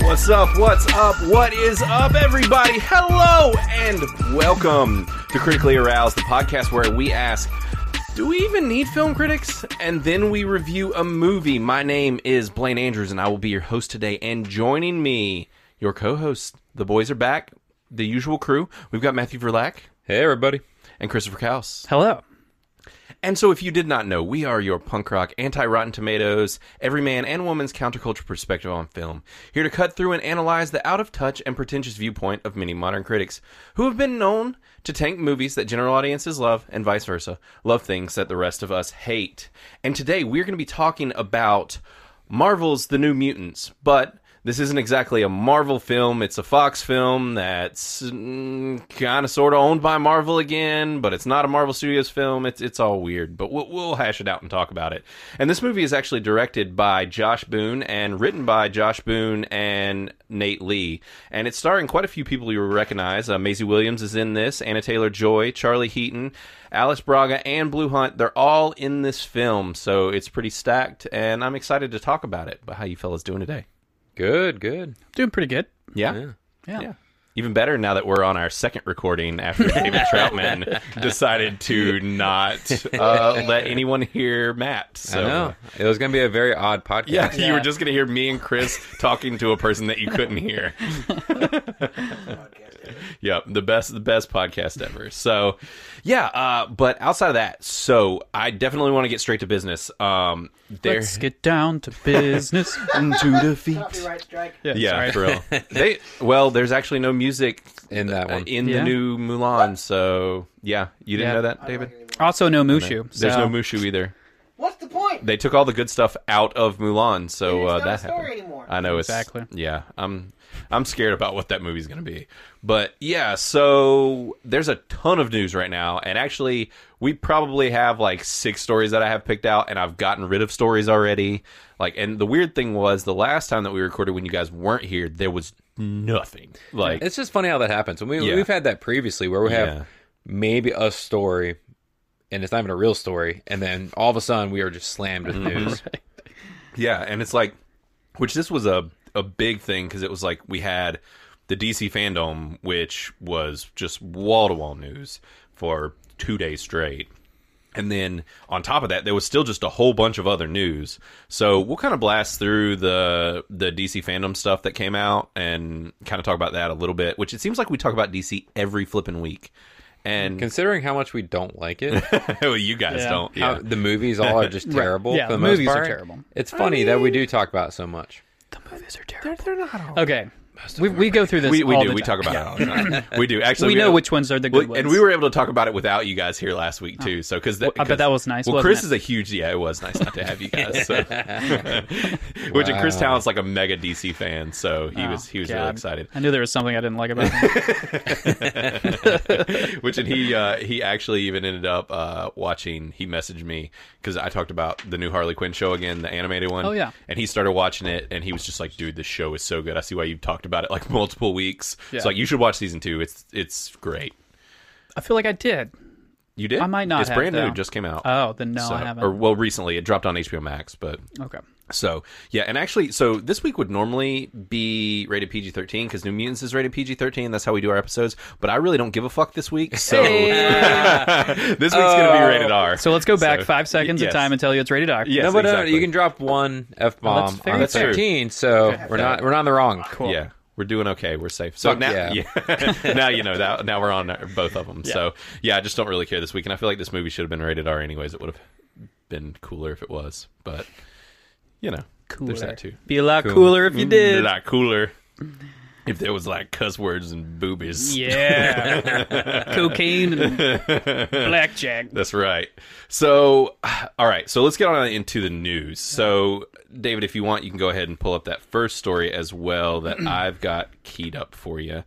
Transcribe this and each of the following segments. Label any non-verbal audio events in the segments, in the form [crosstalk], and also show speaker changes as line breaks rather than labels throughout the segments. What's up? What's up? What is up, everybody? Hello and welcome to Critically Aroused, the podcast where we ask, do we even need film critics? And then we review a movie. My name is Blaine Andrews, and I will be your host today. And joining me, your co host, the boys are back, the usual crew. We've got Matthew Verlack
Hey, everybody.
and Christopher Kaus.
Hello.
And so, if you did not know, we are your punk rock, anti Rotten Tomatoes, every man and woman's counterculture perspective on film, here to cut through and analyze the out of touch and pretentious viewpoint of many modern critics who have been known to tank movies that general audiences love and vice versa, love things that the rest of us hate. And today, we're going to be talking about Marvel's The New Mutants, but. This isn't exactly a Marvel film. It's a Fox film that's kind of sort of owned by Marvel again, but it's not a Marvel Studios film. It's it's all weird, but we'll, we'll hash it out and talk about it. And this movie is actually directed by Josh Boone and written by Josh Boone and Nate Lee, and it's starring quite a few people you recognize. Uh, Maisie Williams is in this, Anna Taylor Joy, Charlie Heaton, Alice Braga, and Blue Hunt. They're all in this film, so it's pretty stacked, and I'm excited to talk about it. But how you fellas doing today?
Good, good.
Doing pretty good.
yeah.
Yeah.
Even better now that we're on our second recording
[laughs]
after David Troutman decided to not uh, let anyone hear Matt. So.
I know. uh, It was going to be a very odd podcast.
[laughs]
Yeah, you were just going to hear me and Chris talking to a person that you couldn't
[laughs]
hear. [laughs] yep, the best the best podcast ever. So, yeah, uh, but outside of that, so I definitely want to get straight to business. Um, there,
Let's get down to
[laughs]
business and to the feet.
Copyright strike.
yeah, for real.
[laughs]
They, well, there's actually no music
In that
uh,
one.
in the
Yeah.
new Mulan. So yeah, you didn't
Yeah.
know that, David.
Also, no Mushu.
There's no
so-
Mushu either.
What's the point?
They took all the good stuff out of Mulan, so
It's
uh,
not
that
a story
happened.
anymore.
I know it's
Exactly.
Yeah, I'm I'm scared about what that movie's going to be. But yeah, so there's a ton of news right now, and actually we probably have like six stories that I have picked out, and I've gotten rid of stories already. Like, and the weird thing was the last time that we recorded when you guys weren't here, there was nothing. Like,
It's just funny how that happens. And we,
Yeah.
We've had that previously where we have
Yeah.
maybe a story and it's not even a real story. And then all of a sudden we are just slammed [laughs] with news.
Yeah, and it's like, which this was a a big thing because it was like we had the DC fandom, which was just wall to wall news for two days straight. And then on top of that, there was still just a whole bunch of other news. So we'll kind of blast through the the DC fandom stuff that came out and kind of talk about that a little bit. Which it seems like we talk about DC every flipping week. And
Considering how much we don't like [laughs] it,
well, [laughs] you guys
Yeah.
don't.
how, the movies all are just terrible.
Yeah,
for the,
the
most
movies are
part,
terrible.
It's funny that we do talk about it so much.
The movies are terrible. They're, not all. Okay. We, we go through this.
We, we
all
do.
the
We
time.
talk about it. All the time. We do. Actually,
[laughs] We know
have-
which ones are the
Well,
good ones. Oh.
and we were able to talk about it without you guys here last week too. So because
I bet that was nice,
Well,
wasn't
Chris
it?
is a huge yeah. It was nice not to have you guys. So. Which and Chris
Wow.
Town's like a mega DC fan, so he
Oh,
was he was
God.
really excited.
I knew there was something I didn't like about
[laughs]
it.
Which and he uh, he actually even ended up uh, watching. He messaged me because I talked about the new Harley Quinn show again, the animated one.
Oh, yeah.
and he started watching it, and he was just like, "Dude, this show is so good. I see why you've talked about it like [laughs] multiple weeks.
Yeah.
It's like you should watch season two. It's it's great.
I feel like I did.
You did.
I might not
It's
have,
brand
though.
new. Just came out.
Oh, then no,
So-
I haven't.
Or well, recently it dropped on HBO Max, but
okay.
so yeah, and actually, so this week would normally be rated PG thirteen because New Mutants is rated PG thirteen. That's how we do our episodes. But I really don't give a fuck this week, so [laughs] this week's gonna be rated R.
So let's go back
So-
five seconds
yes.
of time and tell you it's rated R.
Yes,
no, but no, no,
exactly.
you can drop one f
Well,
bomb
Oh, that's fair.
on
That's
true.
thirteen, so we're not we're not on the wrong.
Cool.
Yeah, we're doing okay. We're safe. So
Fuck
now,
yeah.
yeah. [laughs] now you know that now we're on both of them. So yeah, I just don't really care this week, and I feel like this movie should have been rated R anyways. It would have been cooler if it was, but you know, there's that too. Mm,
Be a lot cooler if you
A
did.
lot cooler if there was like cuss words and boobies.
Yeah.
[laughs]
Cocaine and blackjack.
That's right. So, all right. So let's get on into the news. So, David, if you want, you can go ahead and pull up that first story as well that I've got keyed up for you.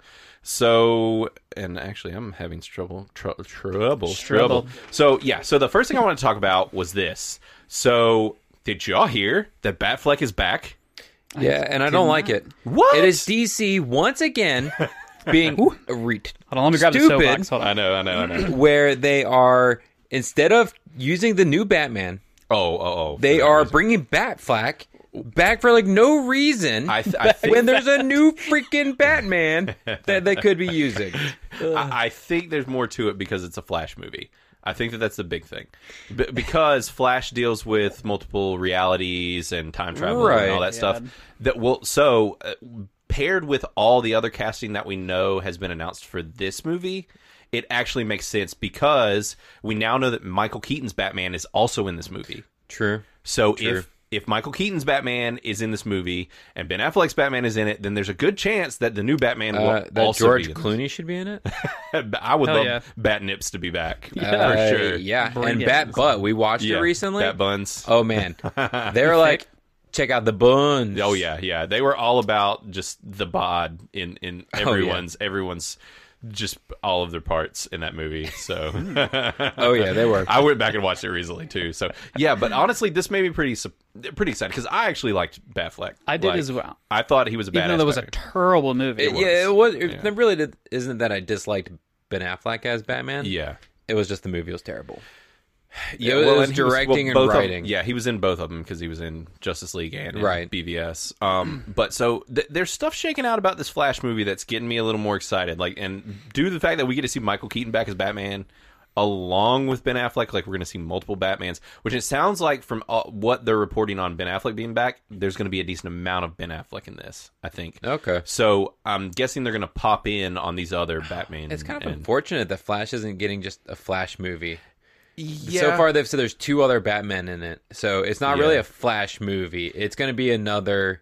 So, and actually, I'm having trouble, tr- trouble, trouble. So, yeah. So the first thing I want to talk about was this. So, did y'all hear that Batfleck is back?
Yeah, and I don't like it.
What?
It is DC once
[laughs]
again being re-
Hold on, let me grab the
stupid,
soapbox. Hold on.
I know, I know, I know.
where they are instead of using the new Batman,
[clears throat] Oh, oh, oh.
they are bringing Batflack back for like no reason
I, [laughs] th- I think
when there's a new freaking Batman that they could
[laughs]
be using.
I, I think there's more to it because it's a Flash movie. I think that that's the big thing, B- because Flash deals with multiple realities and time travel
Right.
and all that stuff.
Yeah.
That will so uh, paired with all the other casting that we know has been announced for this movie. It actually makes sense because we now know that Michael Keaton's Batman is also in this movie.
True.
So
True.
if if Michael Keaton's Batman is in this movie and Ben Affleck's Batman is in it, then there's a good chance that the new Batman will
Uh, that
also
George
be in this.
Clooney should be in it.
I would
Hell
love
yeah.
Bat Nips to be back
Uh,
[laughs] for sure.
Yeah,
Bring
and
it.
Bat Butt. We watched
Yeah,
it recently.
Bat Buns. [laughs]
Oh man, they're like, check out the buns.
Oh yeah, yeah. They were all about just the bod in in
Oh,
everyone's everyone's just all of their parts in that movie. So [laughs]
oh yeah, they were.
I went back and watched it recently too. So yeah, but honestly, this made me pretty su- pretty excited because I actually liked Batfleck.
I did
Like,
as well.
I thought he was a badass.
Even though that was a
Batman.
terrible movie.
It- yeah, it was. It really did, isn't that I disliked Ben Affleck as Batman.
yeah.
it was just the movie was terrible.
Yeah,
It was- it
and
was
he
directing and
both of-
writing.
yeah, he was in both of them because he was in Justice League and in
Right.
BVS. Um, [clears throat] but so th- there's stuff shaking out about this Flash movie that's getting me a little more excited. Like, and due to the fact that we get to see Michael Keaton back as Batman, along with Ben Affleck, like we're going to see multiple Batmans. Which it sounds like from all, what they're reporting on Ben Affleck being back, there's going to be a decent amount of Ben Affleck in this. I think.
Okay,
So I'm guessing they're going to pop in on these other Batman.
it's kind of
and-
unfortunate that Flash isn't getting just a Flash movie.
yeah.
So far, they've said there's two other Batmen in it, so it's not really
Yeah.
a Flash movie. It's going to be another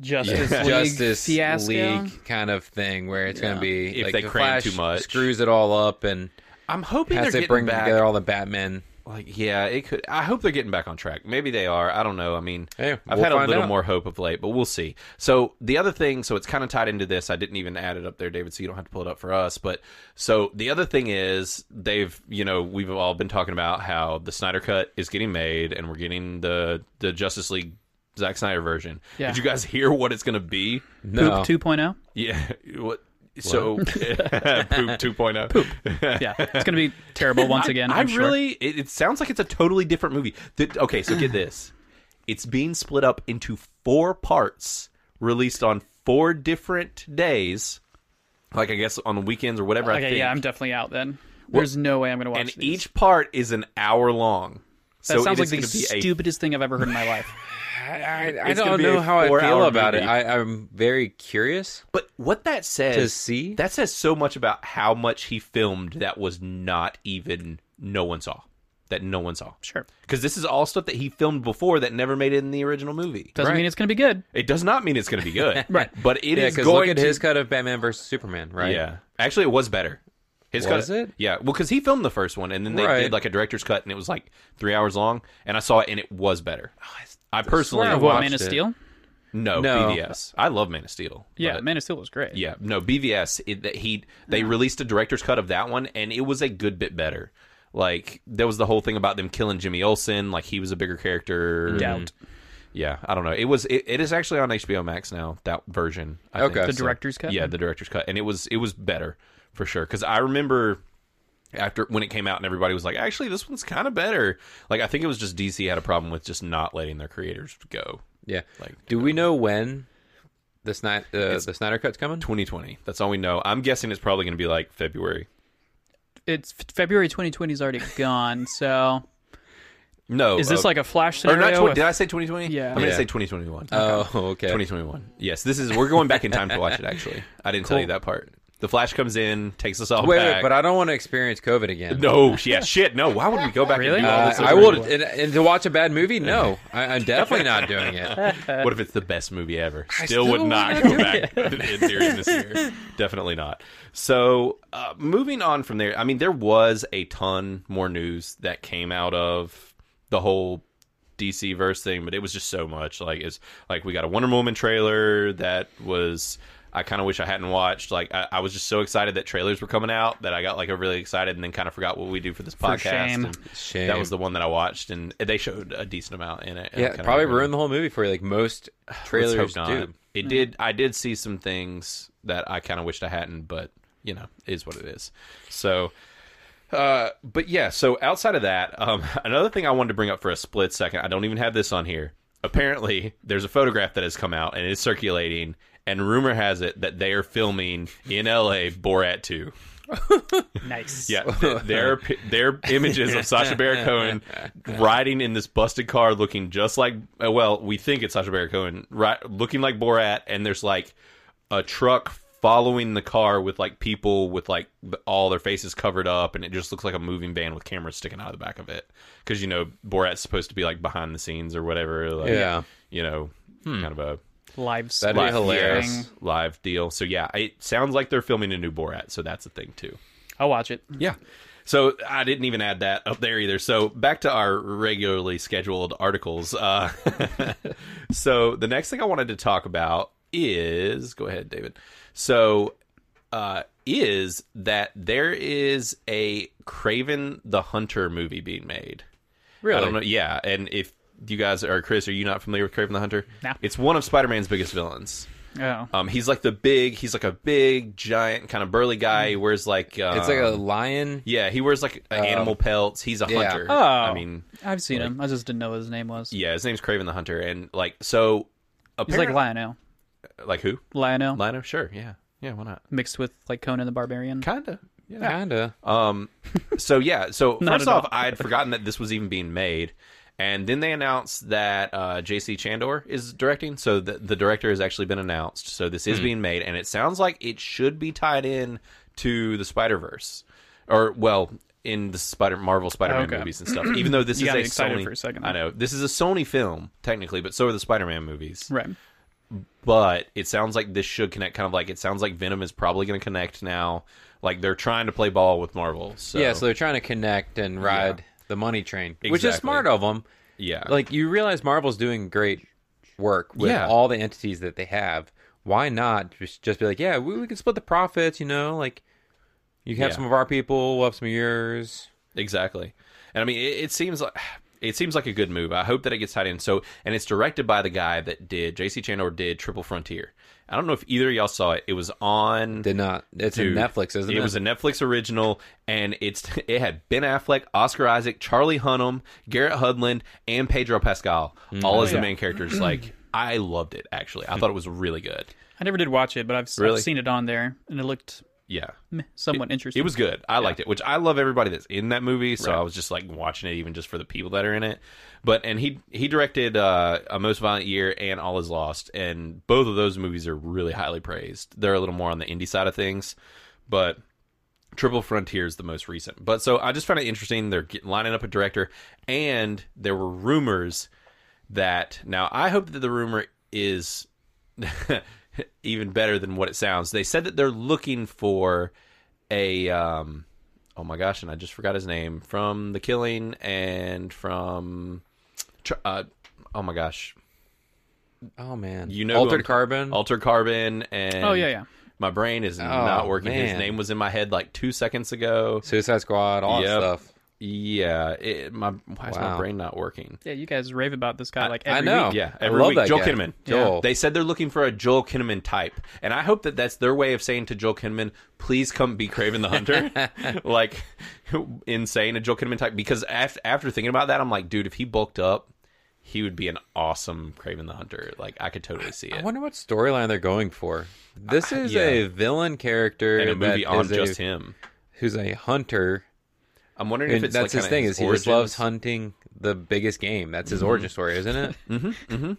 Justice League
Justice
fiasco.
League kind of thing where it's going to be
If
like
they
the
cram
Flash
too much.
screws it all up and
I'm hoping they're
has to
getting
bring
back.
together all the Batmen.
like yeah it could i hope they're getting back on track maybe they are i don't know i mean
Hey,
i've
we'll
had a
find
little
out.
more hope of late but we'll see so the other thing so it's kind of tied into this i didn't even add it up there david so you don't have to pull it up for us but so the other thing is they've you know we've all been talking about how the snyder cut is getting made and we're getting the the justice league Zack Snyder version.
Yeah.
Did you guys hear what it's going to be?
No,
Poop oh? 2.0.
Yeah. What? So, [laughs] poop oh. 2.0. Poop.
Yeah, it's going to be terrible once
[laughs]
again.
I,
I'm
I
sure.
really. It, it sounds like it's a totally different movie. Th- okay, so get this: [clears throat] it's being split up into four parts, released on four different days. Like I guess on the weekends or whatever. I
Okay,
think.
yeah, I'm definitely out then. There's no way I'm going to watch
and
these.
each part is an hour long.
that
so
sounds
it
like
is
the
gonna be a
stupidest thing I've ever heard in
[laughs]
my life.
I, I, I
It's gonna
don't
be a
know how I
four-hour
feel about it.
movie.
I, I'm very curious.
But what that says
To see?
that says so much about how much he filmed that was not even no one saw that no one saw
Sure.
because this is all stuff that he filmed before that never made it in the original movie.
Doesn't mean it's going to be good.
It does not mean it's going to be
[laughs]
good,
Right.
But it is
Yeah, because
going
look at
to.
his cut of Batman versus Superman, right?
Yeah, actually, it was better. His
Was
cut,
it?
Yeah, well, because he filmed the first one, and then they
Right.
did like a director's cut, and it was like three hours long. And I saw it, and it was better. I personally
Oh, swear I
What,
watched
watched
Man of
it.
Steel?
no,
No.
BVS. I love Man of Steel.
Yeah,
but-
Man of Steel was great.
yeah, no BVS. It, that he they released a director's cut of that one, and it was a good bit better. Like there was the whole thing about them killing Jimmy Olsen, like he was a bigger character.
Doubt.
Yeah, I don't know. It was it, it is actually on HBO Max now. That version. I think.
Okay.
The
So-
director's cut?
Yeah, the director's cut, and it was it was better for sure. Because I remember after when it came out, and everybody was like, "Actually, this one's kind of better." Like I think it was just DC had a problem with just not letting their creators go.
yeah.
Like- uh,
do we know when the Snyder uh, the Snyder cut's coming?
2020. That's all we know. I'm guessing it's probably going to be like February.
It's February 2020 is
[laughs]
already gone, so
No,
is this
uh,
like a flash
or
scenario?
not? twen-
with-
did I say 2020?
Yeah.
I'm going to
Yeah.
say 2021.
Oh, okay.
2021. Yes, this is. We're going back in time to watch it. Actually, I didn't tell you that part. The Flash comes in, takes us all
Wait,
back.
wait, but I don't want to experience COVID again.
No, yeah, shit, no. Why would we go back
Really?
and do all
Uh,
this?
I
over
would,
again?
and, and to watch a bad movie.
[laughs]
No, I, I'm definitely not doing it.
What if it's the best movie ever? Still,
still
would
would
not
not
go
do
back in during this year.
[laughs]
Definitely not. So, uh, moving on from there, I mean, there was a ton more news that came out of the whole DC verse thing, but it was just so much. Like, it's like we got a Wonder Woman trailer that was. I kind of wish I hadn't watched. Like, I, I was just so excited that trailers were coming out that I got like really excited and then kind of forgot what we do for this podcast.
shame.
and
Shame.
That was the one that I watched, and they showed a decent amount in it. and I
Yeah,
kinda
probably
remember-
ruined the whole movie for you, like most
Let's hope
trailers
not.
do.
It did. I did see some things that I kind of wished I hadn't, but you know, it is what it is. So, uh, [laughs] but yeah. So outside of that, um, another thing I wanted to bring up for a split second, I don't even have this on here. apparently there's a photograph that has come out and it's circulating, and rumor has it that they are filming in LA Borat 2.
[laughs] Nice.
[laughs]
Yeah, th- their pi- their images of Sasha Baron Cohen riding in this busted car, looking just like uh, well, we think it's Sasha Baron Cohen, ri looking like Borat, and there's like a truck following the car with like people with like th- all their faces covered up, and it just looks like a moving van with cameras sticking out of the back of it because you know Borat's supposed to be like behind the scenes or whatever, like,
Yeah.
you know, kind of a
Lives.
That'd be
live,
hilarious.
Thing.
live deal. So yeah, it sounds like they're filming a new Borat, so that's a thing too.
I'll watch it.
Yeah. So I didn't even add that up there either. So back to our regularly scheduled articles. Uh, [laughs] so the next thing I wanted to talk about is go ahead, David. So uh, is that there is a Craven the Hunter movie being made? I don't know. Yeah, and if you guys are Chris, are you not familiar with Craven the Hunter?
No.
It's one of Spider-Man's biggest villains.
Oh.
Um, he's like the big. He's like a big, giant, kind of burly guy. He wears like um,
It's like a lion.
yeah, he wears like uh, animal pelts. He's a
yeah.
hunter.
Oh.
I mean,
I've seen him. I just didn't know what his name was.
yeah, his name's Craven the Hunter, and like so,
He's like
apparent-
Lionel.
like who?
Lionel
Lionel, sure, yeah, yeah, why not?
mixed with like Conan the Barbarian.
Kinda, yeah.
Kinda.
Um, so yeah, so
Not
first
at
off,
all. [laughs]
I had forgotten that this was even being made, and then they announced that uh, J.C. Chandor is directing. So the, the director has actually been announced. So this
Hmm.
is being made, and it sounds like it should be tied in to the Spider Verse, or well, in the Spider Marvel Spider Man
Okay.
movies and
[clears throat]
stuff. Even though this
You
is
got
a
me excited
Sony,
for a second
I know this is a Sony film technically, but so are the Spider Man movies
Right.
but it sounds like this should connect kind of like it sounds like venom is probably going to connect now like they're trying to play ball with marvel so
Yeah, so they're trying to connect and ride the money train, which is
Exactly.
smart of them.
yeah
Like you realize Marvel's doing great work with
Yeah.
all the entities that they have. Why not just just be like, yeah, we, we can split the profits, you know, like you can have
Yeah.
some of our people, we'll have some of yours.
exactly and i mean it, it seems like [sighs] it seems like a good move i hope that it gets tied in so and it's directed by the guy that did jc chandor did triple frontier i don't know if either of y'all saw it it was on
Did not. It's
Dude,
in Netflix, isn't it?
it was a Netflix original, and it's [laughs] it had Ben Affleck, Oscar Isaac, Charlie Hunnam, Garrett Hudlin, and Pedro Pascal all
Mm-hmm.
as the
yeah.
main characters. Like I loved it actually. I thought it was really good.
I never did watch it, but I've, I've
Really?
seen it on there, and it looked
Yeah,
meh, somewhat interesting.
it was good. I liked it, which I love everybody that's in that movie. So I was just like watching it, even just for the people that are in it. But and he he directed uh, a Most Violent Year and All Is Lost, and both of those movies are really highly praised. They're a little more on the indie side of things, but Triple Frontier is the most recent. But so I just found it interesting. They're get, lining up a director, and there were rumors that now I hope that the rumor is [laughs] even better than what it sounds. They said that they're looking for a um, oh my gosh, and I just forgot his name from The Killing and from Tr- uh, oh my gosh,
Oh man.
You know who
Altered
I'm-
Carbon.
Altered Carbon and
Oh, yeah, yeah.
My brain is not working. His
Oh, man.
name was in my head like two seconds ago.
Suicide Squad, all
Yep.
that stuff.
Yeah, it, my why is my
Wow.
brain not working?
Yeah, you guys rave about this guy like every
I know.
week.
Yeah,
Oh, I
every
love
week.
that
Joel
guy.
Kinnaman.
Joel.
They said they're looking for a Joel Kinnaman type, and I hope that that's their way of saying to Joel Kinnaman, "Please come be Craven the
[laughs]
Hunter," like insane a Joel Kinnaman type. Because after after thinking about that, I'm like, dude, if he bulked up, he would be an awesome Craven the Hunter. Like I could totally see
I
it.
wonder what storyline they're going for. This is
yeah.
a villain character
In a
that
movie on
is a-
just him.
who's a hunter
I'm wondering
And
if it's
that's
like,
his
kinda
thing is he just
origins.
loves hunting the biggest game. That's his origin story, isn't it? [laughs] mm-hmm. mm-hmm.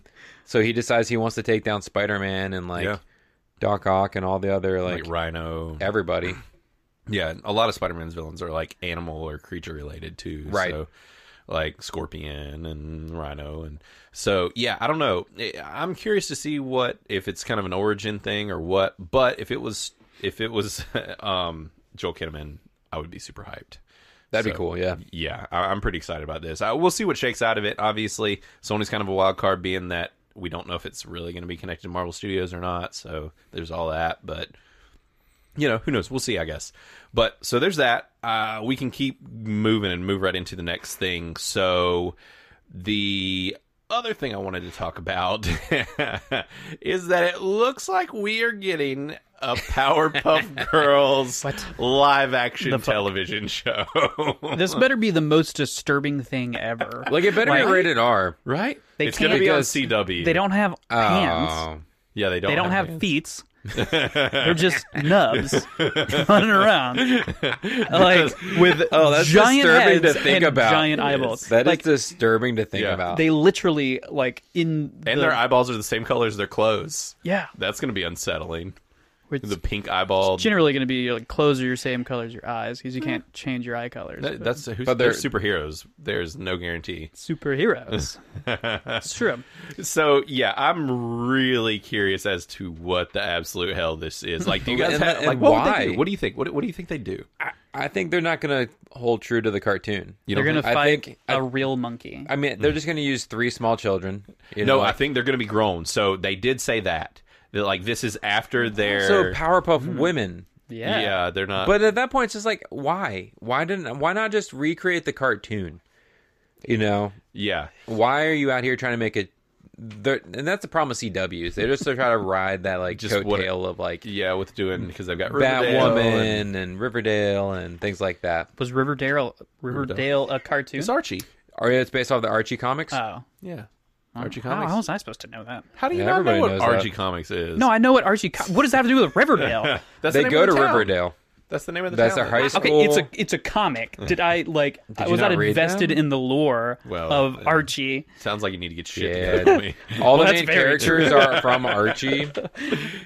So he decides he wants to take down Spider Man and like
Yeah.
Doc Ock and all the other like,
like Rhino.
everybody. [clears throat]
Yeah, a lot of Spider-Man's villains are like animal or creature related too.
Right.
So, like Scorpion and Rhino, and so yeah, I don't know. I- I'm curious to see what if it's kind of an origin thing or what. But if it was if it was [laughs] um, Joel Kinnaman, I would be super hyped.
That'd
So,
be cool. Yeah,
Yeah, I, I'm pretty excited about this. I, we'll see what shakes out of it. Obviously, Sony's kind of a wild card, being that we don't know if it's really going to be connected to Marvel Studios or not. So there's all that, but you know, who knows? We'll see, I guess. But so there's that. Uh, we can keep moving and move right into the next thing. So the other thing [laughs] I wanted to talk about is that it looks like we are getting a
[laughs]
Powerpuff Girls live action
The fu-
television show. [laughs]
This better be the most disturbing thing ever.
[laughs] Like it better
Like-
be rated R.
right?
They
it's going to
can't
be on
because
CW.
They don't have hands.
Oh.
Yeah, they don't.
they don't have,
hands.
[laughs]
feet. They're just nubs running around, like with
Oh, that's
giant
disturbing to
heads
think
and
about.
giant eyeballs.
That is
like
disturbing to think
Yeah.
about.
they literally like in
and
the,
their eyeballs are the same color as their clothes.
yeah.
That's going to be unsettling.
Which
The pink eyeball.
generally going to be like clothes are your same color as your eyes because you can't change your eye colors.
That,
but
that's who's,
But
they're
they're-
superheroes. There's no guarantee.
superheroes. it's true.
So yeah, I'm really curious as to what the absolute hell this is. Like, do you guys
[laughs] And
have,
the-
like
and
what would they
why?
do? What do you think? What, what do you think they do?
I, I think they're not going to hold true to the cartoon. You Mm.
They're going to
I
fight
think-
a
I-
real monkey.
I mean, they're just going to use three small children. You
No,
know,
I
like-
think they're going to be grown. So they did say that. That like this is after their
so Powerpuff
Mm.
Women.
yeah.
yeah.
they're not.
But at that point, it's just like, why? Why didn't? Why not just recreate the cartoon? You know,
yeah,
why are you out here trying to make it? they're- And that's the problem with CWs. They just try to ride that like
Just
coattail
what-
of like
yeah, with doing because they've got Riverdale
Batwoman
and-
and... Riverdale and things like that.
Was Riverdale Riverdale a cartoon?
It's Archie.
Or it's based off the Archie comics.
oh,
Yeah, Archie
how,
comics.
how was I supposed to know that?
How do you
Yeah,
not know
everybody
what
knows
Archie
that.
comics is?
No, I know what Archie. Co- what does that have to do with
[laughs]
Riverdale?
that's the
they
name
go
of
to
the town.
Riverdale.
That's the name of the
That's
town.
their high school.
Okay, it's a it's a comic. Did I like? I
you
was not
not read
invested
them?
in the lore
Well,
of
uh,
Archie.
Sounds like you need to get shit
Yeah.
together [laughs] with me.
[laughs] All
Well,
the
that's
main
very
characters
[laughs]
are from Archie.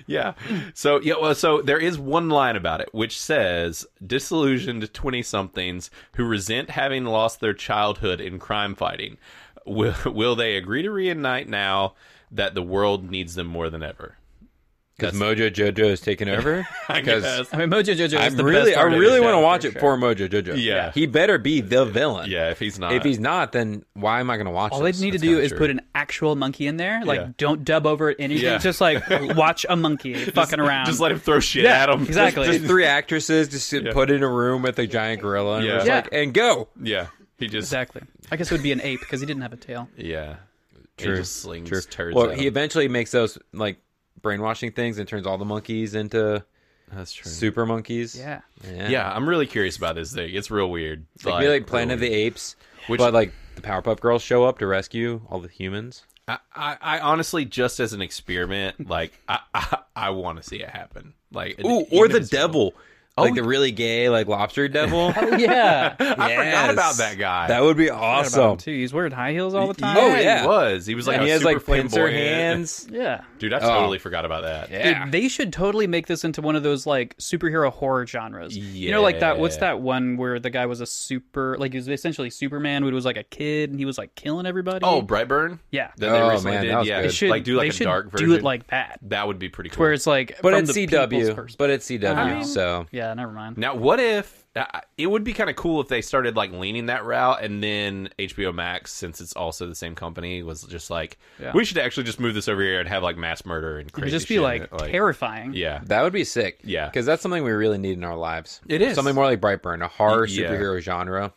Yeah. So yeah, well, so there is one line about it which says disillusioned twenty somethings who resent having lost their childhood in crime fighting. Will will they agree to reunite now that the world needs them more than ever?
Because Mojo Jojo is taking over.
[laughs] I
Because
guess.
I mean, Mojo Jojo is
I'm
the
really,
best.
I
art of
really
the
want to
show,
watch
for
it
sure.
for Mojo Jojo.
Yeah.
he better be the villain.
Yeah, if he's not
If he's not, then why am I going to watch?
All they
this?
need to
that's
do
kinda
is
true.
put an actual monkey in there. Like,
Yeah.
don't dub over anything.
Yeah. [laughs]
Just like watch a monkey fucking around.
[laughs] just let him throw shit
Yeah,
at him.
exactly.
Just three actresses just sit- put in a room with a giant gorilla and,
Yeah.
we're just
Yeah.
like, and go.
yeah. He just
exactly. I guess it would be an ape because he didn't have a tail.
Yeah.
True.
He just slings
True.
turds
Well,
at
he
him.
eventually makes those like brainwashing things and turns all the monkeys into
That's true.
super monkeys.
Yeah.
yeah.
Yeah, I'm really curious about this thing. It's real weird.
Like, be like Planet of the Apes,
Which-
but like the Powerpuff Girls show up to rescue all the humans.
I, I, I honestly, just as an experiment,
[laughs]
like I, I, I want to see it happen. Like,
Ooh,
even
or
if
the
it's-
devil, like the really gay, like lobster
[laughs]
devil.
[laughs]
Oh [laughs] yeah. Oh, I
I forgot
Yes.
about that guy.
That would be
forgot about him,
awesome.
too. He's wearing high heels all the time.
Oh,
yeah,
yeah.
he was. He was like
And
a
he has
super
like pincer
flamboyant-
hands. Oh.
Yeah.
Dude, I totally forgot about that.
Dude, they should totally make this into one of those like superhero horror genres. You know, like that. What's
Yeah.
that one where the guy was a super, like he was essentially Superman, but he was like a kid and he was like killing everybody.
Oh, Brightburn.
yeah.
That they
Oh,
recently
man,
did.
that was
yeah,
good. They
should
like do like
they
a
should
dark version.
Do it like that,
that would be pretty cool.
where it's like,
But
from
it's
the people's
CW.
pers-
But it's CW.
mean-
so
yeah, never mind.
now, what if uh, it would be kind of cool if they started like leaning that route, and then HBO Max, since it's also the same company, was just like,
Yeah.
we should actually just move this over here and have like mass murder and
It
crazy.
would just be
shit in
like,
it, like
terrifying.
yeah,
that would be sick.
Yeah.
because that's something we really need in our lives.
It is.
something more like Brightburn, a horror
Y- yeah.
superhero genre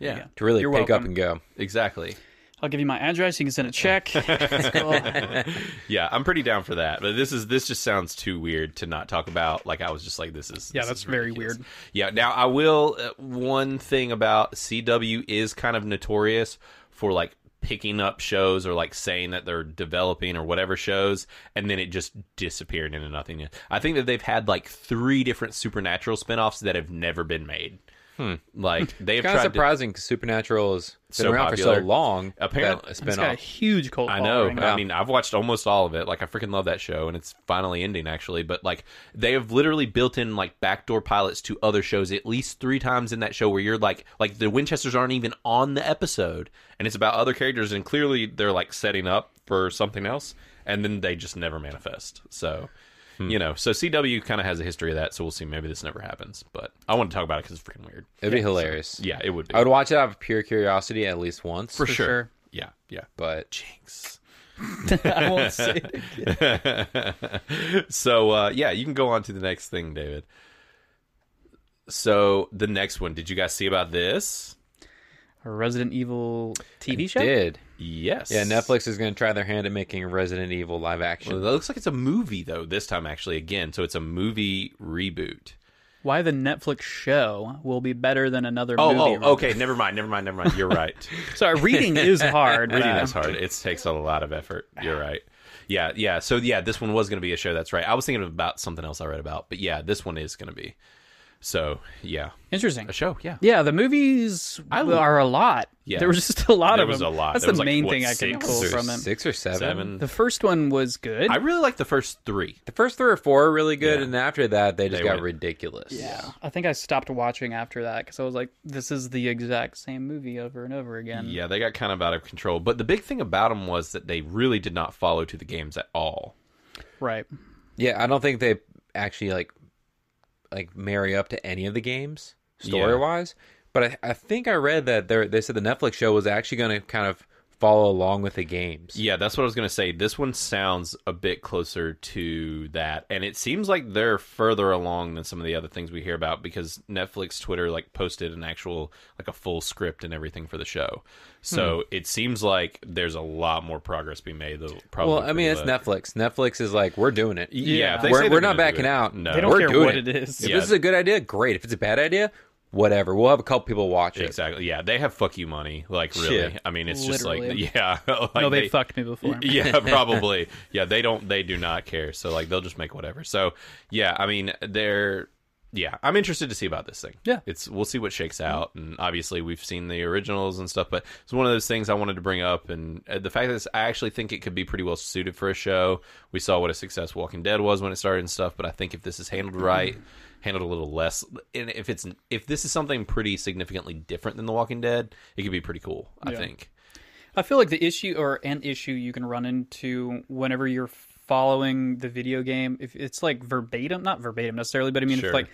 yeah,
Yeah.
to really
You're
pick
welcome.
up and go.
exactly.
I'll give you my address. You can send a check.
[laughs]
It's cool.
Yeah, I'm pretty down for that. But this is this just sounds too weird to not talk about. Like I was just like, this is
Yeah,
this
that's
is
very
ridiculous.
weird.
Yeah. Now I will. Uh, one thing about CW is kind of notorious for like picking up shows or like saying that they're developing or whatever shows and then it just disappearing into nothingness. I think that they've had like three different supernatural spin-offs that have never been made. Like they've
Kind of
tried to
surprising because Supernatural has been
So
around for
popular.
so long.
Apparently-
that it's
it's
been
got a
off.
huge cult.
I know.
following.
but I mean, I've watched almost all of it. Like, I freaking love that show, and it's finally ending, actually. But, like, they have literally built in, like, backdoor pilots to other shows at least three times in that show where you're like, like, the Winchesters aren't even on the episode, and it's about other characters, and clearly they're, like, setting up for something else, and then they just never manifest. So. You know, so CW kind of has a history of that, so we'll see. Maybe this never happens, but I want to talk about it because it's freaking weird.
It'd be hilarious.
Yeah, it would be
I would watch it out of pure curiosity at least once.
Oh, for, sure.
sure.
Yeah, yeah.
But
Jinx.
[laughs] I won't say it.
[laughs] so uh, yeah, you can go on to the next thing, David. So the next one, did you guys see about this?
A Resident Evil TV show.
did
Yes.
Yeah, Netflix is going to try their hand at making Resident Evil live
Well,
action.
that looks like it's a movie though. This time, actually, again, so it's a movie reboot.
Why the Netflix show will be better than another
Oh,
movie.
oh,
remake.
okay. Never mind. Never mind. Never mind. You're right. [laughs] Um,
Sorry, reading is hard.
Reading
but- um,
is hard. It takes a lot of effort. You're right. Yeah, yeah. So yeah, this one was going to be a show. That's right. I was thinking about something else I read about, but yeah, this one is going to be. So yeah,
Interesting.
a show. Yeah.
Yeah, the movies are a lot.
Yeah.
There was just a lot
There
of
was
them.
a lot.
That's
There
the
was, like,
main
what,
thing I can
six
pull
or
from it.
Six or seven.
Seven.
The first one was good.
I really like the first three.
The first three or four are really good,
Yeah.
and after that, they just
They
got
went-
ridiculous.
yeah. I think I stopped watching after that because I was like, this is the exact same movie over and over again.
Yeah, they got kind of out of control. But the big thing about them was that they really did not follow to the games at all.
Right.
Yeah, I don't think they actually like like marry up to any of the games
Yeah.
story wise. But I, I think I read that they they said the Netflix show was actually going to kind of follow along with the games.
Yeah, that's what I was going to say. This one sounds a bit closer to that. And it seems like they're further along than some of the other things we hear about because Netflix, Twitter, like posted an actual, like a full script and everything for the show.
Hmm.
So it seems like there's a lot more progress being made. Though, probably
Well, I mean, it's Netflix. Netflix is like, we're doing it.
Yeah, if they say
we're,
they're
we're not
gonna do
backing
it,
out.
no.
They don't
we're
care
doing
what it is.
If
Yeah.
this is a good idea, great. If it's a bad idea, whatever. We'll have a couple people watch it.
Exactly. Yeah, they have fuck you money. Like, really.
Shit.
I mean, it's
Literally.
just like, [laughs] yeah. like
no, they, fucked me before.
[laughs]
[laughs]
yeah probably yeah they don't they do not care so like they'll just make whatever so yeah i mean they're yeah i'm interested to see about this thing
Yeah.
it's we'll see what shakes out and obviously we've seen the originals and stuff but it's one of those things i wanted to bring up and uh, the fact is i actually think it could be pretty well suited for a show we saw what a success walking dead was when it started and stuff but i think if this is handled right handled a little less and if it's if this is something pretty significantly different than the walking dead it could be pretty cool i
Yeah.
think
I feel like the issue or an issue you can run into whenever you're following the video game, if it's like verbatim, not verbatim necessarily, but I mean,
Sure.
if like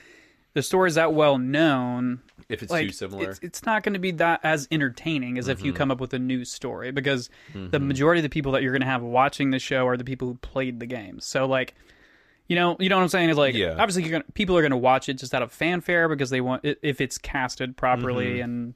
the story's that well known,
if it's
like,
too similar Mm-hmm.
It's, it's not going to be that as entertaining as if you come up with a new story because the majority of the people that you're going to have watching the show are the people who played the game. So like, you know, you know what I'm saying is like,
Yeah.
obviously you're gonna, people are going to watch it just out of fanfare because they want i- if it's casted properly
Mm-hmm.
and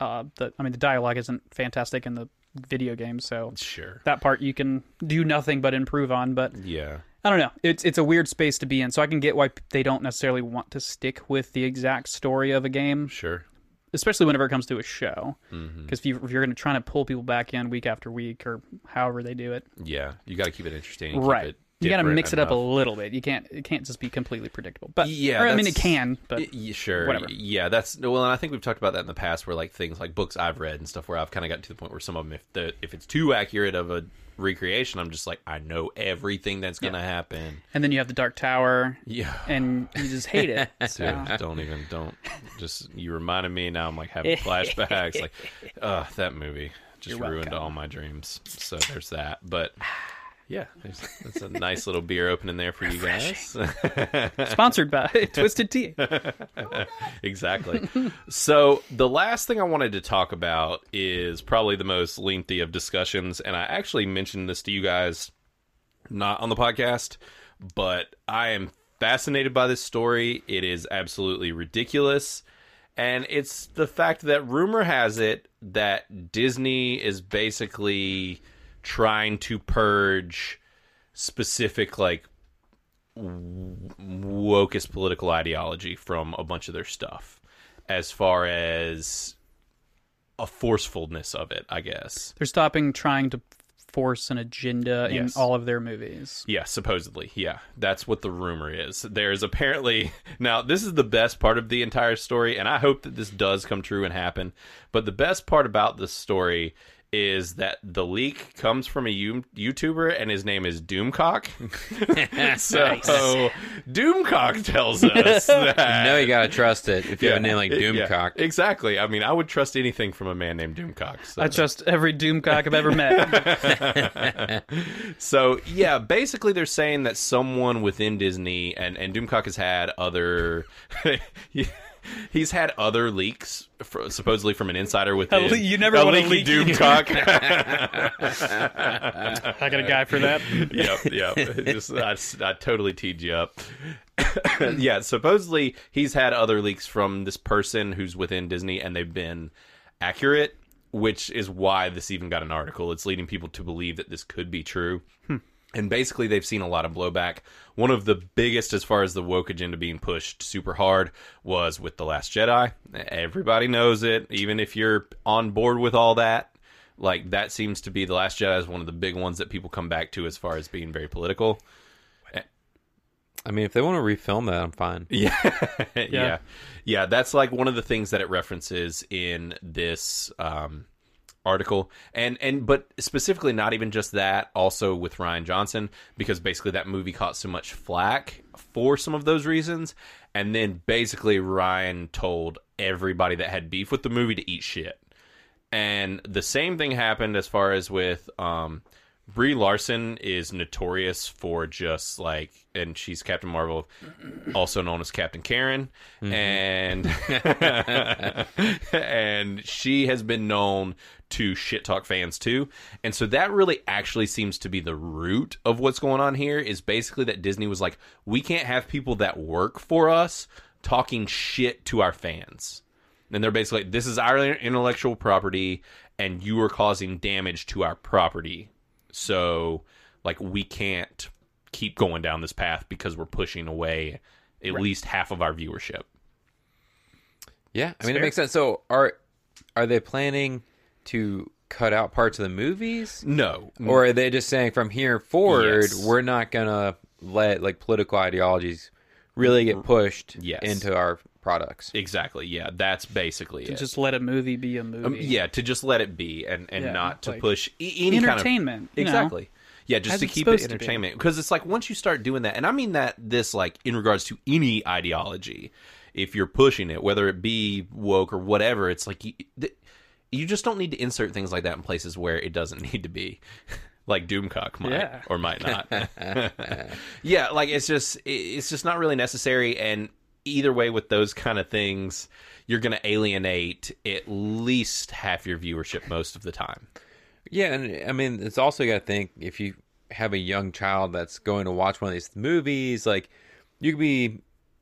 uh, the I mean the dialogue isn't fantastic in the video game, so
sure
that part you can do nothing but improve on. But
yeah
I don't know. It's it's a weird space to be in, so I can get why p- they don't necessarily want to stick with the exact story of a game
sure
especially whenever it comes to a show because
Mm-hmm.
if, you, if you're going to try to pull people back in week after week or however they do it
Yeah, you got to keep it interesting. and keep
right
it
you got to
different
mix it up a
enough.
little bit you can't it can't just be completely predictable but
Yeah,
or, i mean it
that's-
can but
Y- y- sure.
whatever.
y- Yeah, that's well, and I think we've talked about that in the past, where like things like books I've read and stuff, where I've kind of gotten to the point where some of them, if the if it's too accurate of a recreation, I'm just like, I know everything that's gonna happen.
and then you have the dark tower
Yeah.
and you just
[laughs]
hate it
Dude, don't even don't just you reminded me now i'm like having flashbacks like uh that movie just ruined all my dreams so there's that but yeah there's, that's a nice little beer opening there for you guys [laughs]
sponsored by [laughs] twisted tea
[laughs] exactly. so the last thing I wanted to talk about is probably the most lengthy of discussions, and I actually mentioned this to you guys not on the podcast, but I am fascinated by this story. It is absolutely ridiculous. And it's the fact that rumor has it that Disney is basically trying to purge specific like wokest political ideology from a bunch of their stuff as far as a forcefulness of it, I guess.
they're stopping trying to force an agenda
Yes.
in all of their movies
Yeah, supposedly. Yeah, that's what the rumor is. There's apparently [laughs] now this is the best part of the entire story, and I hope that this does come true and happen. But the best part about this story is that the leak comes from a you- YouTuber, and his name is Doomcock. [laughs] so Doomcock tells us that
No, you gotta trust it. If you have a name like
it- yeah,
Doomcock,
exactly. I mean, I would trust anything from a man named Doomcock. So,
i trust every doomcock i've
[laughs]
ever met
so, yeah, basically they're saying that someone within Disney and and Doomcock has had other. [laughs] He's had other leaks, fr supposedly from an insider within.
[laughs] Oh,
le- you never
a
want a [laughs]
leaky
leaky-
Doomcock.
i got a guy for that
[laughs] yep, yep. Just, I, I totally teed you up. [coughs] yeah, supposedly he's had other leaks from this person who's within Disney, and they've been accurate. which is why this even got an article. It's leading people to believe that this could be true. And basically, they've seen a lot of blowback. One of the biggest, as far as the woke agenda being pushed super hard, was with The Last Jedi. Everybody knows it, even if you're on board with all that. Like, that seems to be The Last Jedi is one of the big ones that people come back to as far as being very political.
I mean, if they want to refilm that, I'm fine.
Yeah. [laughs] yeah. Yeah. That's like one of the things that it references in this um, article. And, and, but specifically, not even just that, also with Ryan Johnson, because basically that movie caught so much flack for some of those reasons. And then basically, Ryan told everybody that had beef with the movie to eat shit. And the same thing happened as far as with um, Brie Larson is notorious for just like, and she's Captain Marvel, also known as Captain Karen, and [laughs] and she has been known to shit talk fans too. And so that really actually seems to be the root of what's going on here. Is basically that Disney was like, we can't have people that work for us talking shit to our fans. And they're basically, this is our intellectual property, and you are causing damage to our property. So, like, we can't keep going down this path because we're pushing away at least half of our viewership.
Yeah, I mean,
fair.
it makes sense. So are are they planning to cut out parts of the movies,
No.
or are they just saying from here forward
Yes.
we're not gonna let like political ideologies really get pushed
Yes.
into our products?
exactly. Yeah, that's basically it.
Just let a movie be a movie.
Um, yeah, to just let it be and, and
Yeah,
not to
like,
push e- any kind of-
entertainment, you know?
exactly. Yeah, just
As
to
it's
keep it
supposed to be.
entertainment because it's like once you start doing that, and I mean that this like in regards to any ideology, if you're pushing it, whether it be woke or whatever, it's like you, th- you just don't need to insert things like that in places where it doesn't [laughs] need to be, like Doomcock might
Yeah.
or might
[laughs]
not. [laughs] yeah like it's just it- it's just not really necessary and either way with those kind of things you're going to alienate at least half your viewership most of the time
Yeah, and I mean, it's also got to think if you have a young child that's going to watch one of these movies, like you could be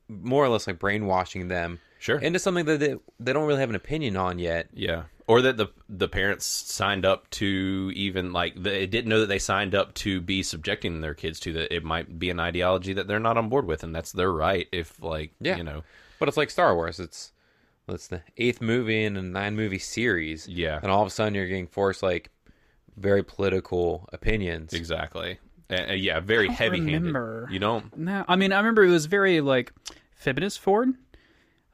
more or less like brainwashing them
Sure.
into something that they, they don't really have an opinion on yet.
yeah or that the the parents signed up to even like they didn't know that they signed up to be subjecting their kids to that it might be an ideology that they're not on board with and that's their right if like
Yeah.
you know
But it's like Star Wars. It's well, it's the eighth movie in a nine movie series.
Yeah.
and all of a sudden you're getting forced like very political opinions.
exactly and, and yeah very heavy-handed
remember.
you don't
No, I mean I remember it was very like feminist Ford,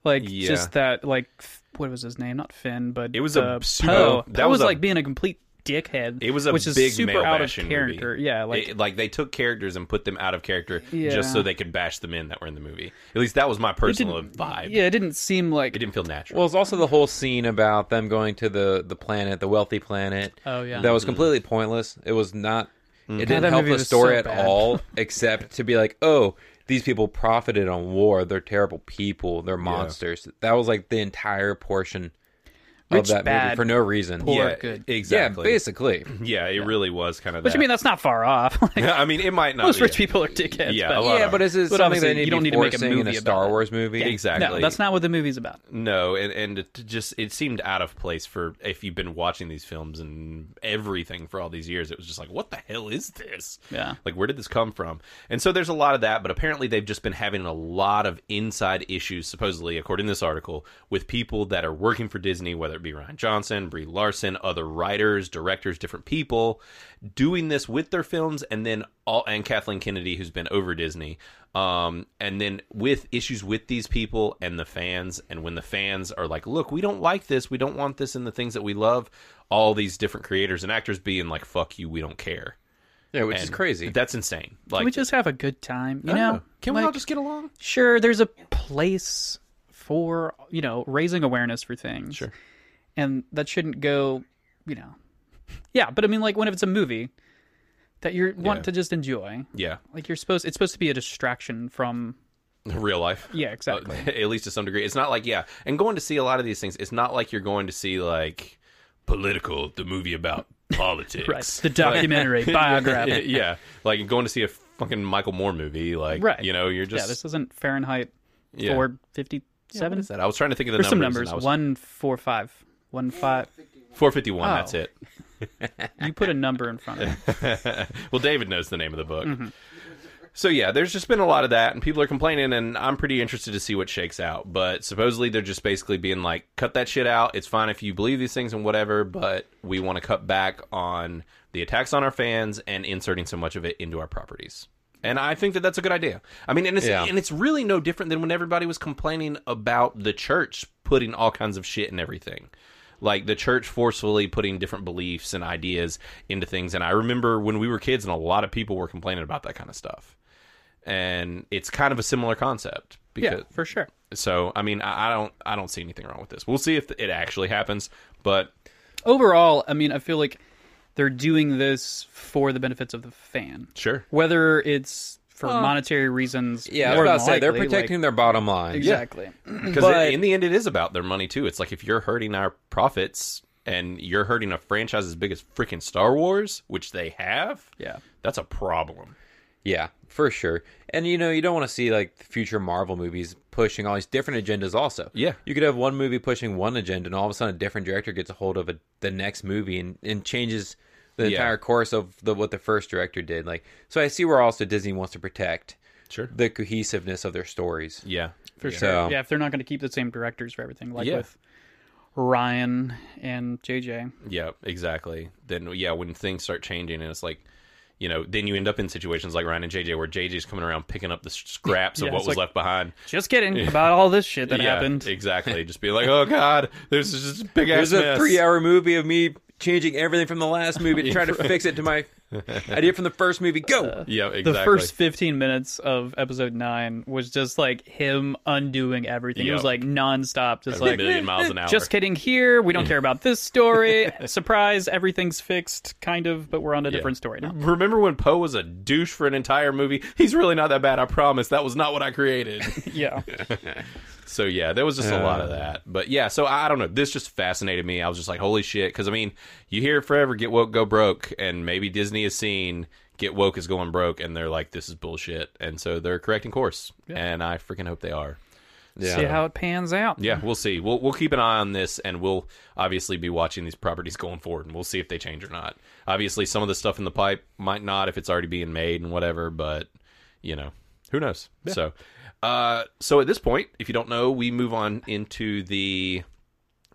like
Yeah.
just that like f- what was his name? Not Finn, but
It was a
uh,
super-
Poe.
that
Poe
was
was,
a-
like being a complete dickhead.
It was a
which is
big
super
male
out of
bashing
character.
Movie.
Yeah, like
It- like they took characters and put them out of character
Yeah.
just so they could bash the men that were in the movie. At least that was my personal vibe.
yeah, it didn't seem like
It didn't feel natural.
Well, it's also the whole scene about them going to the the planet, the wealthy planet.
Oh, yeah.
that was
Mm.
completely pointless. It was not. It didn't
that
help
movie
the
was
story
so
at
bad. [laughs]
all, except to be like, oh, these people profited on war. They're terrible people. They're monsters. That was like the entire portion of
Rich,
that movie
bad,
for no reason.
poor.
yeah,
yeah,
good.
exactly.
yeah,
Yeah,
basically.
it really was kind of.
Which
that.
I mean, that's not far off. [laughs]
[laughs]
Like,
I mean, it might not.
most
be.
rich people are dickheads.
Oh, Yeah, oh,
but,
a lot
yeah,
are.
but is this
But
something
obviously,
they need
you don't
to
need
be
to make a
forcing in
movie
a
about
Star
it.
Wars movie?
Exactly.
no, that's not what the movie's about.
No, and and it just it seemed out of place for if you've been watching these films and everything for all these years. It was just like, what the hell is this?
Yeah.
like where did this come from? And so there's a lot of that, but apparently they've just been having a lot of inside issues, supposedly according to this article, with people that are working for Disney, whether it be Ryan Johnson, Brie Larson, other writers, directors, different people, doing this with their films, and then all and Kathleen Kennedy, who's been over Disney, um, and then with issues with these people and the fans, and when the fans are like, "Look, we don't like this, we don't want this in the things that we love," all these different creators and actors being like, "Fuck you, we don't care."
Yeah, which is
And
crazy.
That's insane. Like,
Can we just have a good time, you
I don't
know?
know. can we
Like,
all just get along?
sure there's a place for you know raising awareness for things
Sure.
and that shouldn't go you know yeah but i mean like when if it's a movie that you want
Yeah.
to just enjoy
Yeah,
like you're supposed it's supposed to be a distraction from
real life.
[laughs]
Uh,
yeah exactly
[laughs] At least to some degree, it's not like yeah. And going to see a lot of these things, it's not like you're going to see like political, the movie
[laughs]
about politics,
right the documentary
[laughs]
biography
yeah, yeah. like going to see a fucking Michael Moore movie, like
Right.
you know, you're just
yeah this isn't fahrenheit
Yeah.
457
What is that? I was trying to think of the
there's some
numbers. and
numbers
I was-
145 one five
451.
Oh.
That's it.
You put a number in front of
[laughs]
it.
well, David knows the name of the book.
Mm-hmm.
So yeah, there's just been a lot of that, and people are complaining, and I'm pretty interested to see what shakes out. But supposedly they're just basically being like, cut that shit out. It's fine if you believe these things and whatever, but we want to cut back on the attacks on our fans and inserting so much of it into our properties. And I think that that's a good idea. I mean, and it's
Yeah.
and it's really no different than when everybody was complaining about the church putting all kinds of shit in everything like the church forcefully putting different beliefs and ideas into things and i remember when we were kids and a lot of people were complaining about that kind of stuff and it's kind of a similar concept
Yeah,
because
for sure.
so i mean I, I don't i don't see anything wrong with this we'll see if it actually happens but
Overall, I mean, I feel like they're doing this for the benefits of the fan.
sure
Whether it's for monetary reasons,
Yeah, I was
more
about to
than
say they're
likely,
protecting
like-
their bottom line.
exactly.
because
But-
in the end it is about their money too it's like if you're hurting our profits and you're hurting a franchise as big as freaking star wars which they have
Yeah.
that's a problem
Yeah, for sure. And you know, you don't want to see like the future Marvel movies pushing all these different agendas. Also,
Yeah.
you could have one movie pushing one agenda, and all of a sudden, a different director gets a hold of a, the next movie and, and changes the
Yeah.
entire course of the, what the first director did. Like, so I see where also Disney wants to protect
sure
the cohesiveness of their stories.
yeah
For
Yeah.
sure.
So-
yeah, if they're not going to keep the same directors for everything, like
Yeah.
with Ryan and JJ.
Yeah, exactly. Then yeah, when things start changing and it's like, you know, then you end up in situations like Ryan and JJ where JJ's coming around picking up the scraps
Yeah,
of what
it's
was
like-
left behind.
Just kidding [laughs] about all this shit that
yeah, e-
happened.
exactly. Just be like, oh god, there's just a big ass
There's a
mess.
three-hour movie of me changing everything from the last movie to
[laughs]
try to fix it to my idea from the first movie. Go.
Yeah,
the
exactly.
first 15 minutes of episode 9 was just like him undoing everything. It was
Yep.
like nonstop. Just
a
like, eh,
million miles an hour.
just kidding here. We don't care about this story. Surprise, everything's fixed, kind of, but we're on a
Yeah.
different story now.
[laughs] Remember when Poe was a douche for an entire movie? He's really not that bad. I promise. That was not what I created.
[laughs] Yeah.
So yeah, there was just a lot of that. But yeah, so I I don't know. This just fascinated me. I was just like, holy shit, because I mean, you hear it forever, get woke, go broke, and maybe Disney is seeing get woke is going broke, and they're like, this is bullshit, and so they're correcting course, and I freaking hope they are.
See how it pans out.
Yeah, we'll see. We'll we'll keep an eye on this, and we'll obviously be watching these properties going forward, and we'll see if they change or not. Obviously, some of the stuff in the pipe might not if it's already being made and whatever, but you know, who knows? So, uh, so at this point, if you don't know, we move on into the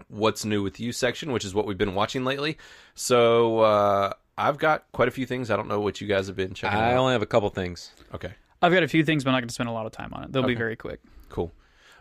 what's new with you section, which is what we've been watching lately. So uh, I've got quite a few things. I don't know what you guys have been checking
I
out.
only have a couple things.
Okay,
I've got a few things, but I'm not going to spend a lot of time on it. They'll be very quick.
cool.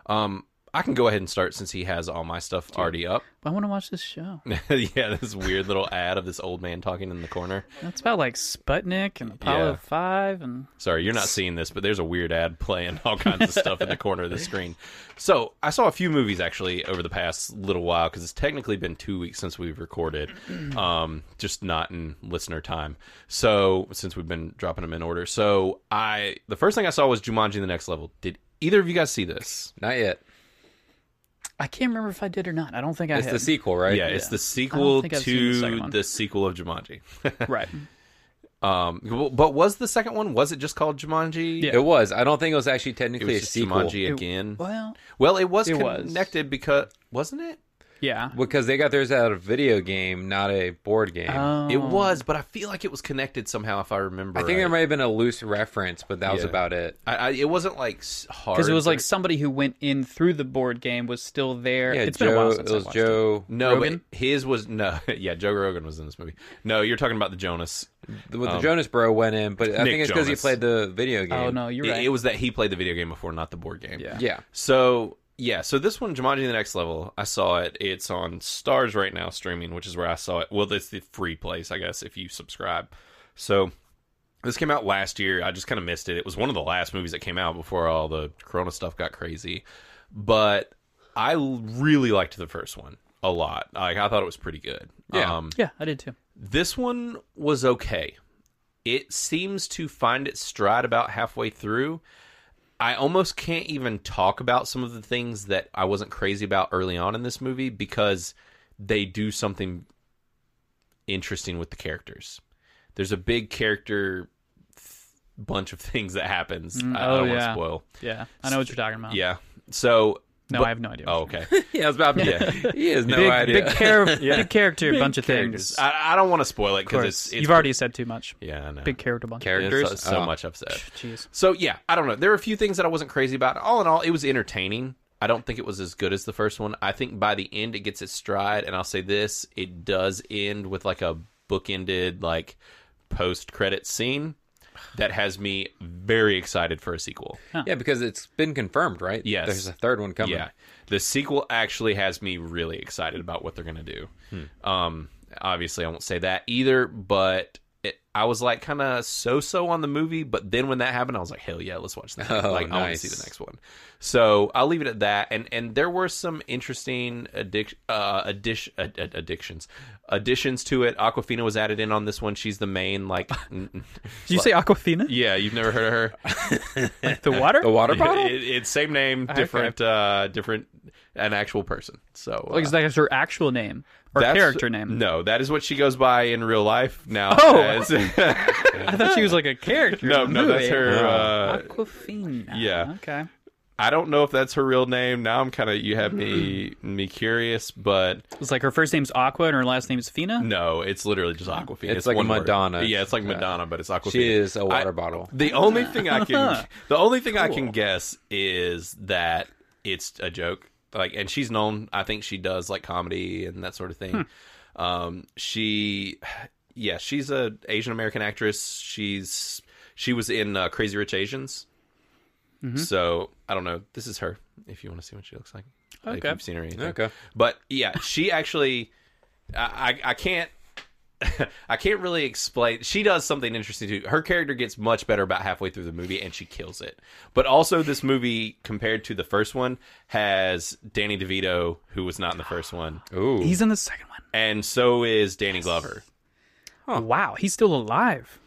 Um, I can go ahead and start since he has all my stuff already up.
But I want to watch this show.
[laughs] yeah, this weird little ad of this old man talking in the corner.
That's about like Sputnik and Apollo
Yeah.
5 and
Sorry, you're not seeing this, but there's a weird ad playing all kinds of stuff in the corner of the screen. So I saw a few movies actually over the past little while because it's technically been two weeks since we've recorded, [clears throat] um, just not in listener time. So since we've been dropping them in order, so I the first thing I saw was Jumanji: The Next Level. Did either of you guys see this?
Not yet.
I can't remember if I did or not. I don't think I
It's
had.
the sequel, right?
yeah, it's
Uh, Yeah.
the sequel
think I've seen the
to
second one.
the sequel of Jumanji. [laughs]
right.
Um, but was the second one? Was it just called Jumanji?
Yeah.
It was. I don't think it was actually
It
technically
was
a
just
sequel
Jumanji again.
Well,
well, it was
It was.
connected because wasn't it?
yeah.
because they got theirs out of a video game, not a board game.
Oh.
It was, but I feel like it was connected somehow. If I remember,
I think there
right.
might have been a loose reference, but that was
Yeah.
about it.
I, I, it wasn't like s- hard
because it was like
or-
somebody who went in through the board game was still there.
Yeah,
It's
Joe.
been a while since
it was
I watched It.
Joe.
no, but
Rogan?
his was no. [laughs] yeah, Joe Rogan was in this movie. No, you're talking about the Jonas.
The, the Jonas Bro went in, but I
Mm. Um, Nick
think it's because he
Jonas.
played the video game.
Oh no, you're
It-
right.
It, was that he played the video game before, not the board game.
Yeah.
Yeah.
[laughs] So yeah, so this one, Jumanji: The Next Level, I saw it. It's on Stars right now streaming, which is where I saw it. Well, it's the free place, I guess, if you subscribe. So this came out last year. I just kind of missed it. It was one of the last movies that came out before all the Corona stuff got crazy. But I l- really liked the first one a lot. Like I thought it was pretty good.
Yeah.
Um,
yeah, I did too.
this one was okay. It seems to find its stride about halfway through. I almost can't even talk about some of the things that I wasn't crazy about early on in this movie because they do something interesting with the characters. There's a big character th- bunch of [laughs] things that happens. I, I
oh,
don't want
yeah.
to spoil.
Yeah, I know what you're talking about.
Yeah. So
No, I have no idea.
Oh,
[laughs]
okay.
Yeah, I was about yeah. [laughs] He has no
big,
idea.
big, char-
[laughs] Yeah.
big character, bunch of
Characters.
things. Of
I, I don't want to spoil it because
course.
it's, it's
You've already said too much.
yeah I know.
Big character bunch.
characters.
It's so, so
Oh.
much upset.
Jeez.
So yeah, I don't know. There are a few things that I wasn't crazy about. All in all, it was entertaining. I don't think it was as good as the first one. I think by the end it gets its stride, and I'll say this: it does end with like a bookended like post credit scene that has me very excited for a sequel.
Yeah, because it's been confirmed, right?
Yes.
There's a third one coming.
Yeah, the sequel actually has me really excited about what they're gonna do. Um, obviously, I won't say that either, but it, I was like kind of so-so on the movie, but then when that happened, I was like, hell yeah, let's [laughs] watch that.
Oh,
like, I want to
nice.
see the next one. So I'll leave it at that. And and there were some interesting addic- uh, addition ad- ad- addictions additions to it. Aquafina was added in on this one. She's the main like. [laughs] n- n-
Did you say Aquafina?
yeah, you've never heard of her.
Like the water?
The water bottle?
It- it's same name, different, uh, different, an actual person. So uh,
Like, is that her actual name or
that's-
character name?
No, that is what she goes by in real life now.
Oh!
as- [laughs]
I thought she was like a character.
no,
in the
no, that's
movie.
her. Uh,
Aquafina.
yeah.
Okay.
I don't know if that's her real name. Now I'm kind of you have me
Hmm.
me curious, but
It's like her first name's Aqua and her last name is Fina.
no, it's literally just Aquafina.
It's like
one word.
Madonna.
Yeah, it's like Madonna, but it's Aquafina.
She is a water
I-
bottle.
The only thing I can the only thing I can guess is that it's a joke. Like and she's known I think she does like comedy and that sort of thing. Um she yeah, she's a Asian American actress. She's she was in uh, Crazy Rich Asians. So, I don't know. This is her if you want to see what she looks like. If
Okay.
you've seen her or anything.
Okay.
But yeah, she actually I I, I can't I can't really explain. She does something interesting too. Her character gets much better about halfway through the movie, and she kills it. But also, this movie compared to the first one has Danny DeVito, who was not in the first one,
Ooh.
He's in the second one.
and so is Danny Glover.
Wow, he's still alive.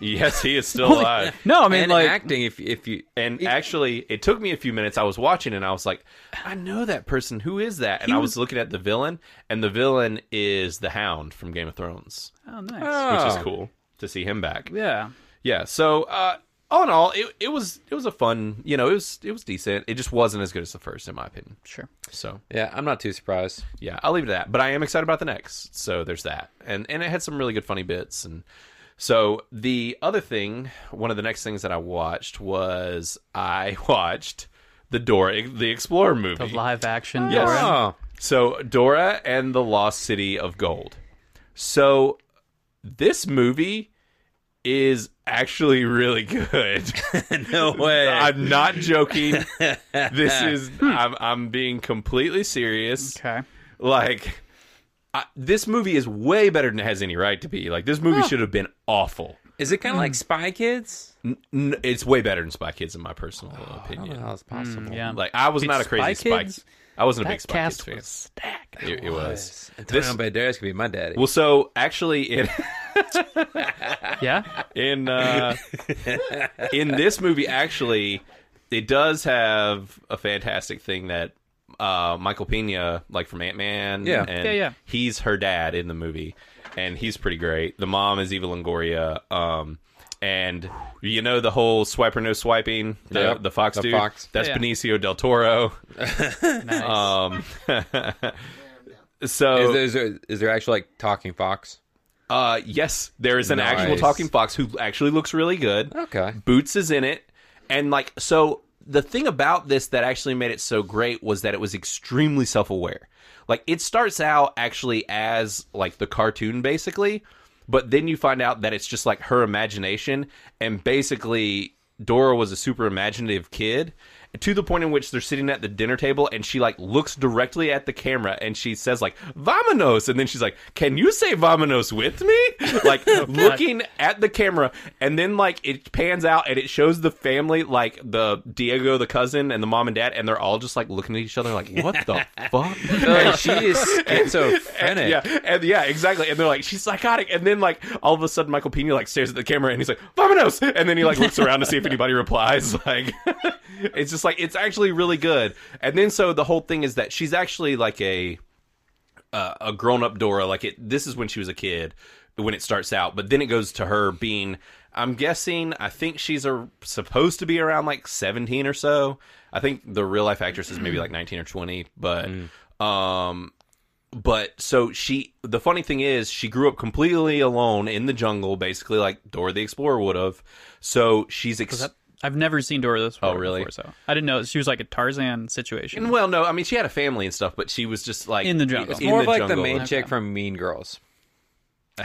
Yes, he is still alive.
No, I mean
and
like
acting if if you
And actually, it took me a few minutes. I was watching and I was like, I know that person. Who is that? And I was looking at the villain, and the villain is the Hound from Game of Thrones,
Oh, nice.
which
Oh.
is cool to see him back.
yeah.
Yeah. So uh, all in all, it, it was it was a fun. You know, it was it was decent. It just wasn't as good as the first, in my opinion.
Sure.
So
Yeah, I'm not too surprised.
yeah, I'll leave it at that. But I am excited about the next. So there's that, and and it had some really good funny bits. And so the other thing, one of the next things that I watched was I [laughs] watched the Dora the Explorer movie.
The live action.
Yes.
Dora.
Oh.
So Dora and the Lost City of Gold. So this movie is actually really [laughs] good.
No [laughs] way.
I'm not
[laughs]
joking. this is I'm I'm being completely serious.
Okay.
Like I, this movie is way better than it has any right to be. Like this movie should have been awful.
Is it kind of like Spy Kids?
N- n- it's way better than Spy Kids in my
Oh,
personal opinion.
How is possible?
Yeah.
Like I was not a
Spy
crazy Spy
Kids?
I wasn't a big
That
Spy
cast was
Kids
stacked.
fan. It, it was.
Antonio Banderas could be my daddy.
Well, so actually, [laughs] in
Yeah.
in uh, in this movie, actually, it does have a fantastic thing that uh, Michael Pena, like from Ant Man,
Yeah.
and
Yeah, yeah.
he's her dad in the movie, and he's pretty great. The mom is Eva Longoria, um, and you know the whole swiper no swiping, the,
Yep.
the Fox
The
dude,
Fox.
that's
Yeah.
Benicio del Toro.
[laughs] Nice.
Um, [laughs] so
is, there, is, there, is there actually like Talking Fox?
Uh, yes, there is an actual
Nice.
talking fox who actually looks really good.
Okay.
Boots is in it, and like so, the thing about this that actually made it so great was that it was extremely self-aware. Like it starts out actually as like the cartoon, basically, but then you find out that it's just like her imagination, and basically Dora was a super imaginative kid to the point in which they're sitting at the dinner table and she like looks directly at the camera and she says like vamonos and then she's like can you say vamonos with me like looking at the camera and then like it pans out and it shows the family like the diego the cousin and the mom and dad and they're all just like looking at each other like what the fuck
Like, she is schizophrenic.
yeah, and yeah, exactly. And they're like, she's psychotic. And then like all of a sudden, Michael Pena like stares at the camera and he's like, "Vamonos!" And then he like looks around to see if anybody replies. [laughs] Like, it's just like it's actually really good. And then so the whole thing is that she's actually like a uh, a grown up Dora. Like it, this is when she was a kid when it starts out, but then it goes to her being. I'm guessing. I think she's a, supposed to be around like 17 or so. I think the real life actress is maybe like 19 or 20, but um, but so she the funny thing is she grew up completely alone in the jungle basically like dora the explorer would have so she's ex-
I've never seen Dora this
Oh,
way
really?
before, so I didn't know she was like a
[laughs]
Tarzan situation.
well no i mean she had a family and stuff but she was just like
In the jungle.
in
In
More of like the
jungle.
main
Okay.
chick from Mean Girls.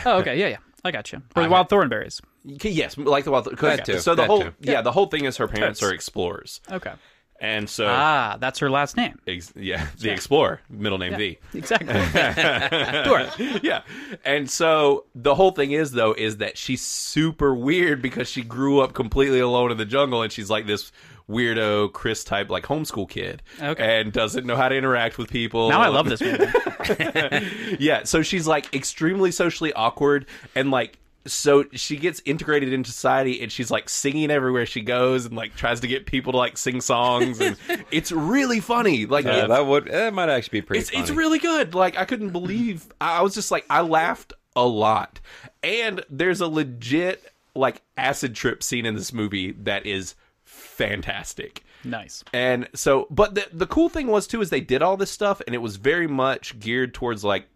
oh, okay, yeah, yeah, I got you. Or the wild thornberries.
Okay, yes like the wild
That too,
so the
that
whole
too.
yeah the whole thing is her parents
Totes.
are explorers
Okay,
and so
ah, that's her last
[laughs]
name.
ex- yeah the explorer middle name v [laughs]
Exactly. Dora.
yeah. And so the whole thing is though is that she's super weird because she grew up completely alone in the jungle and she's like this weirdo Chris type like homeschool kid
Okay.
and doesn't know how to interact with people.
Now I love this movie.
[laughs] yeah, so she's like extremely socially awkward and like so she gets integrated into society and she's like singing everywhere she goes and like tries to get people to like sing songs
[laughs]
and it's really funny. Like
Yeah,
it's-
that would that might actually be pretty.
it's it's
funny.
really good. Like I couldn't believe I I was just like I laughed a lot. And there's a legit like acid trip scene in this movie that is fantastic.
nice.
And so but the the cool thing was too is they did all this stuff and it was very much geared towards like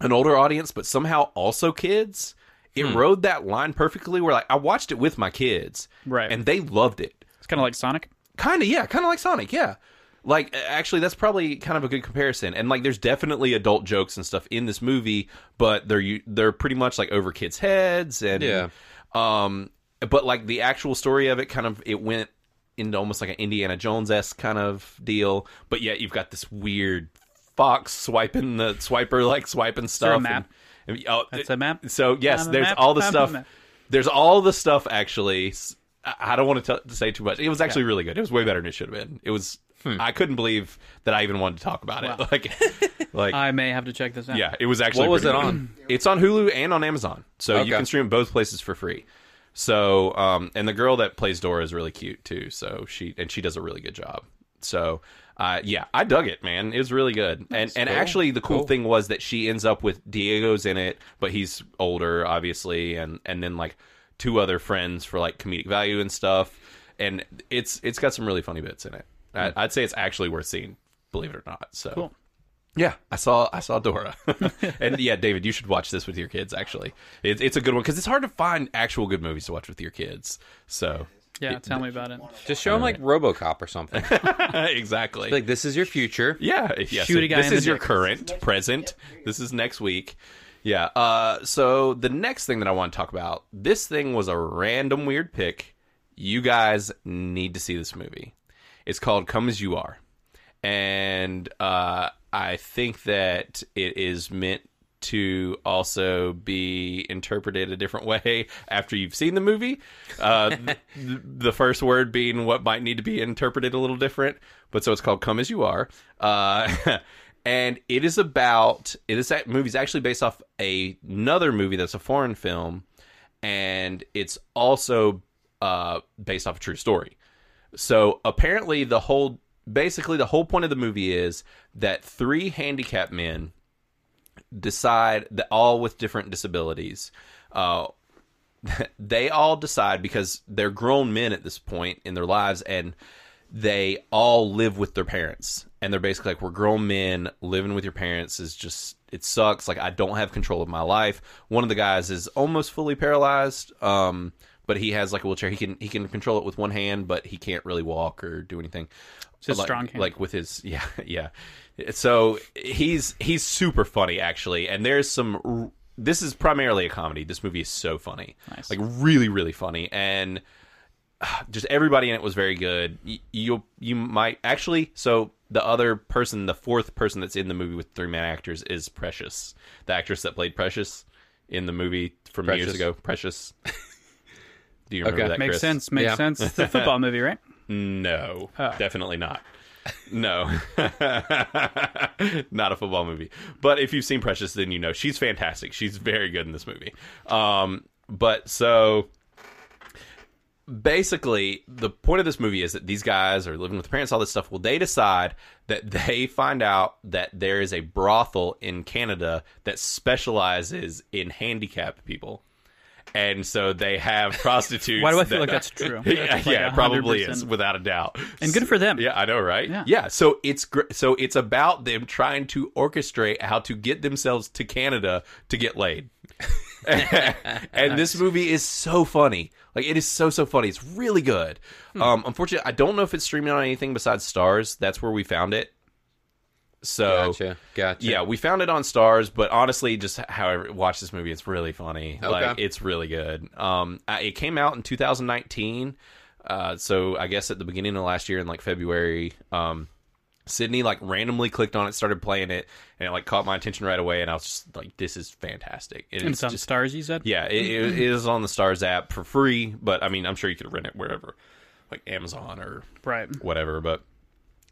an older audience but somehow also kids. It
Hmm.
rode that line perfectly where like I watched it with my kids.
Right.
And they loved it
It's kind of like Sonic.
kind of yeah kind of like sonic yeah like a- actually that's probably kind of a good comparison and like there's definitely adult jokes and stuff in this movie but they're u- they're pretty much like over kids heads and
Yeah.
um but like the actual story of it kind of it went into almost like an indiana jones-esque kind of deal but yet you've got this weird fox swiping the swiper like swiping stuff
there a
and-
map?
and- oh,
That's a map?
so yes
I'm a
there's
map,
all the
I'm a
stuff
map.
there's all the stuff actually. s- I I don't want to, t- to say too much. It was actually really good. It was way better than it should have been. It was. I couldn't believe that I even wanted to talk about it. [laughs] Like, like
I may have to check this out.
yeah, it was actually.
What was
pretty
it
good.
on?
[clears throat] It's on Hulu and on Amazon, so you
Okay.
can stream it both places for free. So, um, and the girl that plays Dora is really cute too. So she and she does a really good job. So, uh, yeah, I dug it, man. It was really good. And and actually, the cool, thing was that she ends up with Diego's in it, but he's older, obviously, and and then like two other friends for like comedic value and stuff. And it's it's got some really funny bits in it. I,
Hmm.
I'd say it's actually worth seeing, believe it or not. So.
Cool.
Yeah, I saw I saw Dora, [laughs] and yeah, David, you should watch this with your kids. Actually, it, it's a good one because it's hard to find actual good movies to watch with your kids. So
Yeah, tell me about it.
Just show him like RoboCop or something.
[laughs] exactly,
like this is your future.
yeah, yeah.
Shoot
so
a guy
this
in the
is your
dick.
current, present. This is next week. Yeah. Uh, so the next thing that I want to talk about, this thing was a random weird pick. You guys need to see this movie. It's called Come as You Are. and uh, I think that it is meant to also be interpreted a different way [laughs] after you've seen the movie. Uh, th- the first word being what might need to be interpreted a little different, but so it's called "Come as You Are," uh, [laughs] and it is about it is that movie's actually based off a, another movie that's a foreign film, and it's also uh, based off a true story. So apparently, the whole basically the whole point of the movie is that three handicapped men decide that all with different disabilities. Uh, [laughs] they all decide because they're grown men at this point in their lives and they all live with their parents and they're basically like we're grown men living with your parents is just it sucks like i don't have control of my life one of the guys is almost fully paralyzed um but he has like a wheelchair he can he can control it with one hand but he can't really walk or do anything
his
like,
strong hand.
like like with his [laughs] yeah yeah so he's he's super funny actually and there's some r- this is primarily a comedy this movie is so funny
Nice.
like really really funny and ah, just everybody in it was very good Y- you you might actually so the other person the fourth person that's in the movie with three man actors is precious the actress that played precious in the movie from years
Precious.
ago precious [laughs] do you remember
Okay.
that
Makes
Chris?
sense. Makes
Yeah.
sense. It's a football
[laughs]
movie, right?
No, definitely not. No, [laughs] not a football movie. But if you've seen Precious, then you know she's fantastic. She's very good in this movie. Um, but so basically the point of this movie is that these guys are living with their parents all this stuff well they decide that they find out that there is a brothel in canada that specializes in handicapped people and so they have [laughs] prostitutes
Why do I feel
that-
like that's true?
[laughs] yeah,
That's like
yeah it probably is
100%.
without a doubt
And good for them.
yeah, I know, right?
Yeah.
so it's gr- so it's about them trying to orchestrate how to get themselves to Canada to get laid. [laughs] and this movie is so funny. Like it is so so funny. It's really good.
Hmm.
Um unfortunately, I don't know if it's streaming on anything besides Stars. That's where we found it. So
Gotcha. Gotcha.
yeah, we found it on Stars, but honestly, just however, watch this movie. It's really funny. Like
Okay.
it's really good. Um, I- it came out in 2019, uh, so I guess at the beginning of last year in like February. Um, Sydney like randomly clicked on it, started playing it, and it like caught my attention right away. And I was just like, "This is fantastic!" And
And
it's
it's on
just
stars, you said?
yeah, it, it it is on the Stars app for free, but I mean, I'm sure you could rent it wherever, like Amazon or
Right.
whatever. But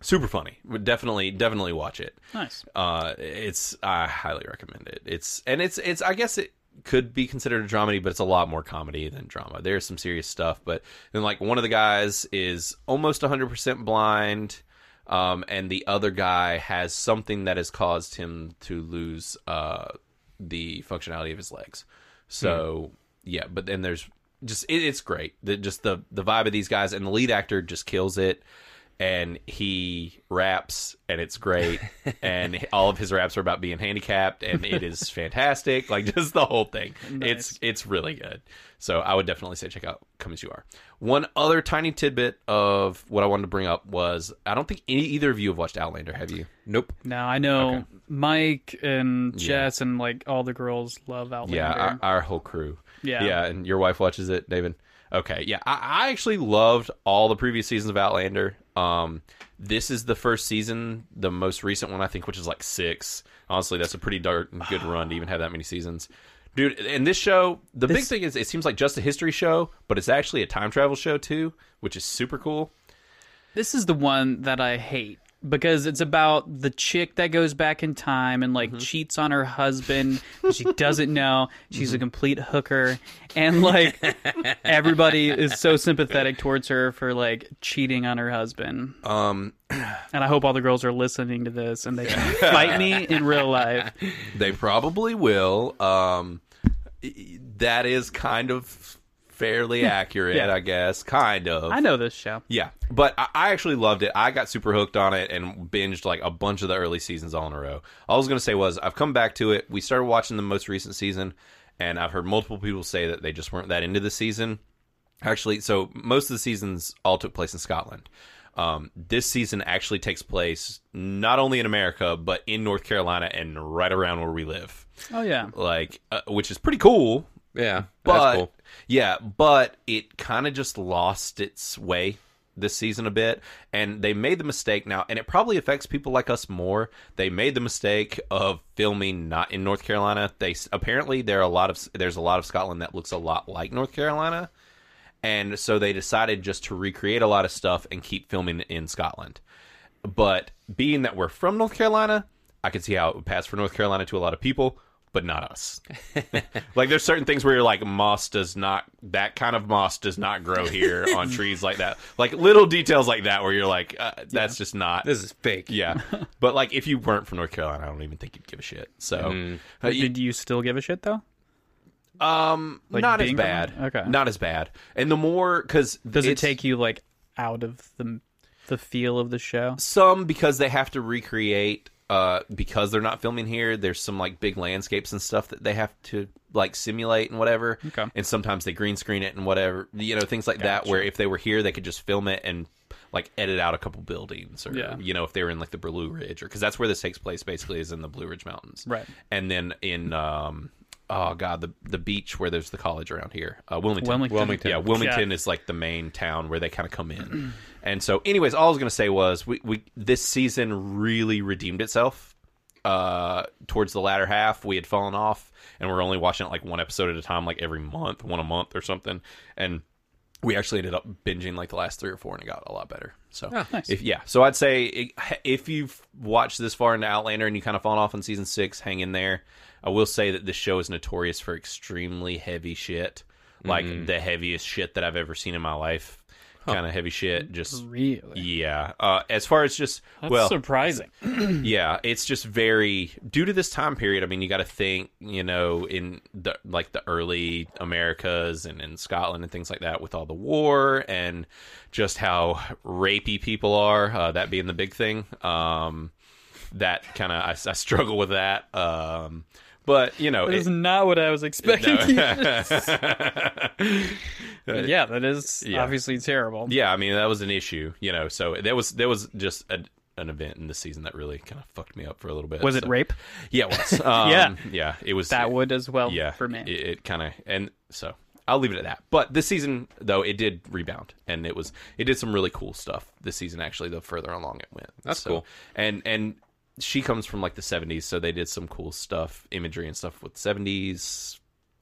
super funny. Would definitely definitely watch it
Nice.
uh it's i highly recommend it it's and it's it's i guess it could be considered a dramedy but it's a lot more comedy than drama there's some serious stuff but then like one of the guys is almost 100% blind um and the other guy has something that has caused him to lose uh the functionality of his legs so yeah but then there's just it, it's great the, just the the vibe of these guys and the lead actor just kills it and he raps and it's great and all of his raps are about being handicapped and it is fantastic like just the whole thing it's it's really good so i would definitely say check out come as you are one other tiny tidbit of what i wanted to bring up was i don't think any, either of you have watched outlander have you
Nope.
Now I know Mike and Jess and like all the girls love Outlander.
yeah our, our whole crew
Yeah.
yeah and your wife watches it david okay yeah I, I actually loved all the previous seasons of outlander um this is the first season the most recent one i think which is like six honestly that's a pretty dark and good run to even have that many seasons dude and this show the big thing is it seems like just a history show but it's actually a time travel show too which is super cool
This is the one that I hate because it's about the chick that goes back in time and
Mm-hmm.
like cheats on her husband.
[laughs]
she doesn't know. She's
Mm-hmm.
a complete hooker. And like everybody is so sympathetic towards her for like cheating on her husband.
um
And I hope all the girls are listening to this and
[laughs]
they can fight me in real life.
They probably will. Um, that is kind of fairly accurate,
[laughs] Yeah.
I guess. Kind of.
I know this show.
Yeah, but I, I actually loved it. I got super hooked on it and binged like a bunch of the early seasons all in a row. All I was gonna say was I've come back to it. We started watching the most recent season, and I've heard multiple people say that they just weren't that into the season. Actually, so most of the seasons all took place in Scotland. Um, this season actually takes place not only in America but in North Carolina and right around where we live,
Oh yeah.
like uh, which is pretty cool
Yeah.
but
that's cool.
yeah, but it kind of just lost its way this season a bit, and they made the mistake now, and it probably affects people like us more. They made the mistake of filming not in North Carolina. They s- apparently there are a lot of there's a lot of Scotland that looks a lot like North Carolina, and so they decided just to recreate a lot of stuff and keep filming in Scotland. But being that we're from North Carolina, I could see how it would pass for North Carolina to a lot of people, but not
[laughs]
us. like there's certain things where you're like moss does not that kind of moss does not grow here on trees like that. Like little details like that where you're like uh, that's just not
This is fake.
[laughs]
yeah. But like if you weren't from North Carolina, I don't even think you'd give a shit. So uh, you-
Mm-hmm. Did you still give a shit though?
um
Like
not as
being from-
bad.
okay.
Not as bad. And the more cuz
Does it take you like out of the the feel of the show?
some because they have to recreate uh because they're not filming here there's some like big landscapes and stuff that they have to like simulate and whatever
Okay.
and sometimes they green screen it and whatever you know things like that where if they were here they could just film it and like edit out a couple buildings or
Yeah.
you know if they were in like the blue ridge or because that's where this takes place basically is in the blue ridge mountains
Right.
and then in um oh god the the beach where there's the college around here uh wilmington
Wilmington.
Wilmington.
yeah, Wilmington
Yeah.
is like the main town where they kind of come in. and so, anyways, all I was gonna say was we, we this season really redeemed itself. Uh, towards the latter half, we had fallen off, and we're only watching it like one episode at a time, like every month, one a month or something. And we actually ended up binging like the last three or four, and it got a lot better. So,
nice.
if, yeah, so I'd say i- if you've watched this far into Outlander and you kind of fallen off on season six, hang in there. I will say that this show is notorious for extremely heavy shit like
Mm-hmm.
the heaviest shit that I've ever seen in my life. Kind of heavy shit. Just
Really?
yeah. Uh, as far as just
That's
well,
surprising.
yeah, it's just very due to this time period. I mean, you got to think, you know, in the like the early Americas and in Scotland and things like that, with all the war and just how rapey people are. Uh, that being the big thing. Um, that kind of I, I struggle with that. Um, but you know,
That is
it-
not what I was expecting. [laughs]
[laughs]
no.
yeah, that is
Yeah.
obviously terrible.
yeah, I mean that was an issue, you know. So that was that was just a, an event in the season that really kind of fucked me up for a little bit.
Was it
so-
rape?
Yeah, it was. Um,
[laughs] Yeah.
yeah, it was
That would as well
yeah
for me.
It, it kind of and so I'll leave it at that. But this season though, it did rebound and it was it did some really cool stuff this season actually. The further along it went,
That's
So-
cool.
And and she comes from like the '70s, so they did some cool stuff, imagery and stuff with '70s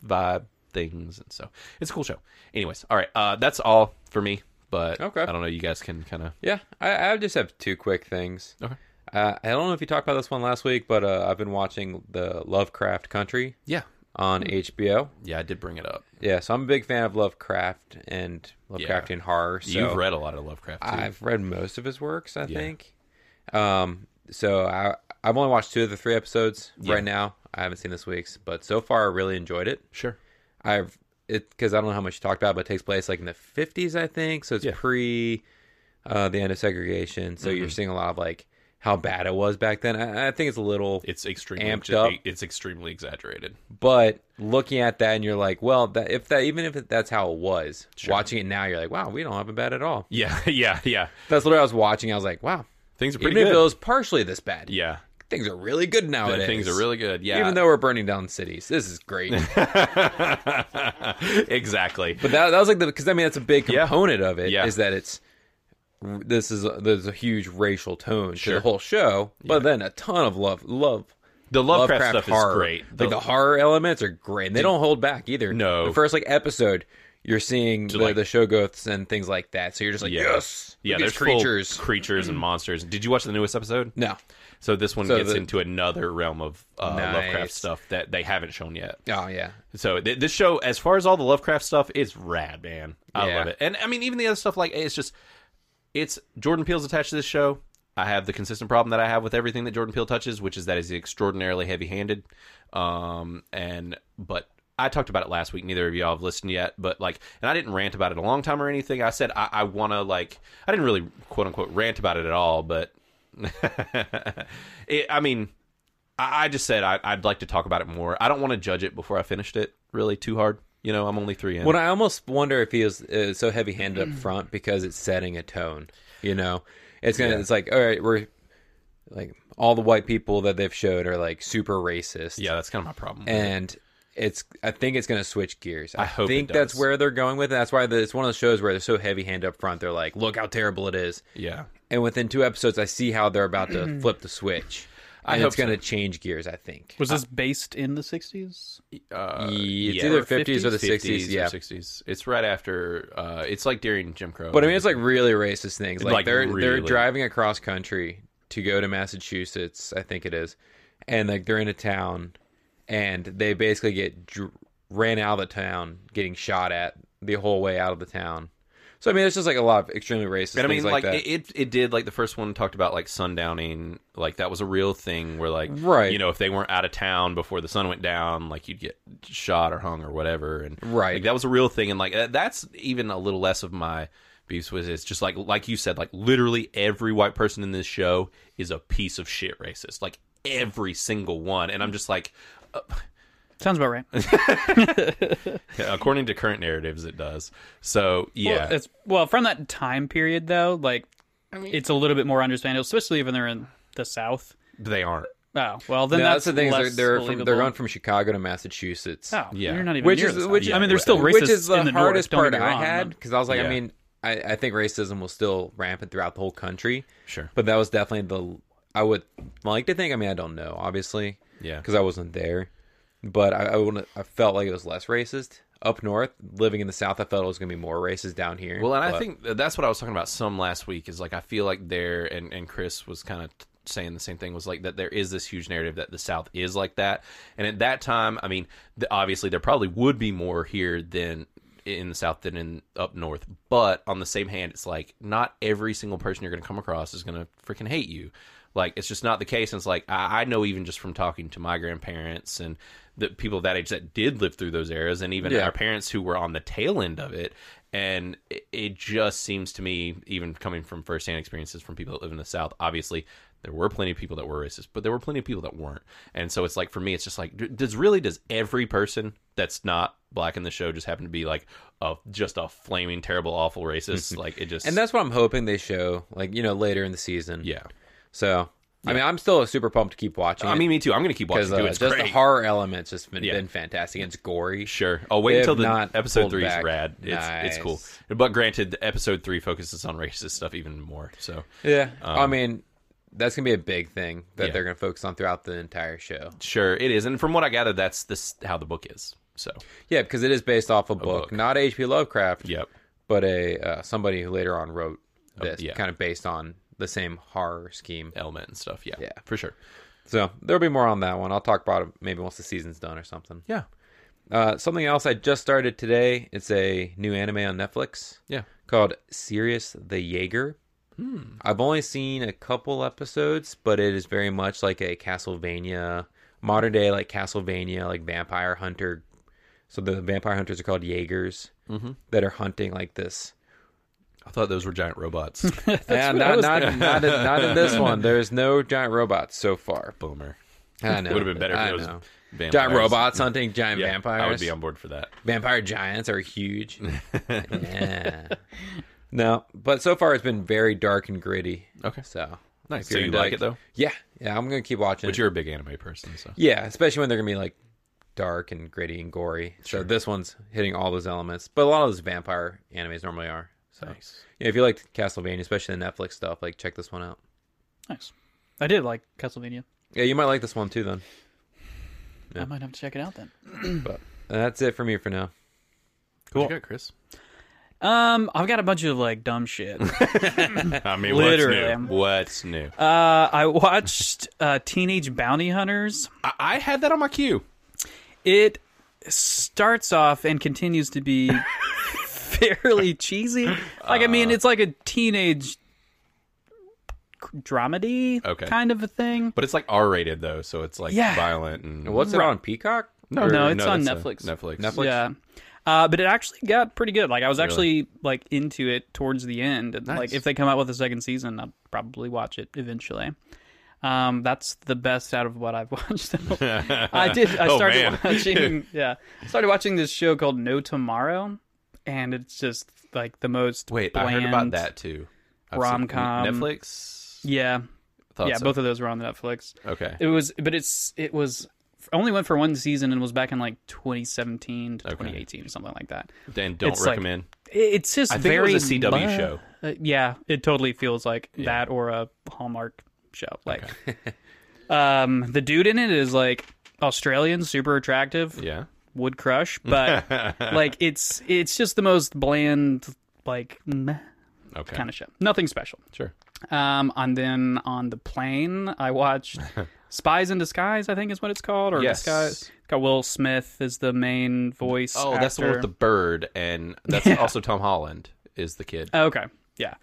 vibe things, and so it's a cool show. Anyways, all right, uh, that's all for me. But
Okay.
I don't know. You guys can kind of
Yeah, I, I just have two quick things.
Okay.
Uh, I don't know if you talked about this one last week, but uh, I've been watching the Lovecraft Country
yeah
on
Hmm.
HBO.
yeah. I did bring it up.
Yeah, so I'm a big fan of Lovecraft and Lovecraftian horror. So
You've read a lot of Lovecraft. Too.
I've read most of his works, I think. Um, so I I've only watched two of the three episodes
Yeah.
right now. I haven't seen this week's, but so far I really enjoyed it.
sure.
I've it because I don't know how much you talked about, but it takes place like in the fifties, I think. So it's
Yeah. Mm-hmm.
pre uh, the end of segregation. So you're seeing a lot of like how bad it was back then. I, I think it's a little,
It's extremely
Amped up.
it's extremely exaggerated.
but looking at that and you're like, well, that if that even if that's how it was, watching it now, you're like, wow, we don't have it bad at all.
Yeah, yeah, yeah.
That's what I was watching. I was like, wow,
Things are
even
pretty
if
good.
it was partially this bad,
yeah,
things are really good nowadays.
things are really good. Yeah,
Even though we're burning down cities, this is great.
[laughs] exactly.
But that, that was like the because I mean that's a big
Yeah.
component of it is
Yeah.
that it's this is a, there's a huge racial tone to
Sure.
the whole show, but then a ton of love love.
The Lovecraft, stuff
horror.
is great.
like the horror elements are great. And they don't hold back either.
No.
the first like episode, you're seeing the,
like-
the showgoths and things like that. So you're just like,
Yeah.
yes,
yeah,
look at
there's
these
full
creatures.
creatures and monsters. Did you watch the newest episode?
no,
So this one
So
gets
the-
into another realm of uh,
Nice.
Lovecraft stuff that they haven't shown yet.
oh yeah,
So th- this show, as far as all the Lovecraft stuff, is rad, man. I
Yeah.
love it. And I mean, even the other stuff, like it's just, it's Jordan Peele's attached to this show. I have the consistent problem that I have with everything that Jordan Peele touches, which is that he's extraordinarily heavy-handed. Um, and but I talked about it last week. Neither of y'all have listened yet, but like, and I didn't rant about it a long time or anything. I said I, I want to like, I didn't really quote unquote rant about it at all, but [laughs] it, I mean. I, I just said I, I'd like to talk about it more. I don't want to judge it before I finished it really too hard. You know, I'm only three in.
Well, I almost wonder if he is uh, so heavy-handed
Mm.
up front because it's setting a tone. You know, it's gonna. It's like all right, we're like all the white people that they've showed are like super racist.
yeah, that's kind of my problem.
and it's. I think it's gonna switch gears. I,
hope it
think that's
does.
where they're going with it. That's why the, it's one of the shows where they're so heavy-handed up front. They're like, look how terrible it is.
yeah,
And within two episodes, I see how they're about
[clears throat]
to flip the switch. And
hope
it's going to change gears, I think.
Was this based in the 60s?
uh,
It's
yeah.
either
Or
50s or the 60s,
50s or
yeah.
60s. It's right after. Uh, it's like during Jim Crow.
But I mean, it's like really racist things. Like,
Like,
they're they're
really.
driving across country to go to Massachusetts, I think it is, and like they're in a town, and they basically get dr- ran out of the town, getting shot at the whole way out of the town. So I mean, it's just like a lot of extremely racist
But I mean,
things
like,
like, that.
it, it, it did like the first one talked about like sundowning, like that was a real thing where like
Right.
you know if they weren't out of town before the sun went down, like you'd get shot or hung or whatever, and
Right.
like, that was a real thing, and like that- that's even a little less of my beefs with it. it's just like like you said, like literally every white person in this show is a piece of shit racist, like every single one, and I'm just like. uh,
Sounds about right.
[laughs] According to current narratives, it does. So yeah,
Well, it's well from that time period though. Like, it's a little bit more understandable, especially when they're in the South.
they aren't.
Oh well, then
No, that's,
that's,
the thing. is
Less
They're, they're, from, they're
believable.
going from Chicago to Massachusetts.
Oh,
Yeah.
yeah. you're not even
Which
near
is-
the
which
South.
is-
I mean, there's still racists
which is the,
in the
hardest
north, don't
part
get me
I
wrong.
had because I was like,
Yeah.
I mean, I, I think racism was still rampant throughout the whole country.
Sure.
but that was definitely the I would like to think. I mean, I don't know, obviously,
Yeah.
because I wasn't there, but I I, wouldn't, I felt like it was less racist up north. Living in the south, I felt it was going to be more racist down here.
Well, and I
but-
think th- that's what I was talking about some last week is like I feel like there and and Chris was kind of saying the same thing was like that there is this huge narrative that the South is like that, and at that time, I mean, th- obviously there probably would be more here than in the South than in up North. But on the same hand, it's like not every single person you're going to come across is going to freaking hate you. Like it's just not the case. And it's like I, I know even just from talking to my grandparents and the people of that age that did live through those eras, and even
Yeah.
our parents who were on the tail end of it. And it, it just seems to me, even coming from firsthand experiences from people that live in the South, obviously there were plenty of people that were racist, but there were plenty of people that weren't. And so it's like for me, it's just like d- does really does every person that's not black in the show just happen to be like a just a flaming terrible awful
[laughs]
racist? like it just
And that's what I'm hoping they show, like you know, later in the season.
yeah.
So, I mean, I'm still super pumped to keep watching.
I mean, me too. I'm gonna keep
because
watching.
uh,
too. It's
just the
great.
horror element's just been,
Yeah.
been fantastic. It's gory.
Sure. I'll wait
They
until
have
the
not
episode
pulled
three is
back.
rad. It's it's
Nice.
cool. But granted, the episode three focuses on [laughs] racist stuff even more. So
Yeah, I mean, that's gonna be a big thing that
Um, Yeah.
they're gonna focus on throughout the entire show.
sure, it is. And from what I gather, that's this how the book is. So
Yeah, because it is based off a book,
book.
not H.P. Lovecraft,
yep.
but a uh, somebody who later on wrote this,
Oh, yeah.
kind of based on the same horror scheme.
Element and stuff. Yeah.
Yeah.
For sure.
So there'll be more on that one. I'll talk about it maybe once the season's done or something.
Yeah.
Uh, something else I just started today. It's a new anime on Netflix
Yeah.
called Sirius the Jaeger.
Hmm.
I've only seen a couple episodes, but it is very much like a Castlevania, modern day like Castlevania, like vampire hunter. So the vampire hunters are called Jaegers
Mm-hmm.
that are hunting like this.
I thought those were giant [laughs] robots.
Yeah,
what I
not,
was
not, not, in, not in this one. There's no giant robots so far.
Boomer.
I know.
It would have been better
I
if it was
know.
vampires.
Giant robots hunting giant
Yeah,
vampires.
I would be on board for that.
Vampire giants
[laughs]
are huge. yeah. No, but so far it's been very dark and gritty.
Okay.
So
Nice.
if
So
you're
you
into,
like it, though?
Yeah, yeah. I'm gonna keep watching.
But
it.
you're a big anime person, so
yeah, especially when they're gonna be like dark and gritty and gory. So this one's hitting all those elements, but a lot of those vampire animes normally are. So
nice.
yeah, if you liked Castlevania, especially the Netflix stuff, like check this one out.
Nice. I did like Castlevania.
Yeah, you might like this one too. Then
I might have to check it out then.
that's it for me for now.
Cool. Good, Chris.
Um, I've got a bunch of like dumb
[laughs]
shit.
I mean,
Literally.
what's new? What's new?
Uh, I watched uh, Teenage Bounty Hunters.
I, I had that on my queue.
It starts off and continues
[laughs]
to be fairly cheesy. Like, I
Uh.
mean, it's like a teenage dramedy
Okay.
kind of a thing.
But it's like R rated though, so it's like
Yeah.
violent and
What's it on Peacock?
No,
No, it's on
that's a-
Netflix.
Netflix.
Netflix?
Yeah. Uh, but it actually got pretty good. Like I was actually like into it towards the end. And, Like
Nice.
if they come out with a second season, I'd probably watch it eventually. Um, that's the best out of what
[laughs]
I've [laughs] watched. I did. I
Oh,
started
man. [laughs]
watching. Yeah, I started watching this show called No Tomorrow, and it's just like the most
Wait, I
bland,
heard about that too. I've seen-
rom-com.
Netflix.
Yeah,
Thought
yeah.
so.
Both of those were on Netflix.
Okay.
It was, but it's it was only went for one season and was back in like 2017 to 2018 or something like that.
Then don't
it's like-
recommend.
It- it's just
I think it
very
was a CW
low-
show.
Uh, yeah, it totally feels like that or a Hallmark show. Like,
[laughs]
um, the dude in it is like Australian, super attractive,
yeah. [laughs]
would crush, but like it's it's just the most bland like meh
Okay.
kind of show. Nothing special.
Sure.
Um, and then on the plane,
[laughs]
I watched Spies in Disguise. I think is what it's called, or
Yes.
Disguise. It's got Will Smith is the main voice.
Oh, that's the one with
actor.
the bird, and
[laughs]
that's also Tom Holland is the kid.
Okay. Yeah.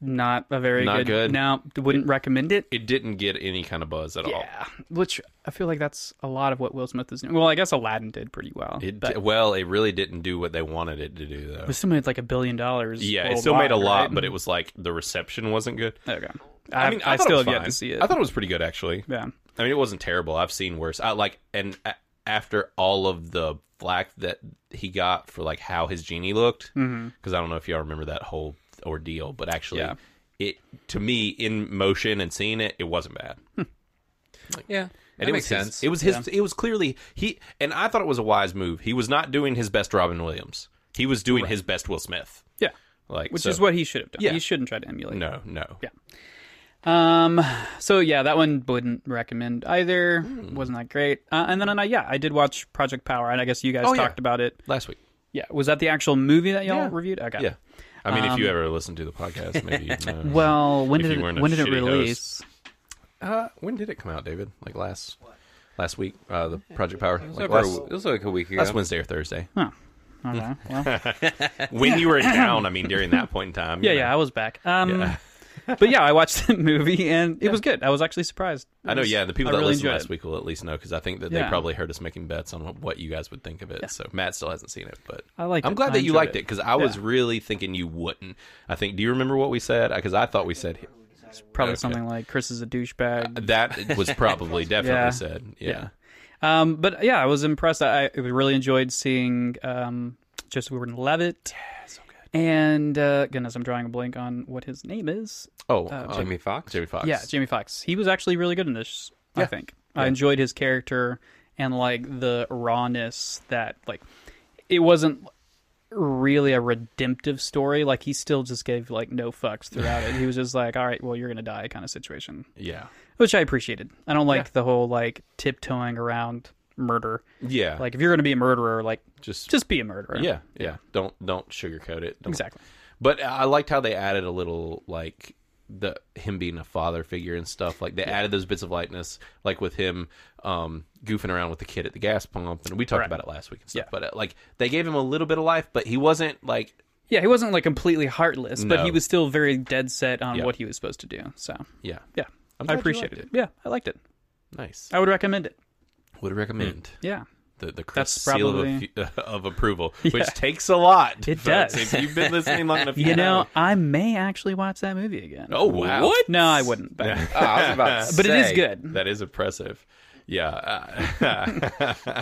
Not a very
Not
good,
good. Oh.
No, wouldn't recommend it.
It didn't get any kind of buzz at all.
Yeah. Which I feel like that's a lot of what Will Smith is doing. Well, I guess Aladdin did pretty well.
It
but
di- well, it really didn't do what they wanted it to do though.
it still made like a billion dollars.
Yeah, it still made a lot,
worldwide,
but it was like the reception wasn't good.
right? okay. I,
mean,
I,
thought it
still
was
have yet
fine.
to see it.
I thought it was pretty good actually.
yeah.
I mean, it wasn't terrible. I've seen worse. I like, and a- after all of the flack that he got for like how his genie looked, because I don't know if y'all remember that whole ordeal, but actually,
Mm-hmm. Yeah.
it to me in motion and seeing it, it wasn't bad.
Hmm,
Yeah, that
And it was
makes
his-
sense.
It was his. It was clearly he, and I thought it was a wise move. He was not doing his best Robin Williams. He was doing his best Will Smith.
Yeah.
Like
Which
so-
is what he should have done.
Yeah.
He shouldn't try to emulate.
No, no.
Yeah. Um. So yeah, that one wouldn't recommend either.
Hmm.
Wasn't that great? Uh, and then, and I, yeah, I did watch Project Power, and I guess you guys
Oh, yeah.
talked about it.
Last week.
Yeah. Was that the actual movie that y'all
Yeah.
reviewed? Okay.
Yeah. I mean, if you ever listen to the podcast, maybe
[laughs]
you know.
Um, Well, when
If
did
you weren't
it,
a
when did it
shitty host.
release?
Uh, when did it come out, David? Like last last week, uh, the Project Power. Like
Over a-
last,
it was like a week ago.
[laughs]
last Wednesday or Thursday.
Huh.
[laughs]
Okay. Well,
When you were down, I mean, during that point in time.
yeah,
you know.
yeah, I was back. Um, [laughs] but yeah, I watched the movie and it was good. I was actually surprised. It
I know,
was-
yeah. The people
I
that
really
listened
enjoyed
last
it.
week will at least know because I think that they
Yeah.
probably heard us making bets on what, what you guys would think of it. So Matt still hasn't seen it, but
I liked
I'm
it.
glad
I
that you
enjoyed
liked
it.
it because I was
Yeah.
really thinking you wouldn't. I think. Do you remember what we said? Because I thought we said
Probably
Okay.
something like Chris is a douchebag.
that was
[laughs]
probably definitely
Yeah.
said. Yeah.
Um, but yeah, I was impressed. I, I really enjoyed seeing um, Joseph Gordon-Levitt. Yeah, so good. And uh, goodness, I'm drawing a blank on what his name is.
Oh, uh, Jamie,
Jamie Foxx.
Fox.
Yeah, Jamie Fox. He was actually really good in this. I think I enjoyed his character and like the rawness that like it wasn't really a redemptive story. Like he still just gave like no fucks throughout it. He was just like, all right, well, you're gonna die kind of situation,
yeah,
which I appreciated. I don't like the whole like tiptoeing around murder.
yeah.
Like if you're gonna be a murderer, like
just,
just be a murderer.
yeah, yeah. Don't don't sugarcoat it. Don't-
exactly.
But I liked how they added a little like the him being a father figure and stuff. Like they added those bits of lightness, like with him um, goofing around with the kid at the gas pump, and we talked
Right.
about it last week and stuff.
Yeah.
But uh, like they gave him a little bit of life, but he wasn't like
Yeah, he wasn't like completely heartless, but
No.
he was still very dead set on
Yeah.
what he was supposed to do. So
yeah
yeah,
I'm glad
I
you
appreciate it.
liked
Yeah, I liked it.
nice.
I would recommend it.
Would recommend
Yeah.
the the Chris
Mm. That's
seal of,
probably-
affu- [laughs] of
[laughs]
approval, which takes a lot.
It
folks.
does.
If you've been listening long enough,
[laughs] You know, I may actually watch that movie again.
Oh wow!
What?
uh, No, I wouldn't. But,
Oh, I was about [laughs] to
[laughs] but it is
say.
good.
That is impressive. Yeah. [laughs] uh,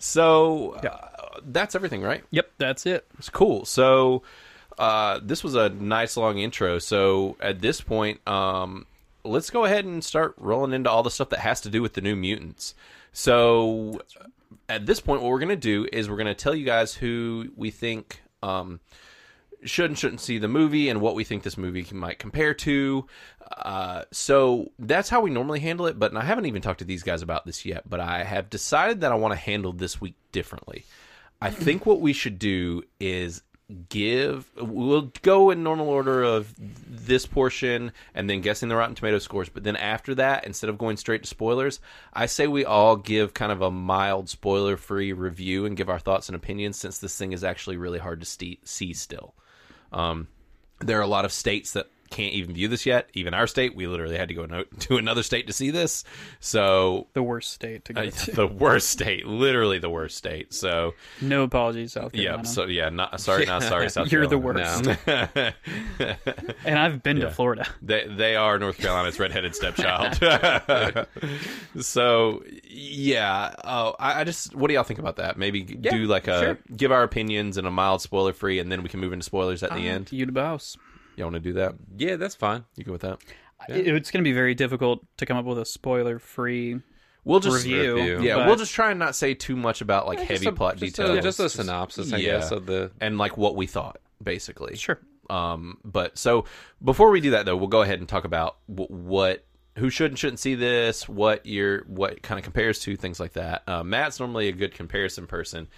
so uh, that's everything, right?
Yep, that's it.
It's cool. So uh, this was a nice long intro. So at this point, um, let's go ahead and start rolling into all the stuff that has to do with the New Mutants. So at this point, what we're going to do is we're going to tell you guys who we think. Um, should and shouldn't see the movie and what we think this movie might compare to. Uh, so that's how we normally handle it. But and I haven't even talked to these guys about this yet. But I have decided that I want to handle this week differently. I think what we should do is give. We'll go in normal order of this portion and then guessing the Rotten Tomato scores. But then after that, instead of going straight to spoilers, I say we all give kind of a mild spoiler free review and give our thoughts and opinions since this thing is actually really hard to ste see still there are a lot of states that can't even view this yet. Even our state, we literally had to go no- [laughs] to another state to see this. So [laughs]
The worst state to go to.
the worst state, literally the worst state. So
No apologies, South
yeah,
Carolina.
so yeah, not sorry, not sorry,
[laughs]
South
You're the
Carolina. [laughs]
worst.
No.
and I've been to Florida. [laughs]
They they are North Carolina's redheaded stepchild. [laughs] so yeah, uh, I, I just what do y'all think about that? Maybe g do like a
sure.
give our opinions and a mild spoiler free, and then we can move into spoilers at the end.
You to Bouse.
Y'all want to do that?
[laughs] Yeah, that's fine.
You go with that?
It- It's going to be very difficult to come up with a spoiler free.
We'll just
Review,
Review.
Yeah,
but-
we'll just try and not say too much about like heavy
Just a-
plot
just a-
details,
just a synopsis, I
Yeah.
guess, of the.
and like what we thought, basically.
Sure.
Um, but so before we do that, though, we'll go ahead and talk about wh- what who should and shouldn't see this, what your what kind of compares to things like that. Uh, Matt's normally a good comparison person.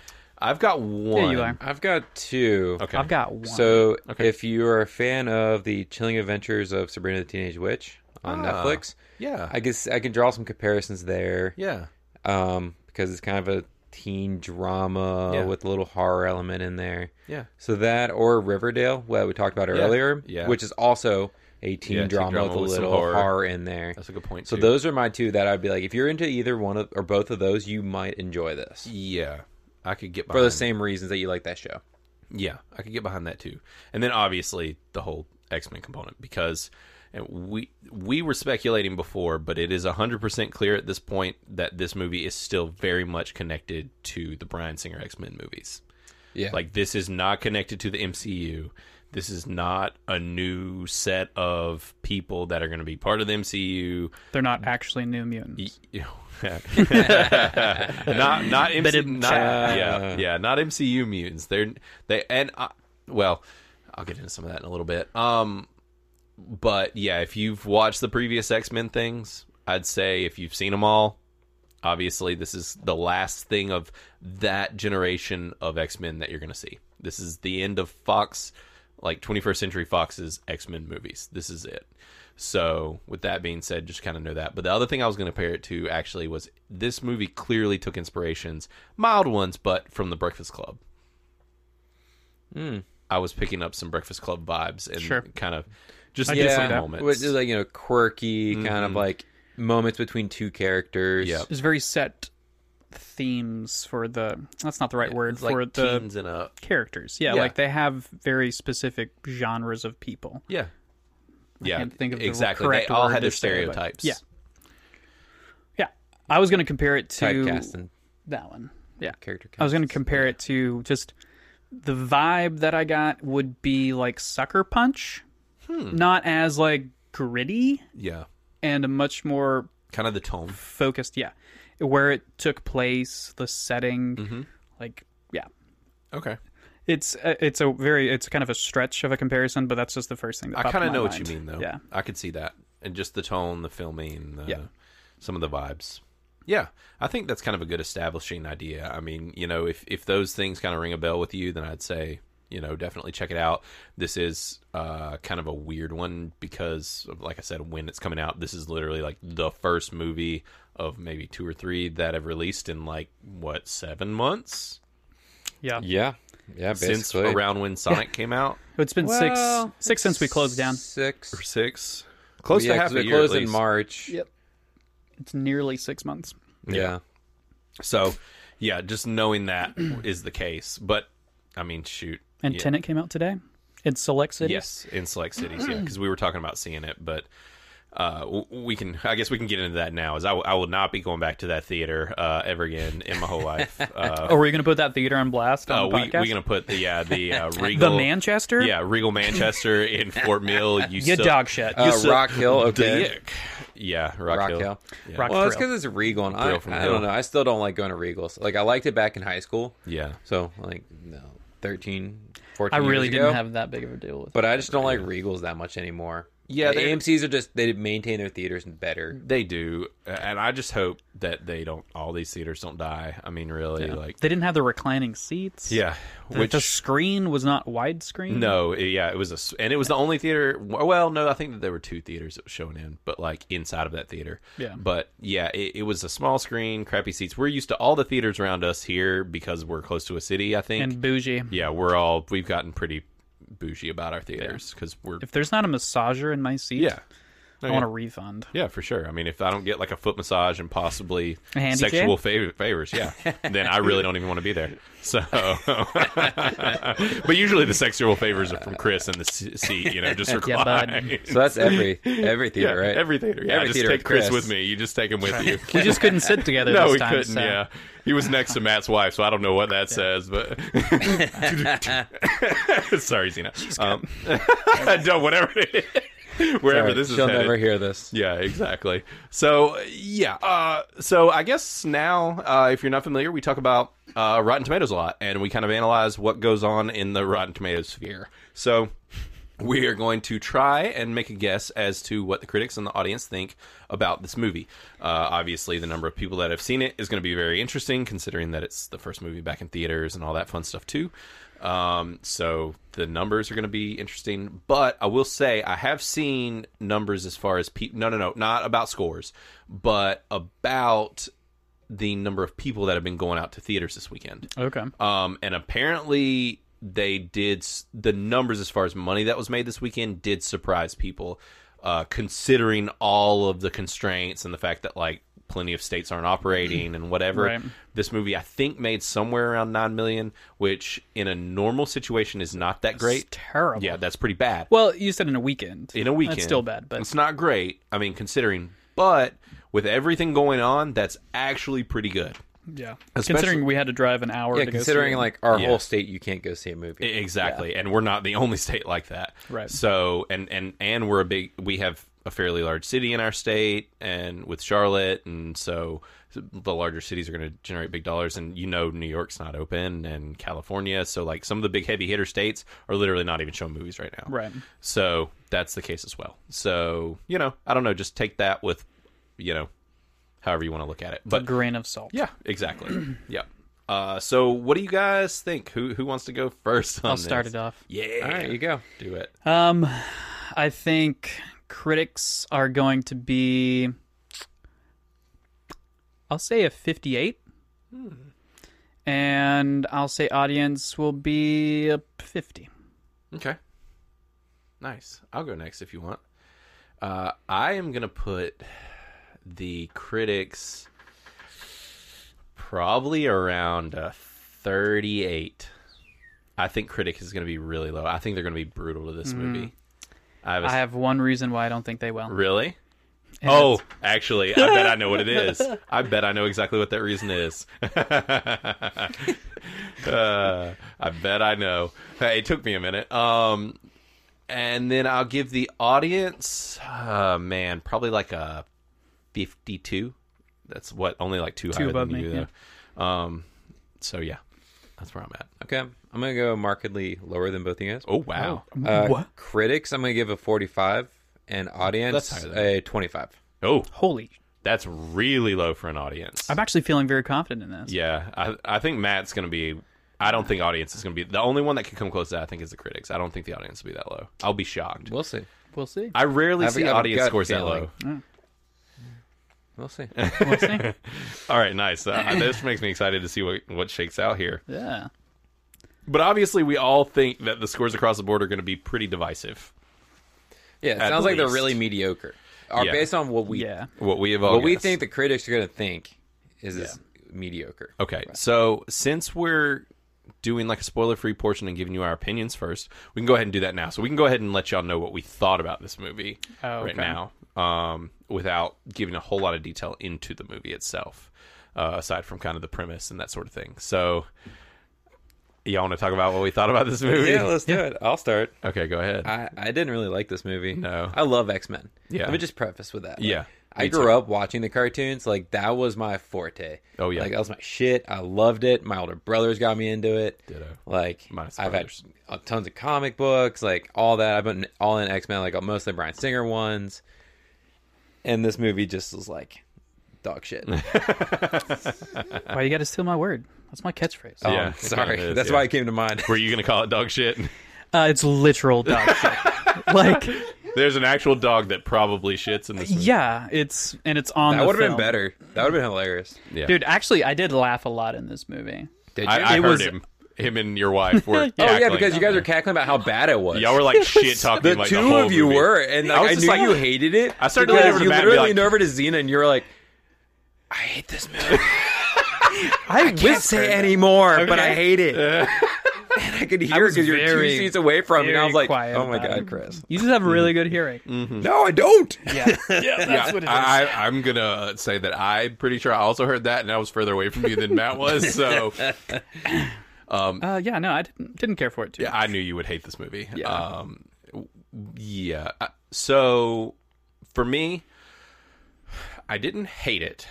I've got one.
Yeah, you are.
I've got two.
Okay.
I've got one.
So, if you are a fan of the Chilling Adventures of Sabrina the Teenage Witch on
Ah,
Netflix,
Yeah.
I guess I can draw some comparisons there.
yeah.
Um, because it's kind of a teen drama
Yeah.
with a little horror element in there.
Yeah.
So that or Riverdale, well, we talked about earlier,
yeah.
which is also a teen
Yeah, teen
drama,
drama
with a
with some
little
horror.
horror. in there.
That's a good point.
So
too.
those are my two that I'd be like, if you're into either one of or both of those, you might enjoy this
Yeah. I could get
for
behind
the same reasons that you like that show.
Yeah, I could get behind that too. And then obviously the whole X Men component because and we we were speculating before, but it is hundred percent clear at this point that this movie is still very much connected to the Brian Singer X Men movies.
Yeah, like
Like this is not connected to the MCU. This is not a new set of people that are going to be part of the MCU.
They're not actually new mutants.
[laughs] not not MC,
Ba-dum,
not
cha.
yeah yeah not MCU mutants. They're they and I, well, I'll get into some of that in a little bit. Um, but yeah, if you've watched the previous X Men things, I'd say if you've seen them all, obviously this is the last thing of that generation of X Men that you're going to see. This is the end of Fox, like 21st Century Fox's X Men movies. This is it. So, with that being said, just kind of know that. But the other thing I was going to pair it to actually was this movie clearly took inspirations, mild ones, but from The Breakfast Club. I was picking up some Breakfast Club vibes and
Hmm. Sure.
kind of just
I
yeah,
can see
different
that.
moments. Mm-hmm.
Which is like you know quirky kind of like moments between two characters.
Yep.
There's very set themes for the. That's not the right word
It's like
for the
teens and up.
characters. Yeah,
Yeah.
like they have very specific genres of people.
Yeah. Yeah.
can't think of the
exactly.
correct
they all
word
had
to
their
say, but-
stereotypes.
Yeah. Yeah, I was going to compare it to
Typecast and
that one. Yeah,
character.
I was going to compare it to just the vibe that I got would be like Sucker Punch,
Hmm.
not as like gritty
Yeah.
and a much more
Kind of the tone.
focused. Yeah, where it took place, the setting,
Mm-hmm.
like yeah,
Okay.
it's uh, it's a very it's kind of a stretch of a comparison, but that's just the first thing. That
I
popped
kind of
in my
know what
mind.
you mean, though.
Yeah,
I could see that, and just the tone, the filming, the,
Yeah.
some of the vibes. Yeah, I think that's kind of a good establishing idea. I mean, you know, if if those things kind of ring a bell with you, then I'd say, you know, definitely check it out. This is uh, kind of a weird one because, of, like I said, when it's coming out, this is literally like the first movie of maybe two or three that have released in like what seven months
yeah.
Yeah, yeah. Basically.
since around
[laughs]
when Sonic came out
It's been
Well,
six six since we closed down.
Six.
or six, close
yeah,
to
'cause
half a
we
year at
closed in
least.
March.
Yep. It's nearly six months.
Yeah.
So, yeah, just knowing that is the case. But I mean, shoot.
And
yeah.
Tenant came out today in select cities.
Yes, in select cities, yeah, because we were talking about seeing it, but uh, w- we can. I guess we can get into that now. Is I, w- I will not be going back to that theater uh, ever again in my whole
[laughs]
life. Uh,
Oh, were you going to put that theater on blast on
uh,
the
we,
podcast?
we're gonna put the yeah the
[laughs]
uh,
the
Regal
Manchester?
yeah Regal Manchester in
[laughs]
Fort Mill. You
You
suck
dog shit.
Uh,
suck [laughs]
Rock Hill. Okay.
dick. Yeah, Rock,
Rock
Hill.
Hill.
Yeah.
Rock
Well, it's
Thrill.
because it's Regal, and I,
Thrill from
I
Hill.
don't know. I still don't like going to Regals. Like I liked it back in high school.
Yeah,
So like no, 13, 14
I really
years
didn't
ago.
have that big of a deal with it.
But I just don't like Regals that much anymore.
Yeah,
the
they're-
AMC's are just they maintain their theaters better.
they do, and I just hope that they don't. All these theaters don't die. I mean, really, like
They didn't have the reclining seats.
Yeah,
The,
which
the screen was not widescreen.
no, it- yeah, it was a, s- and it was the only theater. Well, no, I think that there were two theaters that was showing in, but like inside of that theater.
Yeah.
but yeah, it, it was a small screen, crappy seats. We're used to all the theaters around us here because we're close to a city. I think.
And bougie.
yeah, we're all we've gotten pretty bougie about our theaters because we're
If there's not a massager in my seat,
yeah.
I want a refund.
Yeah, for sure. I mean, if I don't get like a foot massage and possibly
A handy
sexual fav- favors,
[laughs]
yeah, then I really don't even want to be there. So, [laughs] but usually the sexual favors are from Chris in the se- seat, you know,
[laughs]
just
Yeah, bud.
recline. [laughs]
So that's every every
Yeah,
theater, right?
Every theater, yeah.
Every
just
theater
take
with
Chris.
Chris.
with me. You just take him with
[laughs]
you.
We just
[laughs]
couldn't sit together
No,
this
we
time.
couldn't.
so-
Yeah, he was next to Matt's wife, so I don't know what that says.
[laughs]
But [laughs] sorry, Zena. Um, [laughs] no, whatever it is, wherever
Sorry,
this is
she'll
headed.
never hear this.
Yeah, exactly. So yeah, uh, so I guess now, uh, if you're not familiar, we talk about uh, Rotten Tomatoes a lot, and we kind of analyze what goes on in the Rotten Tomatoes sphere. So we are going to try and make a guess as to what the critics and the audience think about this movie. Uh, obviously, the number of people that have seen it is going to be very interesting, considering that it's the first movie back in theaters and all that fun stuff too. Um, so the numbers are going to be interesting, but I will say I have seen numbers as far as people. No, no, no, not about scores, but about the number of people that have been going out to theaters this weekend.
Okay.
Um, and apparently they did s- the numbers as far as money that was made this weekend did surprise people, uh, considering all of the constraints and the fact that like plenty of states aren't operating and whatever.
Right.
This movie I think made somewhere around nine million, which in a normal situation is not that
It's
great.
terrible.
Yeah, that's pretty bad
Well, you said in a weekend.
in a weekend.
That's still bad, but
it's not great. I mean, considering, but with everything going on, that's actually pretty good.
yeah.
Especially-
Considering we had to drive an hour
Yeah,
to go see
considering
it.
like our
Yeah.
whole state, you can't go see a movie.
E- Exactly, and we're not the only [laughs] state like that.
Right.
So, and and and we're a big. We have a fairly large city in our state, and with Charlotte, and so the larger cities are going to generate big dollars. And you know, New York's not open, and California. So, like some of the big heavy hitter states are literally not even showing movies right now.
Right.
So that's the case as well. So you know, I don't know. Just take that with, you know, however you want to look at it.
a
But
grain of salt.
yeah, exactly. [clears throat] yeah. Uh, so what do you guys think? Who who wants to go first? On
I'll start it off.
Yeah.
All right, you go.
Do it.
Um, I think critics are going to be,
Hmm.
I'll say a 58. and I'll say audience will be uh, 50.
Okay. Nice. I'll go next if you want. Uh, I am going to put the critics probably around uh 38. I think critic is going to be really low. I think they're going to be brutal to this movie. I have a
Mm-hmm. I have one reason why I don't think they will.
Really? oh, actually, I bet I know what it is.
[laughs]
I bet I know exactly what that reason is. [laughs] Uh, I bet I know. Hey, it took me a minute. Um, and then I'll give the audience, uh, man, probably like a fifty-two. That's what only like two, higher
above
than
me,
you.
yeah.
though. Um, so yeah, that's where I'm at.
Okay, I'm gonna go markedly lower than both of you guys.
Oh wow. Oh,
Uh,
What?
Critics, I'm gonna give a 45, and
That's
audience
higher than
a 25.
Holy.
Oh, that's really low for an audience.
I'm actually feeling very confident in this.
Yeah, I I think Matt's gonna be. I don't think audience is gonna be the only one that can come close to that. I think is the critics. I don't think the audience will be that low. I'll be shocked.
[laughs] We'll see.
We'll see.
I rarely
I've-
see
I have a
audience
gut
scores
feeling.
that low. [laughs]
We'll see.
We'll see.
All right, nice.
[laughs]
Uh, this makes me excited to see what what shakes out here.
yeah.
But obviously, we all think that the scores across the board are going to be pretty divisive.
Yeah, it
At
sounds like they're
least.
really mediocre. Or
Yeah.
based on what we
Yeah.
What we have all
what we
guessed.
think the critics are gonna think is this mediocre.
Okay, so since we're doing like a spoiler free portion and giving you our opinions first, we can go ahead and do that now. So we can go ahead and let y'all know what we thought about this movie
Oh,
right
okay.
now, um, without giving a whole lot of detail into the movie itself, uh, aside from kind of the premise and that sort of thing. So y'all want to talk about what we thought about this movie?
Yeah, let's do it. I'll start.
okay, go ahead.
I, I didn't really like this movie.
No.
I love X Men.
Yeah.
Let me just preface with that. Like,
Yeah,
I
me
grew
too.
up watching the cartoons. Like that was my forte.
Oh, yeah.
Like that was my shit. I loved it. My older brothers got me into it.
Ditto.
Like
Minus
I've had
brothers.
uh, tons of comic books, like all that. I've been all in X Men, like mostly Brian Singer ones. And this movie just was like
[laughs]
dog shit. Um,
Why you got to steal my word? That's my catchphrase.
Um,
Yeah, it
sorry.
kinda is,
That's
yeah.
why it came to mind.
Were you going to call it dog shit? [laughs]
Uh, it's literal dog shit. like,
There's an actual dog that probably shits in this
[laughs]
movie.
yeah, it's and it's on.
That
the
would have been
film.
better. That would have been hilarious.
Yeah.
dude. Actually, I did laugh a lot in this movie.
Did you?
I, I heard
was-
him. Him and your wife were.
[laughs] oh yeah,
cackling.
because you guys are cackling about how bad it was.
Y'all were [laughs] like shit
[laughs]
talking.
the
like,
two
whole
of you
movie.
were, and like,
I
I,
was just
knew
like-
[gasps] you hated it.
I started
because
looking over to
you
Matt and be
literally
like-
leaned over to Xena, and you were like, "I hate this [laughs] movie.
I,
Can't say anymore, but I
Okay.
hate [laughs] it." and I could hear
was
because you're
very,
two seats away from me. And I
very
was like,
quiet
"Oh my
about
god,
it.
Chris! [laughs]
You just have a
Mm.
really good hearing.
No, I don't."
Yeah, yeah,
Yeah,
that's
I, I, I'm gonna say that I'm pretty sure I also heard that, and I was further away from you than Matt was. [laughs] So
uh, yeah, no, I didn't, didn't care for it too.
yeah, I knew you would hate this movie.
Yeah.
Um, w- yeah. I- So for me, I didn't hate it.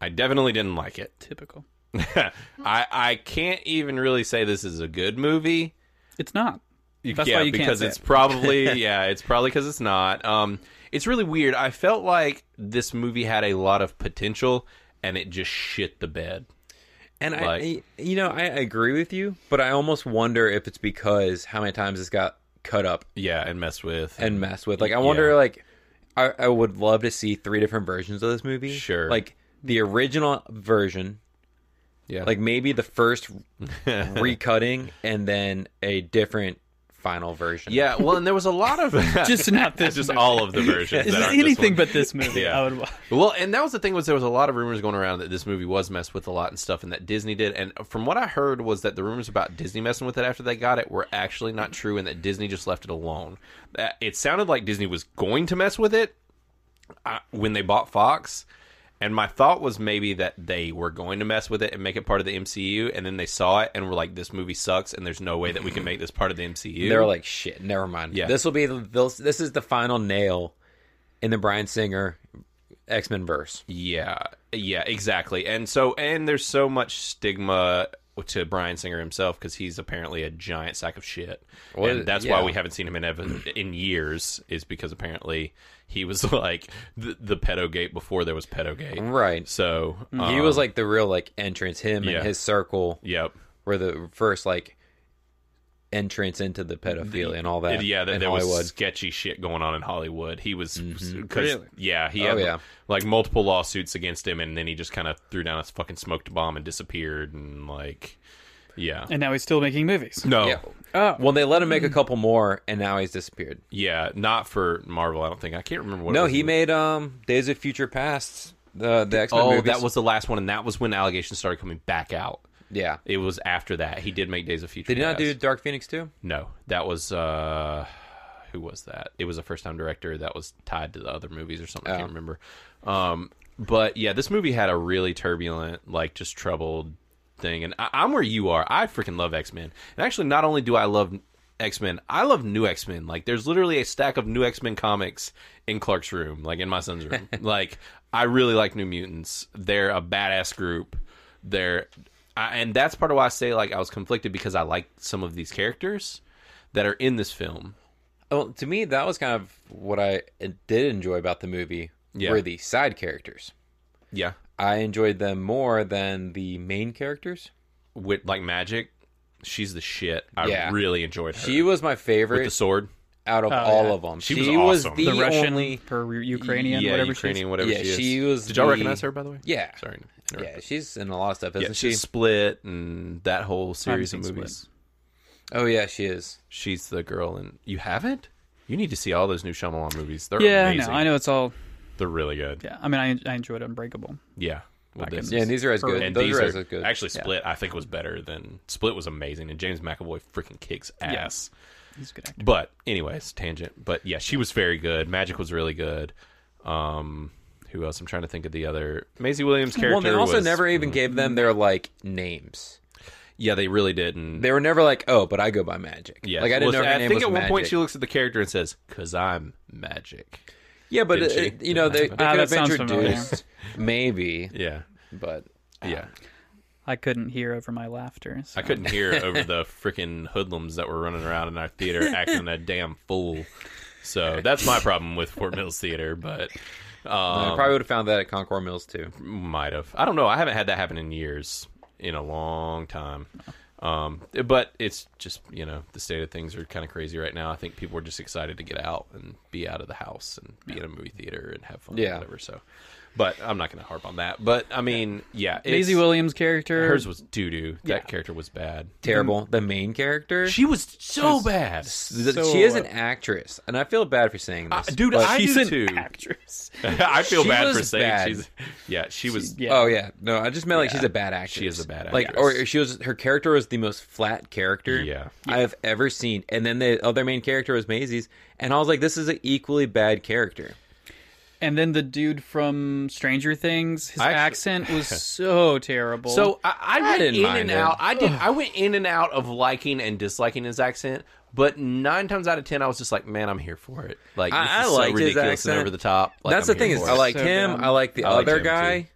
I definitely didn't like it.
Typical.
I [laughs] I can't even really say this is a good movie.
It's not.
You-
That's
yeah,
why you can't
because
say
it's
it. [laughs]
probably yeah, it's probably because it's not. Um, it's really weird. I felt like this movie had a lot of potential, and it just shit the bed.
And I,
Like-
I- you know, I agree with you, but I almost wonder if it's because how many times this got cut up
Yeah, and messed with.
and messed with. Like, I wonder,
Yeah.
like, I, I would love to see three different versions of this movie.
Sure.
Like the original version,
yeah,
like maybe
[laughs]
the first recutting and then a different final version.
yeah. Well, and there was a lot of
Just not
[laughs]
this.
just
movie.
all of the versions.
It's
that aren't this
anything
one.
but this movie.
Yeah.
I would. watch.
Well, and that was the thing was there was a lot of rumors going around that this movie was messed with a lot and stuff, and that Disney did. And from what I heard was that the rumors about Disney messing with it after they got it were actually not true, and that Disney just left it alone. That it sounded like Disney was going to mess with it uh, when they bought Fox. And my thought was maybe that they were going to mess with it and make it part of the MCU, and then they saw it and were like, "This movie sucks, and there's no way that we can make this part of the MCU."
They're like, shit, never mind.
Yeah.
This will be the, this, this is the final nail in the Brian Singer X Men verse.
Yeah, yeah, exactly. And so, and there's so much stigma to Brian Singer himself because he's apparently a giant sack of shit,
Well,
and that's
yeah.
why we haven't seen him in ev- in years is because apparently he was [laughs] like the, the pedo gate before there was pedo gate.
Right.
So uh,
he was like the real like entrance. Him
yeah.
and his circle
yep,
were the first like entrance into the pedophilia and all
Yeah,
that.
yeah, that
in
there was
Hollywood. Mm-hmm.
sketchy shit going on in Hollywood. He was, 'cause-
Really?
yeah, he
Oh,
had
yeah.
like multiple lawsuits against him, and then he just kind of threw down his fucking smoked bomb and disappeared, and like, yeah,
and now he's still making movies.
no, yeah.
Yeah.
Oh,
Well, they let him make a couple more, and now he's disappeared.
not for Marvel. I don't think I can't remember what. it
No,
was.
he made um Days of Future Past. The the X Men
Oh,
movies.
that was the last one, and that was when allegations started coming back out.
yeah.
It was after that he did make Days of Future.
Did he not do
Past.
Dark Phoenix too?
No, that was uh who was that? It was a first-time director that was tied to the other movies or something. I can't remember. Um, but yeah, this movie had a really turbulent, like just troubled thing. And I- I'm where you are. I freaking love X Men. And actually, not only do I love X Men, I love New X Men. Like, there's literally a stack of New X Men comics in Clark's room, like in my son's room. like, I really like New Mutants. They're a badass group there I, and that's part of why i say like i was conflicted because i like some of these characters that are in this film
Oh, to me, that was kind of what I did enjoy about the movie
Yeah.
were the side characters.
yeah
I enjoyed them more than the main characters.
with like magic she's the shit i
Yeah.
really enjoyed her
She was my
with the
favorite
sword
out of
Oh,
all
yeah.
of them.
She was awesome.
the,
the Russian
only.
or Ukrainian,
yeah
whatever she
Ukrainian,
is.
whatever
Yeah,
she is
she was
did y'all
the-
recognize her by the way
Yeah,
sorry to interrupt.
yeah, she's in a lot of stuff, isn't
yeah
she?
she's split and that whole series of
seen
movies
Split.
Oh yeah, she is.
she's the girl and you haven't you need to see all those new Shyamalan movies. They're
Yeah, I
amazing.
know. I know it's all.
They're really good.
Yeah, I mean, I, I enjoyed Unbreakable.
Yeah. Well,
can-
this
Yeah,
is-
and these are as good.
And
Those
these
are,
are,
as good.
actually Split. I think was better than Split was amazing, and James McAvoy freaking kicks ass.
He's a good actor.
But anyways, tangent. But yeah, she was very good. Magic was really good. Um, who else? I'm trying to think of the other Maisie Williams character.
well, they also
was- mm.
never even gave them their like names.
Yeah, they really didn't.
They were never like, oh, but I go by magic.
yeah,
like I didn't
well,
know her
I
name
think
was
at one point
Magic.
she looks at the character and says, "Cause I'm magic."
Yeah, but
Did
uh,
she?
uh, you know they, they
Ah,
could have
that sounds
introduced maybe,
Yeah,
but
yeah.
I couldn't hear over my laughter. So.
I couldn't hear over
[laughs]
the freaking hoodlums that were running around in our theater acting a damn fool. So that's my problem with Fort Mills Theater, but Um,
I probably would have found that at Concord Mills too.
might have. I don't know. I haven't had that happen in years, in a long time. Um, but it's just you know the state of things are kind of crazy right now. I think people are just excited to get out and be out of the house and be in a movie theater and have fun,
Yeah.
yeah. whatever. So, but I'm not going to harp on that. But I mean, yeah,
Maisie
it's-
Williams' character.
Hers was doo doo. That
Yeah.
character was bad.
Terrible. The main character,
Mm. She was so bad.
Th-
so-
she is an actress, and I feel bad for saying this,
Uh, Dude,
but-
I
She's
do
an
too.
[laughs] actress.
[laughs] I feel
She
bad for
was
saying
bad.
she's. Yeah, she was.
yeah.
Oh yeah, no, I just meant like she's a bad actress.
She is a bad
Like,
actress.
or she was her character was the most flat character
Yeah.
I have ever seen. And then the other main character was Maisie's, and I was like, this is an equally bad character.
And then the dude from Stranger Things, his
I actu- [laughs]
accent was so terrible.
So I, I went
didn't
in
mind
and
it.
out. I did. I went in and out of liking and disliking his accent. But nine times out of ten, I was just like, "Man, I'm here for it." Like
I-
this
I
is so
liked his
ridiculous and
accent.
over the top. Like,
That's
I'm
the thing
here
is,
for
I
it.
like
So
him.
dumb.
I like the
I liked
other
him,
guy.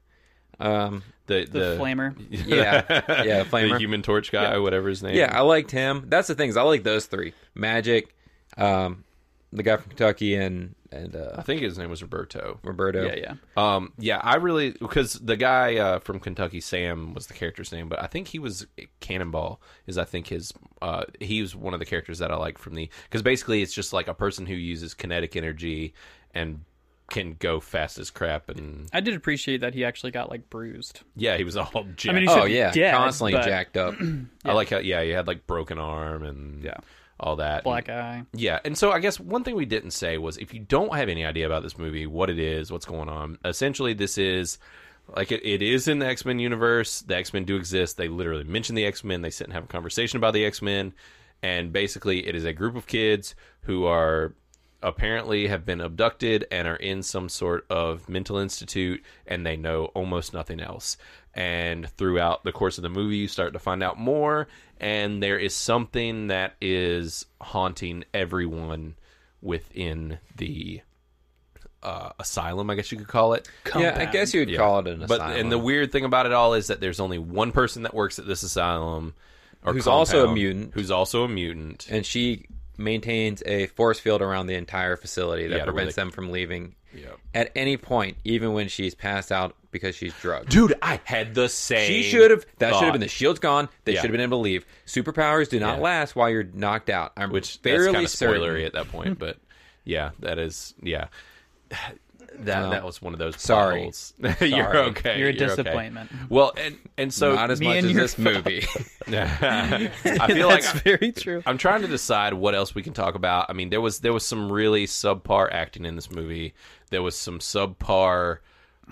Um,
the
the, flamer.
[laughs] yeah,
[laughs]
yeah, the
the
flamer.
Human Torch guy, whatever his name.
Yeah, I liked him. That's the thing is, I like those three: Magic, um, the guy from Kentucky, and and uh,
I think his name was Roberto.
Roberto.
Yeah, yeah.
Um, yeah, I really because the guy uh, from Kentucky, Sam, was the character's name, but I think he was Cannonball. Is I think his uh, he was one of the characters that I like from the because basically it's just like a person who uses kinetic energy and can go fast as crap and
I did appreciate that he actually got like bruised.
yeah, he was all [laughs] jacked. I,
mean, he
Oh
should be
yeah,
dead,
constantly
but-
jacked up.
like how yeah, he had like broken arm and
Yeah.
all that
Black eye.
Yeah, and so I guess one thing we didn't say was if you don't have any idea about this movie, what it is, what's going on, essentially this is like it, it is in the X Men universe. The X Men do exist. They literally mention the X Men. They sit and have a conversation about the X Men, and basically it is a group of kids who are apparently have been abducted and are in some sort of mental institute and they know almost nothing else. And throughout the course of the movie, you start to find out more, and there is something that is haunting everyone within the uh, asylum, I guess you could call it.
Yeah, I guess you would call it an
But
asylum.
and the weird thing about it all is that there's only one person that works at this asylum, or
Who's also a
compound,
mutant.
who's also a mutant.
and she maintains a force field around the entire facility that
Yeah, to where
prevents
they-
them from leaving.
Yep.
at any point, even when she's passed out because she's drugged.
Dude, I had the same.
She should have. That should
thought.
have been the shield's gone. They
Yeah.
should have been able to leave. Superpowers do not
Yeah.
last while you're knocked out. I'm
which
fairly
that's kind of
certain.
spoilery at that point, but yeah, that is yeah. That
Well,
that was one of those. plot [laughs]
sorry.
holes. you're okay.
You're a
okay.
disappointment.
Well, and and so
not as
me
much
and
as
your
this movie.
[laughs] I feel like
[laughs] That's very true.
I'm trying to decide what else we can talk about. I mean, there was there was some really subpar acting in this movie. There was some subpar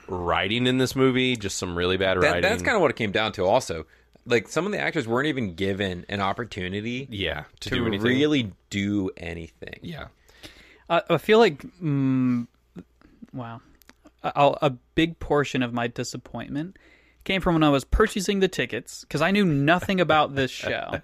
writing in this movie. Just some really bad
[laughs] That-
writing.
that's kind of what it came down to. Also, like some of the actors weren't even given an opportunity
yeah to,
to
do anything.
really do anything.
yeah.
I, I feel like, mm, wow, a, I'll- a big portion of my disappointment came from when I was purchasing the tickets because I knew nothing about this show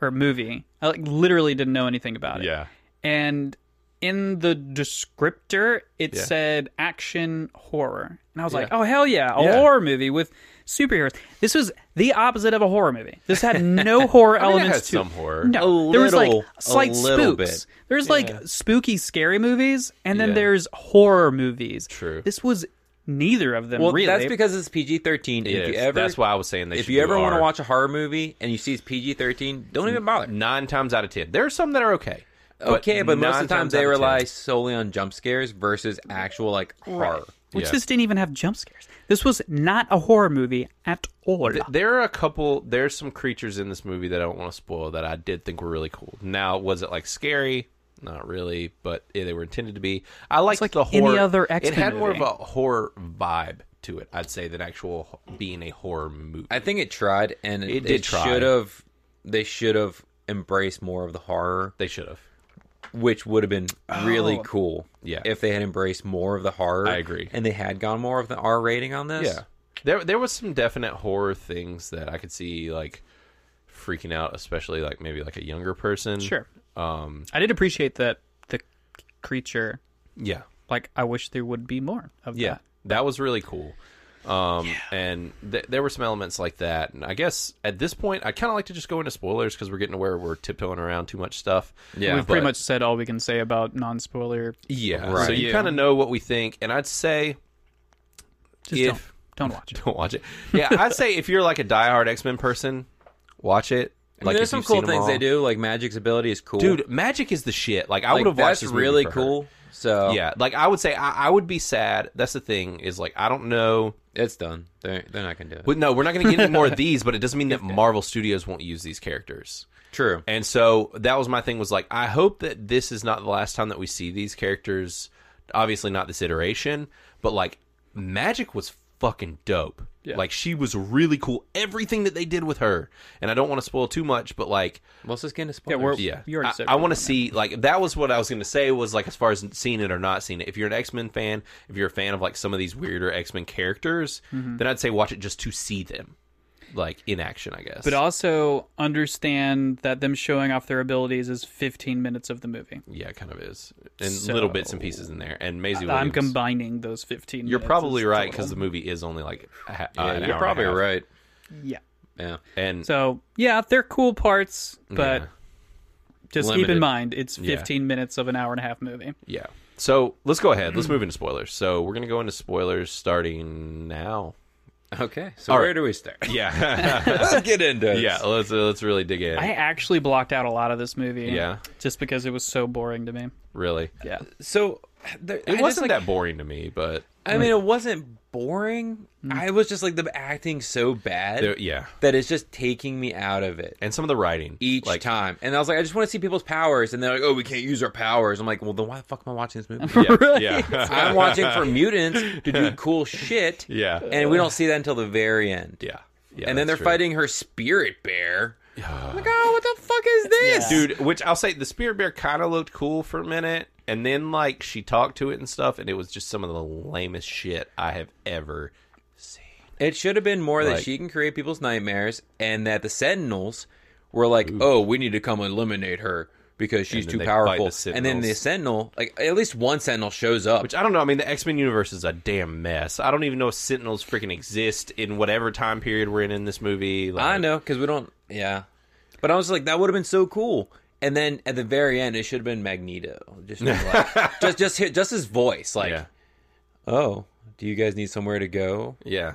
or movie. I like literally didn't know anything about it.
Yeah.
And in the descriptor, it
Yeah.
said action horror, and I was like,
Yeah.
oh hell yeah, a
Yeah.
horror movie with superheroes. This was the opposite of a horror movie. This
[laughs]
had no horror
I mean, it
elements
had
to
some horror.
no,
A
there was like
little- a
slight
little
spooks.
bit.
There's like spooky, scary movies, and then
Yeah.
there's horror movies.
True.
This was neither of them
Well,
really.
that's because it's PG thirteen.
It
If you
is.
ever,
that's why I was saying they
if
should
you
do
ever want to
R.
watch a horror movie and you see it's PG thirteen, don't even bother.
nine times out of ten. There are some that are okay.
okay, but most
nine
of the time
out
they
of 10.
rely solely on jump scares versus actual like horror.
which
yeah.
this didn't even have jump scares. This was not a horror movie at all.
There are a couple. There's some creatures in this movie that I don't want to spoil that I did think were really cool. Now, was it like scary? Not really, but yeah, they were intended to be. I liked
like
the
any
horror.
other
It
X-Men
had more of
movie.
a horror vibe to it, I'd say, than actual h- being a horror movie.
I think it tried, and it,
did try.
Should have they should have embraced more of the horror,
they should have.
which would have been really
Oh.
cool.
Yeah.
if they had embraced more of the horror,
I agree.
and they had gone more of the R rating on this.
Yeah, there there was some definite horror things that I could see like freaking out, especially like maybe like a younger person.
Sure,
Um.
I did appreciate that the creature.
Yeah.
Like I wish there would be more of
Yeah,
that.
that was really cool. Um, and th- there were some elements like that. And I guess at this point, I kind of like to just go into spoilers because we're getting to where we're tiptoeing around too much stuff.
Yeah.
We've pretty
but-
much said all we can say about non-spoiler.
yeah.
Right.
So you kind of know what we think, and I'd say [laughs]
Just
If-
don't, don't watch it.
don't watch it. Yeah, I'd say if you're like a diehard X Men person, watch it.
Like
if
there's some
you've seen
cool
them
things they
all.
do, like magic's ability is cool,
Dude, magic is the shit. Like I
Like,
would have watched
that's
this movie
really
for her.
cool. So
Yeah, like I would say I, I would be sad. That's the thing is like I don't know.
it's done. They're they're not gonna do it.
But no, we're not going to get any more of these. But it doesn't mean that Marvel Studios won't use these characters.
True.
And so that was my thing was like, I hope that this is not the last time that we see these characters. Obviously, not this iteration, but like, Magic was fucking dope. Like, she was really cool. Everything that they did with her. And I don't want to spoil too much, but like,
What's this getting spoilers?
we're-
yeah.
You already
I-
said
I,
we
want to see, like, that was what I was going to say was like, as far as seeing it or not seeing it. If you're an X Men fan, if you're a fan of like some of these weirder X Men characters,
Mm-hmm.
then I'd say watch it just to see them, like, in action, I guess.
But also understand that them showing off their abilities is 15 minutes of the movie.
Yeah, it kind of is, and little bits and pieces in there. And Maisie Williams.
I'm combining those 15.
you're
minutes
probably
as
right
total.
because the movie is only like a ha- uh,
Yeah,
an hour and
you're
a
probably
half.
right.
yeah.
Yeah.
And
So yeah, they're cool parts, but
Yeah.
just keep
Limited.
in mind it's
Yeah.
15 minutes of an hour and a half movie.
yeah, so let's go ahead. Let's move into spoilers. So we're gonna go into spoilers starting now.
Okay. So
All
where
right.
do we start?
Yeah,
[laughs] Let's get into
[laughs]
it.
yeah. Let's uh, let's really dig in.
I actually blocked out a lot of this movie,
Yeah.
just because it was so boring to me.
really,
Yeah,
So there,
it wasn't Mm. that boring to me, but
I mean, it wasn't boring. I was just like the acting so bad
Mm. there- yeah.
that it's just taking me out of it
And some of the writing
each
like,
time. And I was like, I just want to see people's powers, and they're like, Oh, we can't use our powers. I'm like, Well, then why the fuck am I watching this movie?
Yeah, yeah,
[laughs]
[laughs]
I'm watching for mutants to do cool shit.
Yeah.
and we don't see that until the very end.
yeah, yeah.
and then they're
that's true.
fighting her spirit bear. I'm like, Oh, what the fuck is this,
dude. Which I'll say, the spirit bear kind of looked cool for a minute, and then like she talked to it and stuff, and it was just some of the lamest shit I have ever
It should have been more that
Like-
she can create people's nightmares and that the Sentinels were like, oh, we need to come eliminate her because she's
then
too
they fight
powerful.
the
and then the
Sentinels.
Sentinel, like at least one Sentinel shows up.
Which I don't know. I mean, the X Men universe is a damn mess. I don't even know if Sentinels freaking exist in whatever time period we're in in this movie. Like,
I know because we don't, yeah. But I was like, that would have been so cool. And
[laughs]
then at the very end, it should have been Magneto. Just like, just just hit- just his voice, like
Yeah.
"Oh, do you guys need somewhere to go?"
Yeah.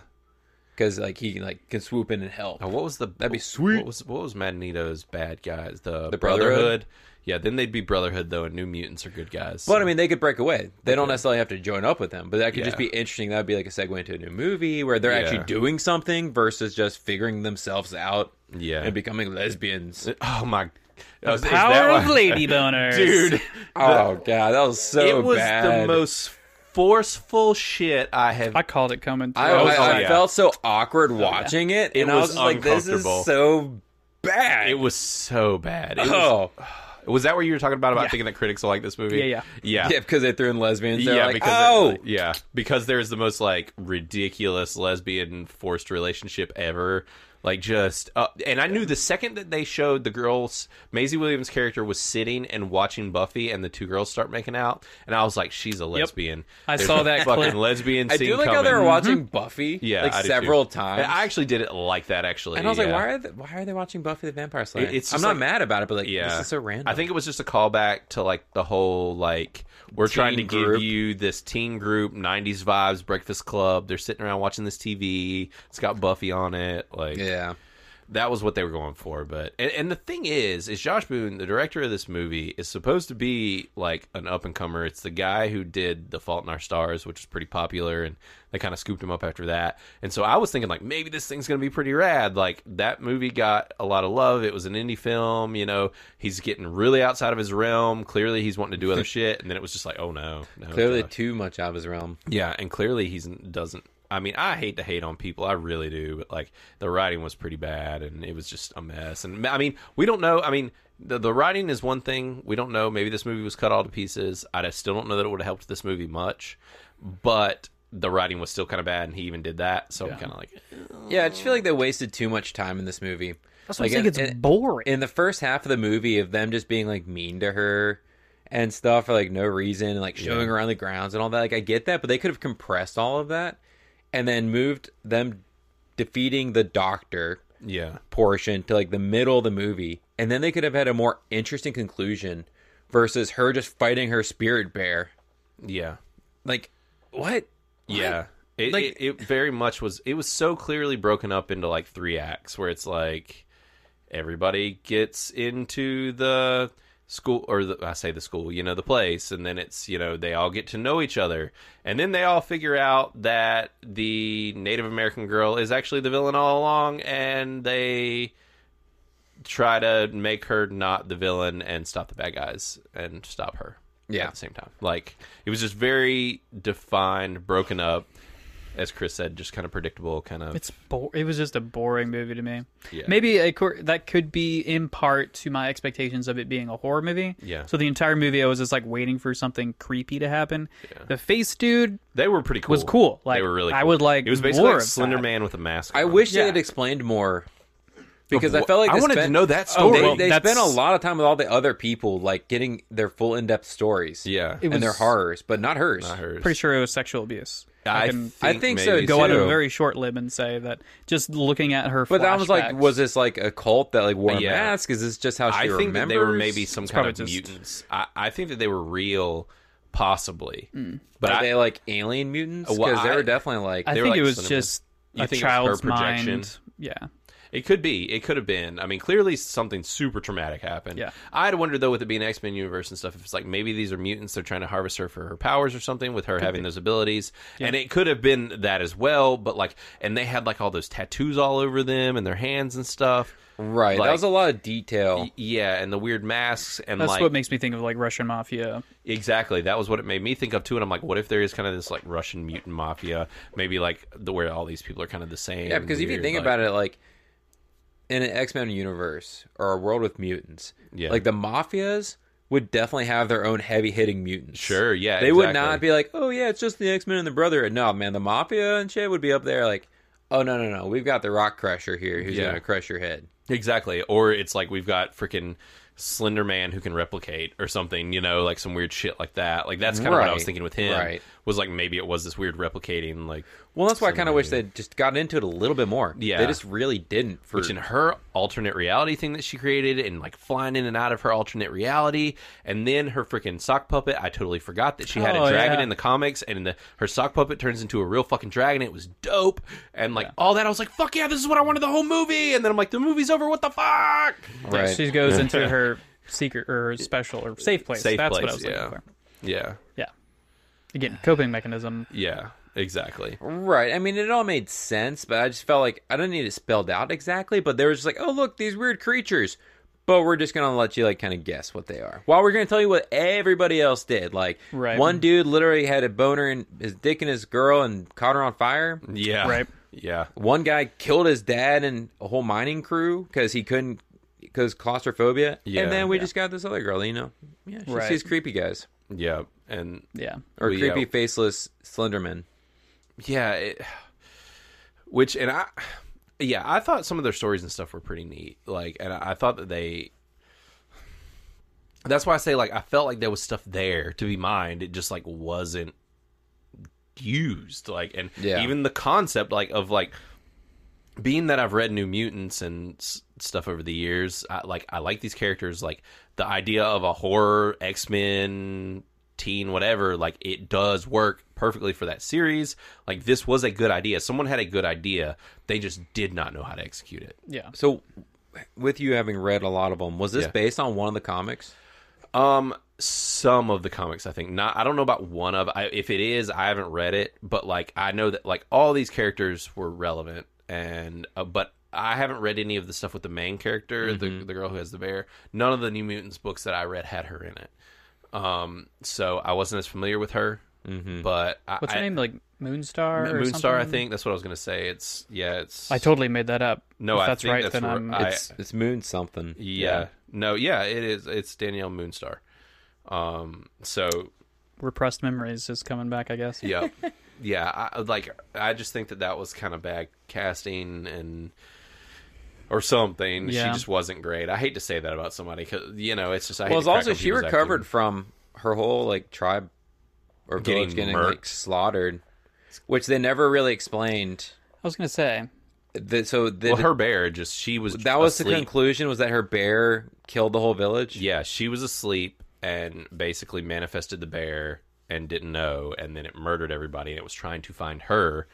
Because like he like can swoop in and help.
Oh, what was the that'd
be sweet.
What was what was Magneto's bad guys? The, Brotherhood?
The Brotherhood?
Yeah, then they'd be Brotherhood though, and New Mutants are good guys.
But I mean, they could break away. They don't necessarily have to join up with them. But that could just
Yeah.
be interesting. That would be like a segue into a new movie where they're
Yeah.
actually doing something versus just figuring themselves out
yeah.
and becoming lesbians.
oh my,
The
Oh, is that
power of
why- [laughs]
lady boners,
dude.
Oh god, that was so
it was
bad.
the most forceful shit I have.
I called it coming.
I,
Oh,
I, I
yeah. Oh,
felt so awkward watching it,
It
and I
was
was just like, "This is
uncomfortable.
so bad."
it was so bad. It was,
oh
was that what you were talking about about
Yeah.
thinking that critics will like this movie?
Yeah, yeah.
yeah.
yeah, because they threw in lesbians. They're
yeah,
like,
because
"Oh,
it- yeah, because there's the most like ridiculous lesbian forced relationship ever. Like just, uh, and I knew the second that they showed the girls, Maisie Williams' character was sitting and watching Buffy, and the two girls start making out, and I was like, she's a lesbian.
I
There's
saw
a
that
fucking
clip.
lesbian.
I
scene
do like
coming. Mm-hmm.
how they were watching Buffy,
yeah,
like
I did too.
several times."
And I actually did it like that actually,
And I was like,
yeah.
why are they, why are they watching Buffy the Vampire Slayer?
It- it's
I'm
just
not
like-
mad about it, but like,
Yeah,
this is so random.
I think it was just a callback to like the whole like we're trying to
Teen group.
give you this teen group '90s vibes, Breakfast Club. They're sitting around watching this TV. It's got Buffy on it. Like
yeah,
that was what they were going for. But and, and the thing is, is Josh Boone, the director of this movie, is supposed to be like an up and comer. It's the guy who did The Fault in Our Stars, which was pretty popular, and they kind of scooped him up after that. And so I was thinking like maybe this thing's gonna be pretty rad. Like that movie got a lot of love. It was an indie film. You know, he's getting really outside of his realm. Clearly, he's wanting to do other [laughs] shit. And then it was just like, oh no, no
clearly
Josh.
too much out of his realm.
Yeah, and clearly he's doesn't. I mean, I hate to hate on people, I really do, but like the writing was pretty bad, and it was just a mess. And I mean, we don't know. I mean, the the writing is one thing we don't know. Maybe this movie was cut all to pieces. I just still don't know that it would have helped this movie much, but the writing was still kind of bad, and he even did that. So I'm kind of like,
Yeah, I just feel like they wasted too much time in this movie.
That's why
Like,
I think
in-
it's
in-
boring.
in the first half of the movie of them just being like mean to her and stuff for like no reason and like showing around the grounds and all that like i get that but they could have compressed all of that and then moved them defeating the doctor
yeah,
portion to like the middle of the movie and then they could have had a more interesting conclusion versus her just fighting her spirit bear
yeah.
like what
Yeah. It,
Like-
it, it very much was it was so clearly broken up into like three acts where it's like everybody gets into the school or the, I say the school, you know, the place and then it's, you know, they all get to know each other and then they all figure out that the Native American girl is actually the villain all along and they try to make her not the villain and stop the bad guys and stop her
Yeah.
at the same time. Like it was just very defined, broken up, as Chris said, just kind of predictable, kind of.
It's bo- it was just a boring movie to me.
Yeah.
Maybe a cor- that could be in part to my expectations of it being a horror movie.
Yeah.
So the entire movie, I was just like waiting for something creepy to happen. The face dude
they were pretty cool.
was cool. Like
they were really. Cool.
I would like
It was basically
more
like
of
Slender
that.
Man with a mask.
i
on.
wish they
Yeah.
had explained more because i felt like
I
they
wanted
spent-
to know that
Oh,
story.
they,
well,
they
that's-
spent a lot of time with all the other people, like getting their full in-depth stories.
yeah,
It was-
and their horrors, but not hers.
I heard.
Pretty sure it was sexual abuse.
I,
can-
think
I think so,
maybe
Go on
too.
a very short lib and say that just looking at her.
But I was like,
flashbacks-
was this like a cult that like wore a
Yeah.
mask? Is this just how she
I think
remembers?
that they were maybe some kind
probably
of
just-
mutants. I, I think that they were real, possibly.
Hmm.
But
Are
I,
they like alien mutants?
Well,
Because they
I-
were definitely like.
I
they were
think
like
it was
Slender Man.
just
You
a
think it was her
child's
projection?
mind. Yeah.
It could be. It could have been. I mean, clearly something super traumatic happened.
Yeah.
I had wondered though, with it being X Men universe and stuff, if it's like maybe these are mutants. They're trying to harvest her for her powers or something with her having those abilities. And it could have been that as well. But like, and they had like all those tattoos all over them and their hands and stuff.
right.
like-
that was a lot of detail.
Yeah, and the weird masks and
That's
like
what makes me think of like Russian mafia.
Exactly. That was what it made me think of too. And I'm like, what if there is kind of this like Russian mutant mafia? Maybe like the where all these people are kind of the same.
yeah, because if you think about it, like in an X Men universe or a world with mutants,
Yeah.
like the mafias would definitely have their own heavy hitting mutants.
Sure, yeah,
They would not
exactly.
be like, oh yeah, it's just the X Men and the Brotherhood. No, man, the mafia and shit would be up there like, oh no no no, we've got the Rock Crusher here who's
Yeah.
gonna crush your head.
Exactly. Or it's like we've got freaking Slender Man who can replicate or something, you know, like some weird shit like that. Like that's kind of what I was
Right.
thinking with him.
Right.
Was like maybe it was this weird replicating like
Well, that's why I kind of wish they'd just gotten into it a little bit more.
Yeah.
They just really didn't. For,
which in her alternate reality thing that she created and like flying in and out of her alternate reality and then her freaking sock puppet i totally forgot that she had
Oh,
a dragon
yeah.
in the comics and the, her sock puppet turns into a real fucking dragon it was dope and like all that i was like fuck yeah this is what i wanted the whole movie and then i'm like the movie's over what the fuck
Right.
She
[laughs]
goes into her secret or special or safe place.
Safe
That's what
place,
I was looking
yeah.
for.
yeah
Yeah. Again, coping mechanism.
yeah exactly
Right. I mean, it all made sense, but I just felt like I didn't need it spelled out exactly. But they were just like, oh, look, these weird creatures. But we're just gonna let you like kind of guess what they are. While we're gonna tell you what everybody else did. Like
Right.
one dude literally had a boner and his dick and his girl and caught her on fire.
yeah
Right.
yeah
One guy killed his dad and a whole mining crew because he couldn't because claustrophobia.
Yeah.
And then we just got this other girl. You know, yeah, she
Right.
sees creepy guys
yeah and
Yeah.
or
Well, yeah.
creepy faceless Slenderman.
yeah it, which and i yeah i thought some of their stories and stuff were pretty neat like and i, I thought that they that's why i say like i felt like there was stuff there to be mined it just like wasn't used like and
Yeah.
even the concept like of like being that I've read New Mutants and s- stuff over the years, I, like I like these characters. Like the idea of a horror X Men teen, whatever. Like it does work perfectly for that series. Like this was a good idea. Someone had a good idea. They just did not know how to execute it.
Yeah.
So, with you having read a lot of them, was this
Yeah.
based on one of the comics?
Um, some of the comics, I think not. I don't know about one of. I, if it is, I haven't read it, but like I know that like all these characters were relevant, and uh, but I haven't read any of the stuff with the main character, the the girl who has the bear. None of the New Mutants books that I read had her in it. Um, so I wasn't as familiar with her, but I,
What's her
I-
name? Like Moonstar? or
Moonstar, I
something?
think that's what I was gonna say. It's yeah, it's
I totally made that up.
No,
if
I
that's
think
right.
that's
then
right.
I'm.
I-
It's, it's Moon something.
yeah. no yeah it is it's Danielle Moonstar. Um, so
repressed memories is coming back, I guess.
yeah yeah I, like i just think that that was kind of bad casting and or something she
Yeah.
just wasn't great i hate to say that about somebody because you know it's just I hate
Well,
to
it's
crack
also
on
she
people's
recovered
acting.
from her whole like tribe or
Getting
village getting
murked.
like slaughtered, which they never really explained.
I was gonna say.
The, so the,
well her bear just she was
that was the
asleep.
conclusion was that her bear killed the whole village.
yeah she was asleep and basically manifested the bear and didn't know and then it murdered everybody and it was trying to find her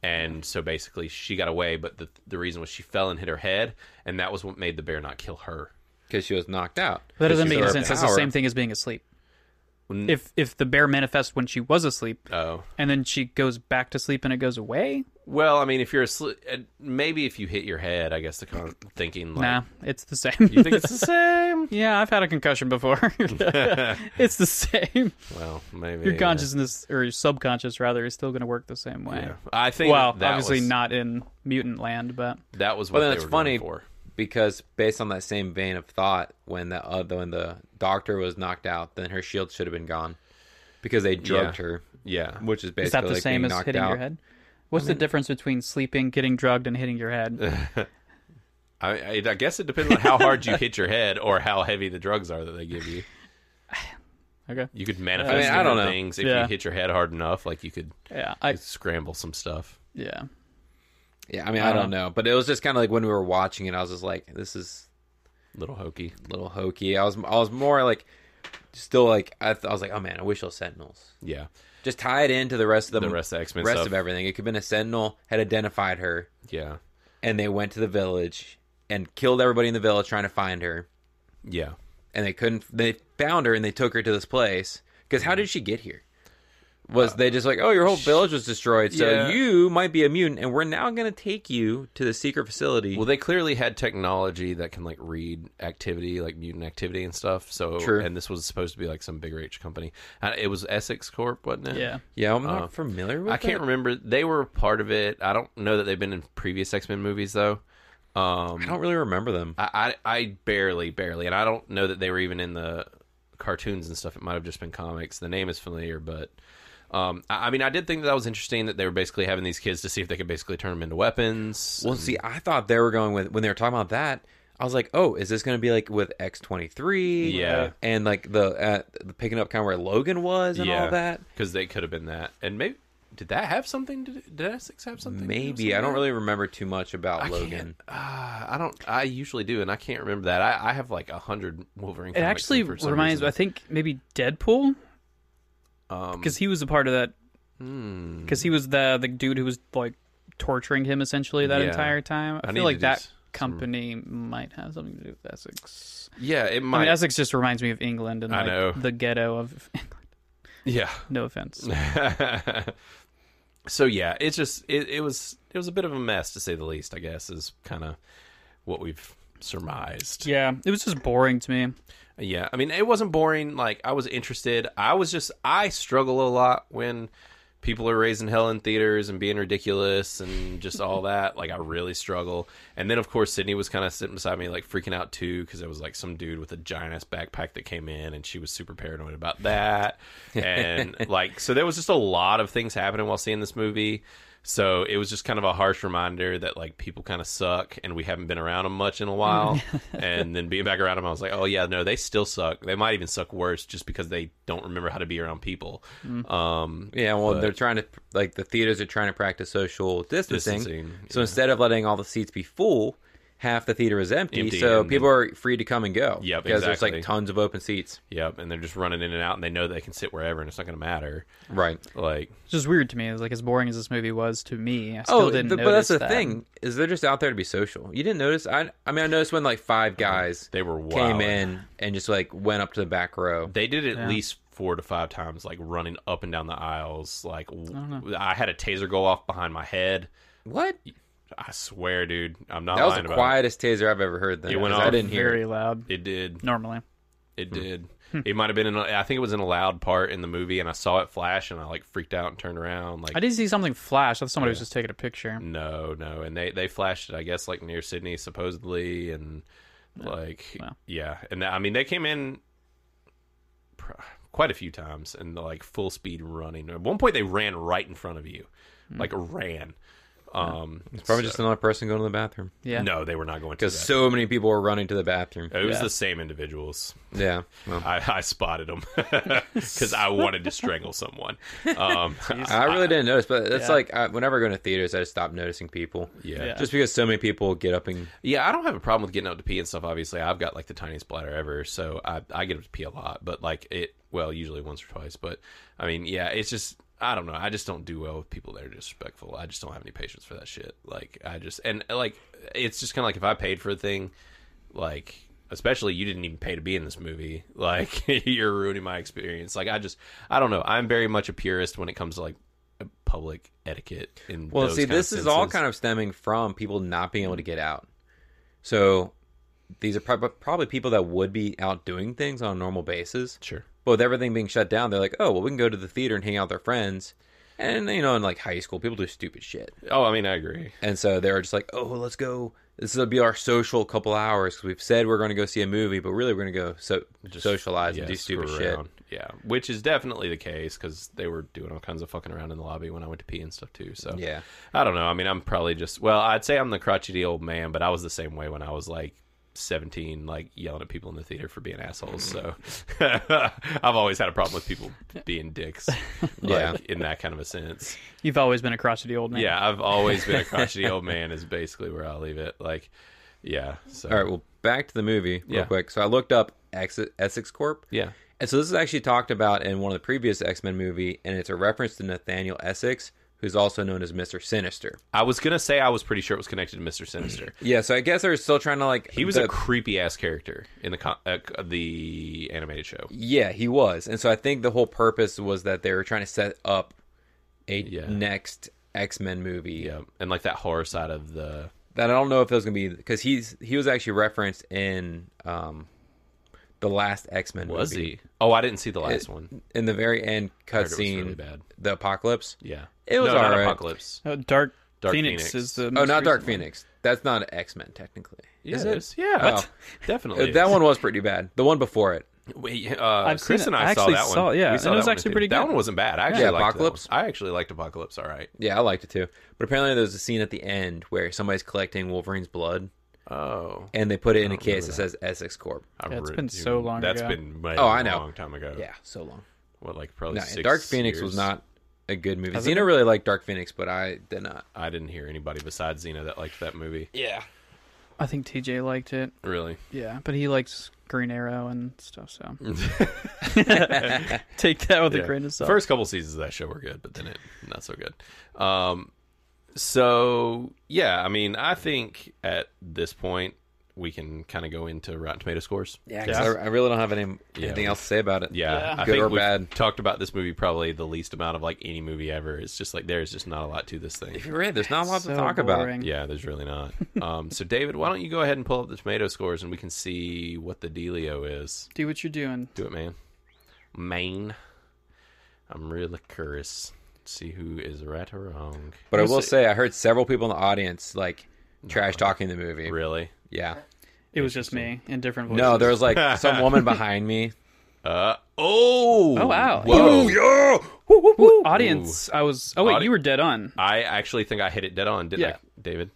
and so basically she got away but the, the reason was she fell and hit her head and that was what made the bear not kill her
because she was knocked out.
That doesn't
She's
make any
our
sense. That's the
power.
same thing as being asleep.
Mm.
If if the bear manifests when she was asleep,
oh
and then she goes back to sleep and it goes away,
Well, I mean, if you're asleep, uh, maybe if you hit your head, I guess the kind of thinking like
nah, it's the same.
you think it's the same.
[laughs] yeah, I've had a concussion before. [laughs]
[laughs]
it's the same.
Well, maybe
Your consciousness or your subconscious rather is still going to work the same way.
Yeah. I think.
Well,
that
obviously
was-
not in mutant land, but
That was what
Well, then
they
it's
were going
funny
for.
because based on that same vein of thought, when the other when the doctor was knocked out, then her shield should have been gone because they drugged her,
Yeah.
which is basically
is that the
like
same
being
as
knocked
hitting
out.
your head? What's
Mm-hmm.
the difference between sleeping, getting drugged, and hitting
[laughs]
your head?
I, I, I guess it depends on how hard you hit your head or how heavy the drugs are that they give you.
Okay.
You could manifest
I mean, I don't
different
know.
things if
Yeah.
you hit your head hard enough. Like you could
Yeah, I
scramble some stuff.
yeah.
Yeah, I mean, I
don't
don't know, but it was just kind of like when we were watching it, I was just like, this is
Little hokey.
a little hokey. I was I was more like still like I, th- I was like, oh man, I wish those Sentinels
Yeah.
just tie it into the rest of the,
The rest of X Men
rest
stuff.
of everything. It could have been a Sentinel had identified her,
yeah.
and they went to the village and killed everybody in the village trying to find her.
Yeah.
and they couldn't they found her and they took her to this place because how did she get here was they just like oh your whole village was destroyed so
yeah.
you might be a mutant and we're now going to take you to the secret facility
Well, they clearly had technology that can like read activity, like mutant activity and stuff. So,
True.
and this was supposed to be like some bigger H company. Uh, It was Essex Corp, wasn't it?
Yeah.
yeah i'm not familiar with
I can't
that.
remember. They were part of it. I don't know that they've been in previous X Men movies though.
i
Um,
don't really remember them
I, I I barely, barely, and I don't know that they were even in the cartoons and stuff. It might have just been comics. The name is familiar, but. Um, I I mean, I did think that, that was interesting that they were basically having these kids to see if they could basically turn them into weapons.
well see i thought they were going with when they were talking about that I was like, oh, is this going to be like with X twenty three?
Yeah.
and like the uh, the picking up kind of where Logan was and all that.
because they could have been that. And maybe did that have something to do? Did Essex have something? to do with
Maybe I
that?
don't really remember too much about
I
Logan.
can't- ah, I don't. I usually do, and I can't remember that. I, I have like a hundred Wolverine.
It actually reminds me, I think maybe Deadpool,
Um, hmm.
because he was a part of that. Because he was the the dude who was like torturing him essentially that
Yeah.
entire time. I,
I need
feel
to
like
do
that
s- some-
company might have something to do with Essex.
yeah, it
I
might.
mean, Essex just reminds me of England and
I
like,
know.
the ghetto of. [laughs]
yeah. [laughs]
no
[laughs]
offense.
so yeah, it's just it, it was it was a bit of a mess to say the least. I guess is kind of what we've surmised.
Yeah, it was just boring to me.
Yeah, I mean, it wasn't boring. Like I was interested. I was just I struggle a lot when people are raising hell in theaters and being ridiculous and just all that. Like I really struggle. And then of course Sydney was kind of sitting beside me, like freaking out too, because there was like some dude with a giant ass backpack that came in, and she was super paranoid about that. and like so, there was just a lot of things happening while seeing this movie. So it was just kind of a harsh reminder that like people kind of suck and we haven't been around them much in a while. and then being back around them, I was like, oh yeah, no, they still suck. They might even suck worse just because they don't remember how to be around people. Um,
Yeah, well, they're trying to like the theaters are trying to practice social distancing.
Distancing,
So instead of letting all the seats be full, half the theater is empty,
Empty
so
and-
people are free to come and go.
Yep,
because there's
exactly.
like tons of open seats.
yep. And they're just running in and out, and they know they can sit wherever, and it's not going to matter.
Right.
Like,
It's just weird to me. It was like as boring as this movie was to me, I still
Oh,
didn't
th-
notice
but that's the
that.
thing is they're just out there to be social. You didn't notice? I I mean, I noticed when like
Mm-hmm.
five guys
They were
came
wilding.
in and just like went up to the back row.
they did it at least four to five times, like running up and down the aisles. Like, w- I, had a taser go off behind my head.
What?
I swear, dude, I'm not
That was
lying
the
about
quietest taser I've ever heard. Then
It went
'cause I
off
didn't hear.
Very
It.
loud.
it. It did.
Normally,
It
Hmm.
did. It might have been in. A, I think it was in a loud part in the movie, and I saw it flash, and I like freaked out and turned around. Like
I did see something flash. I thought somebody was just taking a picture.
Mm,
no, no, and they they flashed it. I guess like near Sydney, supposedly, and like
Wow.
yeah, and I mean they came in pr- quite a few times and like full speed running. At one point, they ran right in front of you,
Hmm.
like ran. Um,
Probably
so-
just another person going to the bathroom
Yeah.
no, they were not going to.
because
That.
so many people were running to the bathroom.
it was
Yeah.
the same individuals.
Yeah. Well,
I, I spotted [laughs]
[laughs]
them because I wanted to strangle someone. Um,
I really didn't notice, but that's
Yeah.
like I, whenever I go into theaters, I just stop noticing people.
Yeah.
Yeah.
Just because so many people get up and
Yeah, I don't have a problem with getting up to pee and stuff. Obviously, I've got like the tiniest bladder ever, so I I get up to pee a lot. But like it, well, usually once or twice. But I mean, yeah, it's just I don't know. I just don't do well with people that are disrespectful. I just don't have any patience for that shit. Like I just and like it's just kind of like if I paid for a thing, like especially you didn't even pay to be in this movie. [laughs] Like you're ruining my experience. Like I just I don't know. I'm very much a purist when it comes to like public etiquette. In
well,
those
see,
kind of
this is all
senses.
kind of stemming from people not being able to get out. So these are prob- probably people that would be out doing things on a normal basis.
sure.
But with everything being shut down, they're like, oh, well, we can go to the theater and hang out with our friends. And, you know, in like high school, people do stupid shit.
Oh, I mean, I agree.
And so they're just like, oh, let's go. This will be our social couple hours. 'cause We've said we're going to go see a movie, but really we're going to go so- socialize and do
screw
stupid shit.
around. Yeah, which is definitely the case because they were doing all kinds of fucking around in the lobby when I went to pee and stuff too. So
Yeah.
I don't know. I mean, I'm probably just well, I'd say I'm the crotchety old man, but I was the same way when I was like 17, like yelling at people in the theater for being assholes. So [laughs] I've always had a problem with people being dicks, like,
[laughs] Yeah.
in that kind of a sense.
You've always been a crotchety old man.
Yeah, I've always been a crotchety old man. Is basically where I'll leave it. Like, yeah. So
All right, well, back to the movie real
Yeah.
quick. So I looked up Ex- Essex Corp.
yeah.
And so this is actually talked about in one of the previous X Men movie, and it's a reference to Nathaniel Essex, who's also known as Mister Sinister.
I was gonna say I was pretty sure it was connected to Mister Sinister.
Yeah, so I guess they're still trying to like
He was
the-
a creepy ass character in the con- uh, the animated show.
yeah he was, and so I think the whole purpose was that they were trying to set up a
Yeah.
next X Men movie.
Yeah, and like that horror side of the
That I don't know if that was gonna be because he's he was actually referenced in um the last X Men
was he? Oh, I didn't see the last
It-
one.
in the very end
it was really
cutscene
bad.
the apocalypse.
Yeah,
It was
no, not
alright.
Apocalypse.
Uh, Dark,
Dark
Phoenix,
Phoenix.
is the
Oh,
most
not Dark
recent
Phoenix. That's not X Men technically.
Yeah,
is
it
it?
is. Yeah,
What?
definitely.
that
is.
one was pretty bad. The one before it.
Wait, uh,
I've seen
Chris
it.
and
I
I, saw
actually
that one.
saw it, yeah,
We
and it
that one
was
in
actually
theaters.
pretty
That
good.
one wasn't bad. I actually
Yeah,
liked that
Apocalypse.
one. I actually liked Apocalypse. All right.
Yeah, I liked it too. But apparently, there's a scene at the end where somebody's collecting Wolverine's blood,
Oh,
and they put it in a case that, says Essex Corp.
I
Yeah, it's
re-
been so long
That's
ago.
been way-
Oh, I
a
know.
long time ago.
Yeah, so long.
what like probably
No,
six.
Dark Phoenix was
years?
not a good movie.
Has it
Xena really liked Dark Phoenix, but I did not.
I didn't hear anybody besides Xena that liked that movie.
Yeah.
I think TJ liked it.
Really,
Yeah, but he likes Green Arrow and stuff.
[laughs]
So [laughs] take that with a
Yeah.
grain of salt.
First couple seasons of that show were good, but then it not so good. Um, so yeah, I mean, I think at this point we can kind of go into Rotten Tomato scores.
Yeah,
'cause
I, I really don't have any,
Yeah.
anything else to say about it.
Yeah, I
Good
think
or
we've
bad.
talked about this movie probably the least amount of like any movie ever. It's just like there's just not a lot to this thing.
[laughs] If you read, there's not a lot
So
to talk
boring.
Yeah, there's really not. Um, so David, why don't you go ahead and pull up the tomato scores and we can see what the dealio is.
Do what you're doing.
Do it, man. Maine. I'm really curious. to See who is right or wrong.
about. But I will say, I heard several people in the audience like trash talking the movie.
Really?
Yeah.
It was just me in different voices.
No, there was like some [laughs] woman behind me.
Uh oh.
Oh, wow.
Whoa.
audience. I was. Oh wait,
Audi-
you were dead on.
I actually think I hit it dead on, didn't
Yeah.
I, David?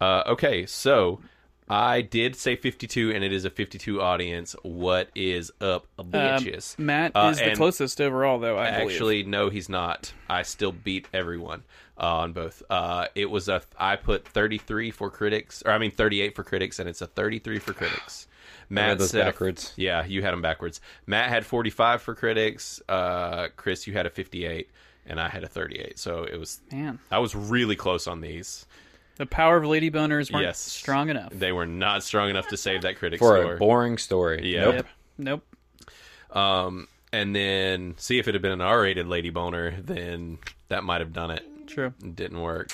Uh, okay, so I did say 52, and it is a 52 audience. What is up,
Um,
bitches?
Matt
Uh,
is the
and
closest overall, though. I believe.
Actually, no, he's not. I still beat everyone uh, on both. Uh, it was a I put 33 for critics, or I mean 38 for critics, and it's a 33 for
[sighs]
critics. Matt
those
said a-
backwards.
yeah, you had them backwards. Matt had 45 for critics. Uh, Chris, you had a 58, and I had a 38. So it was
man,
I was really close on these.
the power of lady boners weren't
Yes.
strong enough.
They were not strong enough to save that critic
For
score.
a boring story.
Yeah.
Nope.
Yep. Nope.
um, and then see if it had been an R-rated lady boner, then that might have done it.
True.
It didn't work.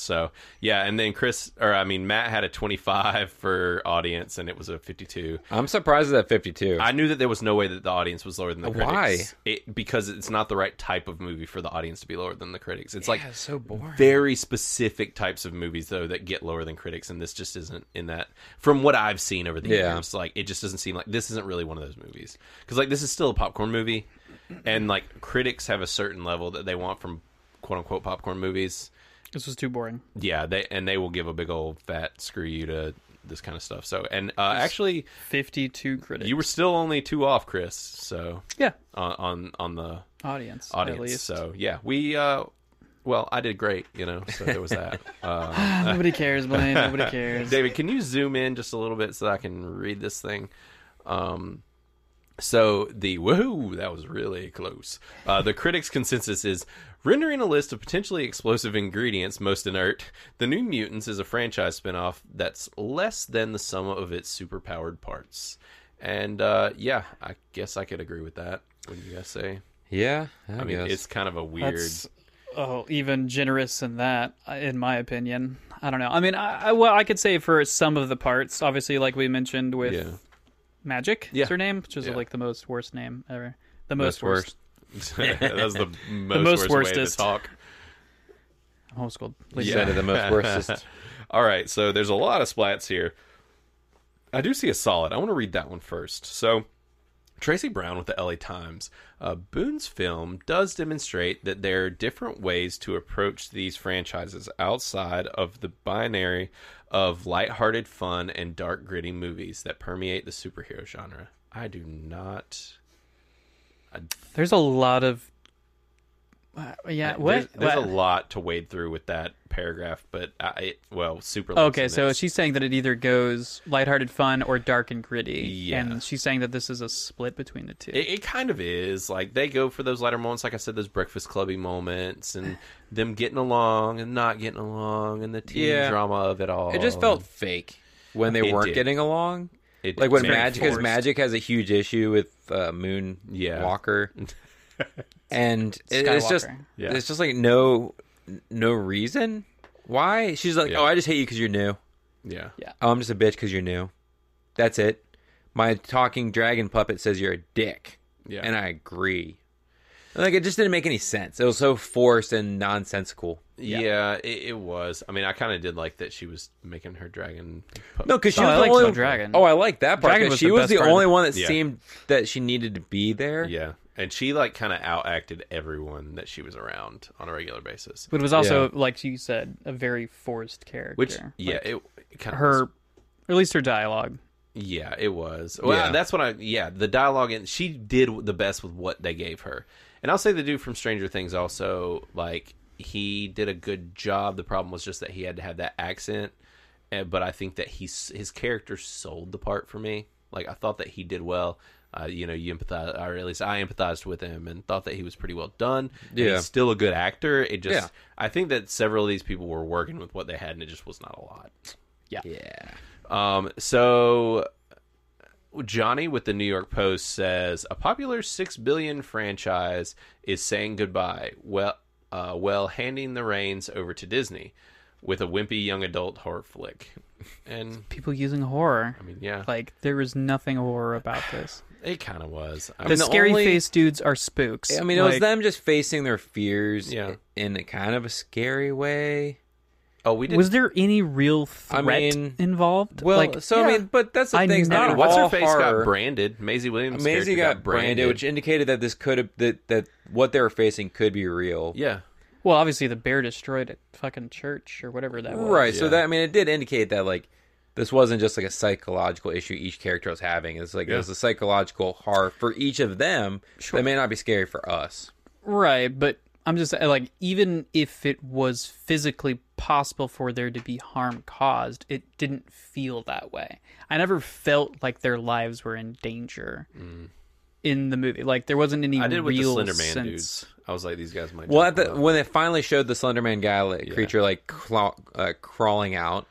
So yeah, and then Chris, or I mean Matt, had a 25 for audience, and it was a 52.
I'm surprised at 52.
I knew that there was no way that the audience was lower than the critics.
Why?
It, because it's not the right type of movie for the audience to be lower than the critics. It's like
Yeah, it's so boring.
very specific types of movies though that get lower than critics and this just isn't in that from what i've seen over the
Yeah.
years like it just doesn't seem like this isn't really one of those movies because like this is still a popcorn movie and like critics have a certain level that they want from quote unquote popcorn movies
This was too boring.
yeah they and they will give a big old fat screw you to this kind of stuff so and uh, actually
Fifty-two critics.
you were still only two off chris so
yeah.
on on, on the
Audience. At
audience [laughs]
least.
so yeah we uh well i did great you know so there was that um
Ah, Nobody cares,
[laughs]
Blaine. Nobody cares.
David, can you zoom in just a little bit so that I can read this thing? Um, so the woohoo, that was really close. Uh, the critics' consensus is rendering a list of potentially explosive ingredients most inert. The New Mutants is a franchise spinoff that's less than the sum of its superpowered parts. And uh, yeah, I guess I could agree with that. What do you guys say?
Yeah. I,
I mean,
guess.
it's kind of a weird.
That's oh, even generous in that, I- in my opinion. I don't know. I mean, I, I well, I could say for some of the parts, obviously, like we mentioned with
Yeah.
Magic,
Yeah.
is her name, which is
Yeah.
like the most worst name ever. The
Most
most, worst. [laughs]
[laughs] that was the most,
most
worst way to
worstest.
talk.
Homeschooled.
You
Lisa.
said it the most [laughs] worstest.
All right, so there's a lot of splats here. I do see a solid. I want to read that one first. So, Tracy Brown with the LA Times. Uh, Boone's film does demonstrate that there are different ways to approach these franchises outside of the binary of lighthearted fun and dark, gritty movies that permeate the superhero genre. I do not.
There's a lot of. Uh, yeah. What?
There's, there's
What?
a lot to wade through with that paragraph, but I, it, well, super.
Okay, so she's saying that it either goes lighthearted fun or dark and gritty.
Yeah.
And she's saying that this is a split between the two.
It, it kind of is like they go for those lighter moments, like I said, those Breakfast Clubby moments, and them getting along and not getting along, and the teen
Yeah.
drama of it all.
It just felt fake when they
It
weren't
did.
getting along.
It-
Like when
it's very
Magic, because
forced.
Magic has a huge issue with uh, Moon
Yeah.
[laughs]
Walker, and it- it's just
Skywalker.
Yeah.
it's just like no no reason why she's like,
Yeah.
oh, I just hate you because you're new.
yeah,
Yeah.
Oh, I'm just a bitch because you're new. That's it. My talking dragon puppet says you're a dick,
yeah,
and I agree. And, Like it just didn't make any sense. It was so forced and nonsensical.
yeah, it, it was. I mean, I kind of did like that she was making her dragon. pup-
No, because she
Oh,
was
I
the
liked
only
the dragon.
Oh, I like that part.
Dragon
'cause
was
she
the
was
best
the
part of
only
the-
one that
Yeah.
seemed that she needed to be there.
yeah, and she like kind of outacted everyone that she was around on a regular basis.
But it was also, like you said, a very forced character.
Which
Like,
yeah, it, it kind of
her Or at least her dialogue.
Yeah, it was. Well,
Yeah.
that's what I. Yeah, the dialogue and she did the best with what they gave her. And I'll say the dude from Stranger Things also like he did a good job. The problem was just that he had to have that accent. And, but I think that he's his character sold the part for me. Like I thought that he did well. Uh, you know, you empathize, or at least I empathized with him and thought that he was pretty well done. And
Yeah.
he's still a good actor. It just,
Yeah.
I think that several of these people were working with what they had, and it just was not a lot.
Yeah.
Um, so Johnny with the New York Post says a popular six billion franchise is saying goodbye. Well, uh, well, handing the reins over to Disney with a wimpy young adult horror flick, and
People using horror.
I mean, yeah,
Like there was nothing horror about this.
it kind of was. I
The,
mean,
the
scary
only-
face dudes are spooks.
I mean, it was
Like,
them just facing their fears
Yeah.
in a kind of a scary way.
oh, we did.
Was there any real
I
threat
mean-
involved?
Well,
like,
so I
yeah.
mean, but that's the
I
thing. It's not
never-
what's her
all
face
horror.
got branded? Maisie Williams.
Maisie
character
got, branded, which indicated that this could have that that what they were facing could be real.
yeah,
well, obviously the bear destroyed a fucking church or whatever that was.
Right.
Yeah.
So that I mean, it did indicate that like this wasn't just like a psychological issue each character was having. It's like there's a psychological horror for each of them that may not be scary for us.
Right, but I'm just uh, like even if it was physically possible for there to be harm caused, it didn't feel that way. I never felt like their lives were in danger in the movie. Like there wasn't any
Mm. I did with the
real
Slender Man
sense.
dudes. I was like, these guys might.
Well, at
jump
the,
on.
when they finally showed the Slenderman guy like, creature like claw, uh, crawling out,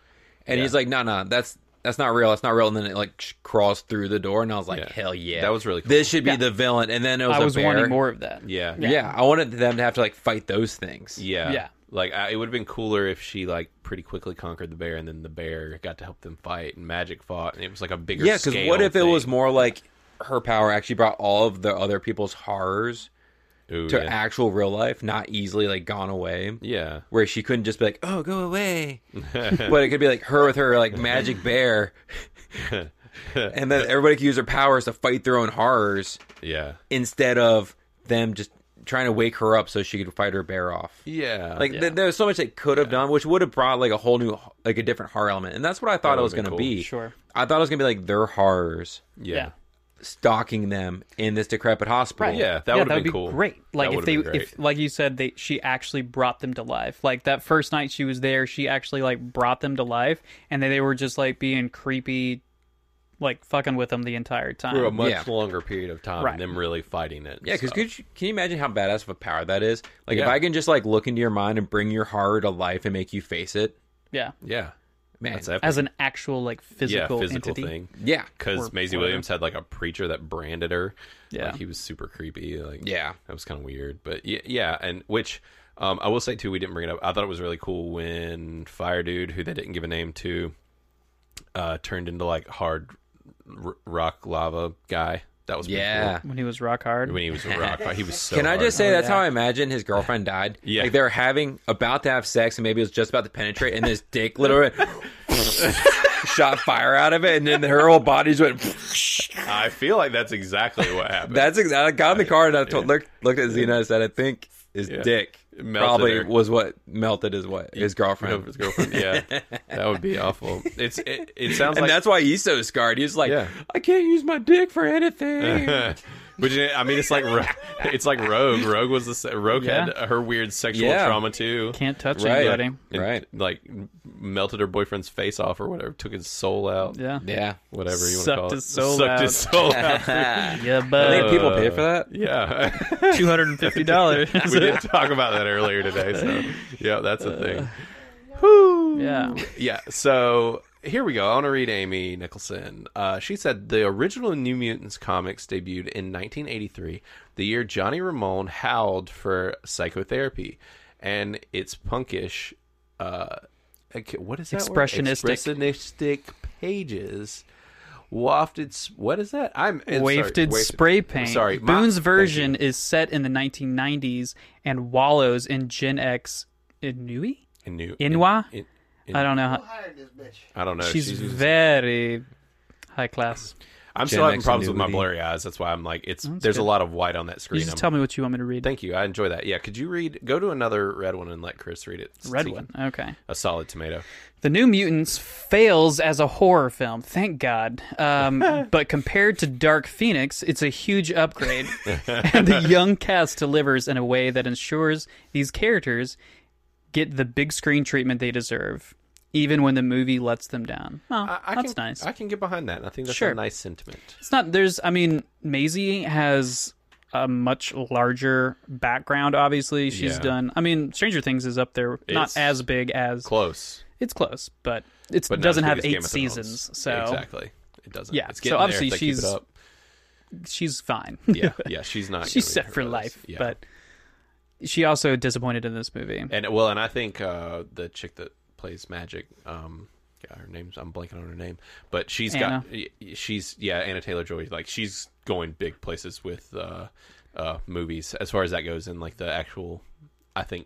and he's like, "No, no, that's that's not real. That's not real." And then it like sh- crawls through the door, and I was like,
Yeah.
"Hell yeah,
That was really cool.
This should be the villain." And then it was
I
a
was
bear.
wanting more of that.
yeah,
Yeah. I wanted them to have to like fight those things.
Yeah.
Yeah.
Like I, it would have been cooler if she like pretty quickly conquered the bear, and then the bear got to help them fight, and magic fought, and it was like a bigger.
Yeah,
because
because what if it was more like her power actually brought all of the other people's horrors
Ooh,
to
yeah.
actual real life, not easily like gone away,
Yeah.
where she couldn't just be like, "Oh, go
[laughs]
away," but it could be like her with her like magic bear, and then everybody could use their powers to fight their own horrors
Yeah.
instead of them just trying to wake her up so she could fight her bear off.
Yeah.
Like
yeah.
th- there's so much they could have done, which would have brought like a whole new, like a different horror element, and that's what I thought it was
would've
going
been
to
cool.
be.
Sure.
I thought it was going to be like their horrors
yeah.
stalking them in this decrepit hospital.
Yeah. That
yeah,
would
that
have
would
been
be
cool.
great. Like
That
if
would've
they,
been great.
if like you said, they she actually brought them to life. Like that first night she was there, she actually like brought them to life, and then they were just like being creepy, like fucking with them the entire time.
for a much
Yeah.
longer period of time,
Right.
and them really fighting it. and
Yeah, because
stuff.
could you, can you imagine how badass of a power that is? Like if
Yeah.
I can just like look into your mind and bring your horror to life and make you face it,
Yeah,
yeah,
man.
that's epic.
as an actual like physical,
yeah, physical
entity.
thing.
yeah,
Because
Or-
Maisie
or-
Williams had like a preacher that branded her.
Yeah.
like, he was super creepy. Like
yeah,
That was kind of weird, but yeah, yeah, and which um, I will say too, we didn't bring it up. I thought it was really cool when Fire Dude, who they didn't give a name to, uh, turned into like hard r- rock lava guy. That was pretty
yeah.
When he was rock hard,
cool. When he was a rock, he was so.
Can I
hard.
just say that's
yeah.
how I imagine his girlfriend died?
[laughs] Yeah.
like they're having about to have sex and maybe it was just about to penetrate and this dick literally [laughs] shot fire out of it and then her whole body just went. [laughs]
I feel like that's exactly what happened.
That's exactly. I got in the car and I told, looked looked at Zena and said, "I think his
Yeah.
dick
Melted
probably
her.
was what melted his what his girlfriend."
Over his girlfriend.
[laughs]
Yeah, that would be awful. It's it, it sounds
and
like
that's why he's so scarred. He's like,
Yeah.
I can't use my dick for anything.
[laughs] Which I mean, it's like Ro- [laughs] it's like Rogue. Rogue was the sa- Rogue
Yeah.
had her weird sexual
Yeah.
trauma too.
can't touch
Right.
anybody.
and,
Right.
Like m- melted her boyfriend's face off or whatever, took his soul out.
Yeah,
[laughs] yeah.
Whatever you want to
Sucked
call it.
his soul
Sucked
out.
his
[laughs]
soul out.
[laughs]
yeah,
I think
but
people pay for that.
yeah.
two hundred and
[laughs]
fifty dollars.
[laughs] we did talk about that earlier today, so yeah, that's a thing.
yeah,
Yeah, so here we go. I want to read Amy Nicholson. Uh, she said the original New Mutants comics debuted in 1983, the year Johnny Ramone howled for psychotherapy, and it's punkish. Uh, okay, what is that? word?
Expressionistic.
Expressionistic pages. Wafted. s- What is that? I'm it's- sorry,
wafted
waif-
spray paint.
Sorry, my-
Boone's
thank
version is set in the 1990s and wallows in Gen X Inui.
you. Inu-
Inua?
In- Oh,
I don't know. How,
hired this bitch.
I don't know.
she's
She's
very high class.
I'm
Gen
still having
X
problems with my
annuity.
blurry eyes. That's why I'm like, it's
Oh,
there's a lot of white on that
You
screen.
just
I'm-
tell me what you want me to read.
Thank you. I enjoy that. Yeah. Could you read? Go to another red one and let Chris read it. It's
Red
taking
one. Okay.
A solid tomato.
The New Mutants fails as a horror film, thank God.
[laughs]
Um, but compared to Dark Phoenix, it's a huge upgrade. [laughs] and the young cast delivers in a way that ensures these characters get the big screen treatment they deserve, even when the movie lets them down. Oh,
I, I
that's
can,
nice.
I can get behind that. and I think that's
Sure.
a nice sentiment.
It's not there's I mean, Maisie has a much larger background, obviously. She's
Yeah.
done I mean, Stranger Things is up there.
It's
not as big as
Close.
it's close, but it
But not as
doesn't
big
have
as Game
eight
of Thrones.
seasons, so
exactly, it doesn't.
Yeah,
It's
so
getting there
obviously
if they keep it
she's-
up.
she's fine. [laughs]
Yeah, yeah. She's not.
she's
gonna
set
be
for
those.
life,
Yeah. Eh.
but she also disappointed in this movie.
and well, and I think uh, the chick that plays Magic, um, yeah, her name's I'm blanking on her name, but she's
Anna.
got y- y- she's yeah Anna Taylor Joy. Like she's going big places with uh, uh, movies as far as that goes, in like the actual, I think,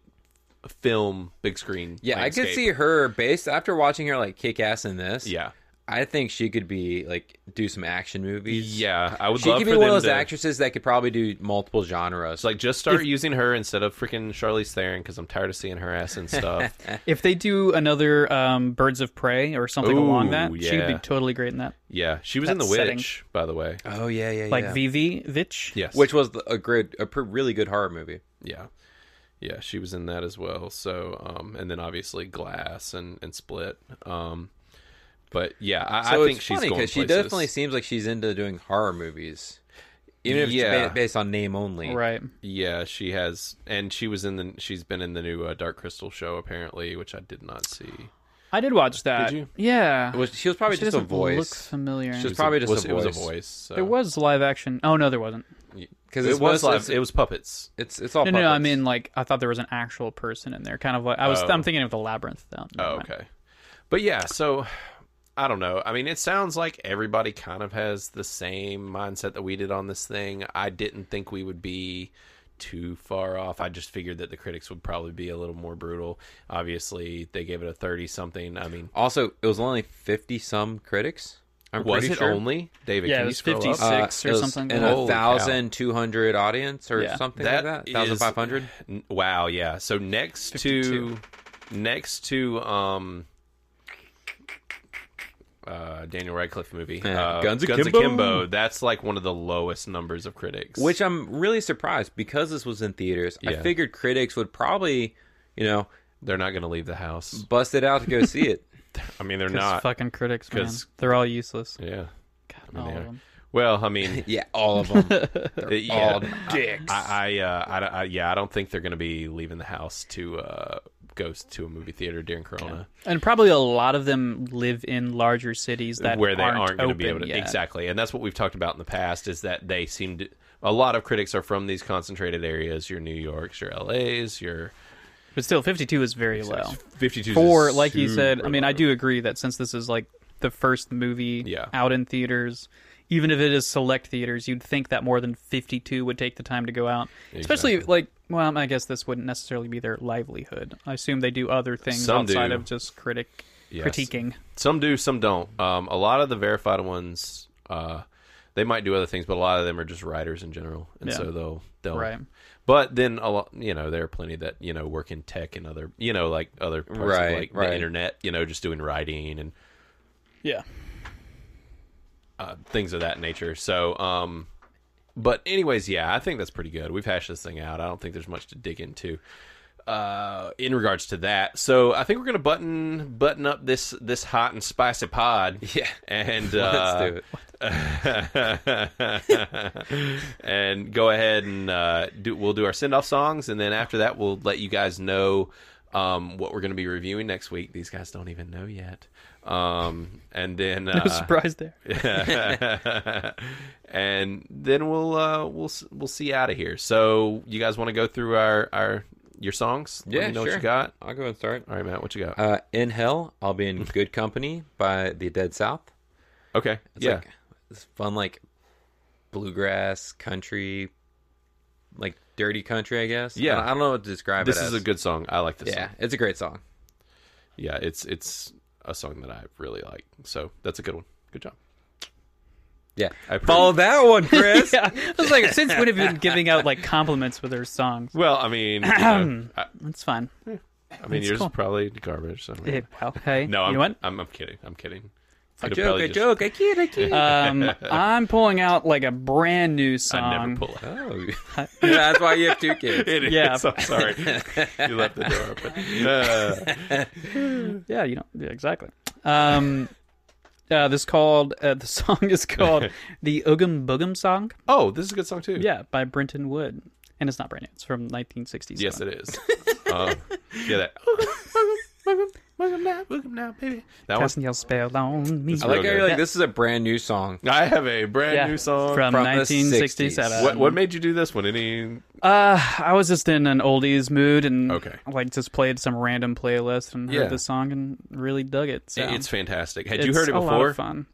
film big screen.
Yeah, I could
landscape.
see her based after watching her like kick ass in this.
Yeah,
I think she could be like do some action movies.
yeah. I would
She
love
could
for
be one
them
of those
to,
actresses that could probably do multiple genres.
So like just start using her instead of freaking Charlize Theron because I'm tired of seeing her
[laughs]
ass and stuff.
If they do another um, Birds of Prey or something
Ooh,
along that, she would be
yeah.
totally great in that.
yeah, she was in the
That
Witch,
setting.
by the way.
oh yeah, yeah,
Like
yeah.
Vivi Vitch.
Yes,
which was a good, a pr- really good horror movie.
yeah, yeah, she was in that as well. So um, and then obviously Glass and and Split. Um, but yeah, I,
So
I
it's
think she's
funny
going
because she
places.
definitely seems like she's into doing horror movies, even if
Yeah.
it's ba- based on name only.
Right.
yeah she has and she was in the she's been in the new uh, Dark Crystal show apparently, which I did not see.
I did watch that.
you?
Yeah.
It was- she was probably
she
just a
doesn't look
voice
familiar.
It's just- probably
It
just
was,
a
it was a
voice.
voice. So.
There was live action. Oh no, there wasn't.
because
it was live. It was puppets.
It's it's all
No, no, no, I
puppets.
mean like I thought there was an actual person in there. Kind of like I was.
Oh.
I'm thinking of the labyrinth though. Never
Oh,
mind.
okay. But yeah, so I don't know. I mean, it sounds like everybody kind of has the same mindset that we did on this thing. I didn't think we would be too far off. I just figured that the critics would probably be a little more brutal. Obviously, they gave it a 30 something. I mean,
also it was only fifty some critics. I'm
was
pretty
it
sure.
only David?
Yeah,
can
it
you
was
scroll up?
56.
Uh,
Six or
it was
something
in
like
a
that.
thousand two hundred audience or
Yeah.
something
that
like that.
is-
Thousand five hundred.
n- wow, yeah. So next to next to um uh Daniel Radcliffe movie.
Yeah,
Uh,
Guns Akimbo.
Akimbo, that's like one of the lowest numbers of critics.
Which I'm really surprised because this was in theaters.
Yeah.
I figured critics would probably, you know,
they're not gonna leave the house.
bust it out to go
[laughs]
see it.
I mean they're
Those
not
fucking critics, man.
'cause-
They're all useless.
Yeah.
God,
I mean,
all
they
of
are.
them.
Well, I
[laughs]
mean
yeah, all of them.
yeah.
All dicks.
I, I, uh, I, I yeah, I don't think they're gonna be leaving the house to uh go to a movie theater during Corona.
And probably a lot of them live in larger cities that
where they aren't, going to be able
open
to
yet.
exactly and that's what we've talked about in the past is that they seem to a lot of critics are from these concentrated areas your new yorks your las your
But still, fifty-two is very low.
52
For
is
like you said,
super
I mean, I
low.
do agree that since this is like the first movie
Yeah.
out in theaters, even if it is select theaters, you'd think that more than fifty-two would take the time to go out. Especially like, well, I guess this wouldn't necessarily be their livelihood. I assume they do other things
Some
outside
do.
of just critic
Yes.
critiquing.
some do some don't um a lot of the verified ones uh they might do other things but a lot of them are just writers in general and
Yeah.
so they'll they'll
Right.
but then a lot you know there are plenty that you know work in tech and other you know like other parts
Right,
of, like
right.
the internet you know just doing writing and
[laughs] Yeah.
uh, things of that nature. So, um, but anyways, yeah, I think that's pretty good. We've hashed this thing out. I don't think there's much to dig into uh, in regards to that. So I think we're gonna button button up this this hot and spicy pod.
[laughs] Yeah.
and
Let's
uh,
do it.
[laughs] and go ahead and uh, do. We'll do our send off songs, and then after that, we'll let you guys know um, what we're gonna be reviewing next week. These guys don't even know yet. Um, and then
No
uh,
surprise there.
[laughs] and then we'll uh, we'll s- we'll see out of here. So you guys want to go through our our your songs? Let
Yeah,
me know what
sure.
you got.
I'll go and start.
All right, Matt, what you got?
Uh, in Hell, I'll be in Good Company by the Dead South.
okay,
It's
yeah,
like it's fun like bluegrass country like dirty country, I guess.
Yeah.
I don't, I don't know what to describe
this
it
is a
as.
good song. I like this.
Yeah,
song.
it's a great song.
yeah, it's it's a song that I really like. So that's a good one. Good job.
Yeah.
[laughs] I approve.
Follow that one, [laughs] Chris.
[laughs] yeah, I was like, since when have you been giving out like compliments with her songs?
Well, I mean, you know, I,
That's fine.
I mean,
It's
yours
cool.
is probably garbage. So
Hey, well, hey,
no, I'm,
you know what?
I'm I'm kidding. I'm kidding.
I
Could've
joke,
probably
I
just-
joke, I kid,
[laughs]
I kid. Oh.
Um, I'm pulling out like a brand new song.
I never pull out.
oh. [laughs] yeah, that's why you have two kids.
[laughs] It is.
Yeah.
[laughs] I'm sorry. you left the door open. Uh,
Yeah, you know, yeah, exactly. Um, uh, this called uh, the [laughs] song is called
[laughs]
the Oogum Boogum song.
oh, this is a good song too.
Yeah, by Brenton Wood, and it's not brand new. It's from 1960s.
Yes, it
[laughs]
is. um, yeah, that. Welcome now, welcome now, baby. That one.
Casting your spell on me.
That's
I like
Real
how
good.
you're like, this is a brand new song.
I have a brand
Yeah,
new song.
from,
from
um,
the
1967.
what what made you do this one? Any
Uh, I was just in an oldies mood and
Okay.
like just played some random playlist and
Yeah.
heard this song and really dug it. So
It's fantastic. Had
it's
you heard it
a lot
before?
of fun.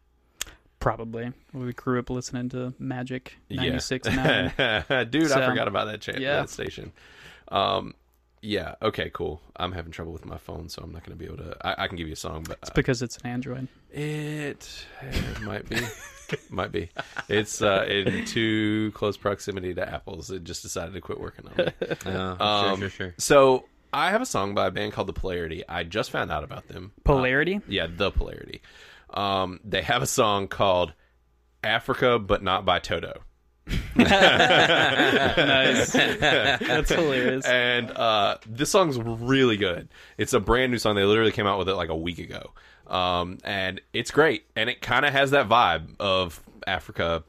Probably we grew up listening to Magic
Yeah. [laughs]
'96. Yeah.
Dude, I
So,
forgot about that channel,
yeah.
that station. Um, yeah. Okay. Cool. I'm having trouble with my phone, so I'm not going to be able to. I, I can give you a song, but uh,
because it's an Android.
it, it might be, might be. It's uh, in too close proximity to Apple's. It just decided to quit working on it.
Uh,
Um,
sure, sure, sure.
So I have a song by a band called The Polarity. I just found out about them.
Polarity.
Yeah, The Polarity. Um, they have a song called "Africa, but not by Toto."
nice.
Uh, [laughs]
That's hilarious.
and uh, this song's really good. It's a brand new song. They literally came out with it like a week ago, um, and it's great. And it kind of has that vibe of Africa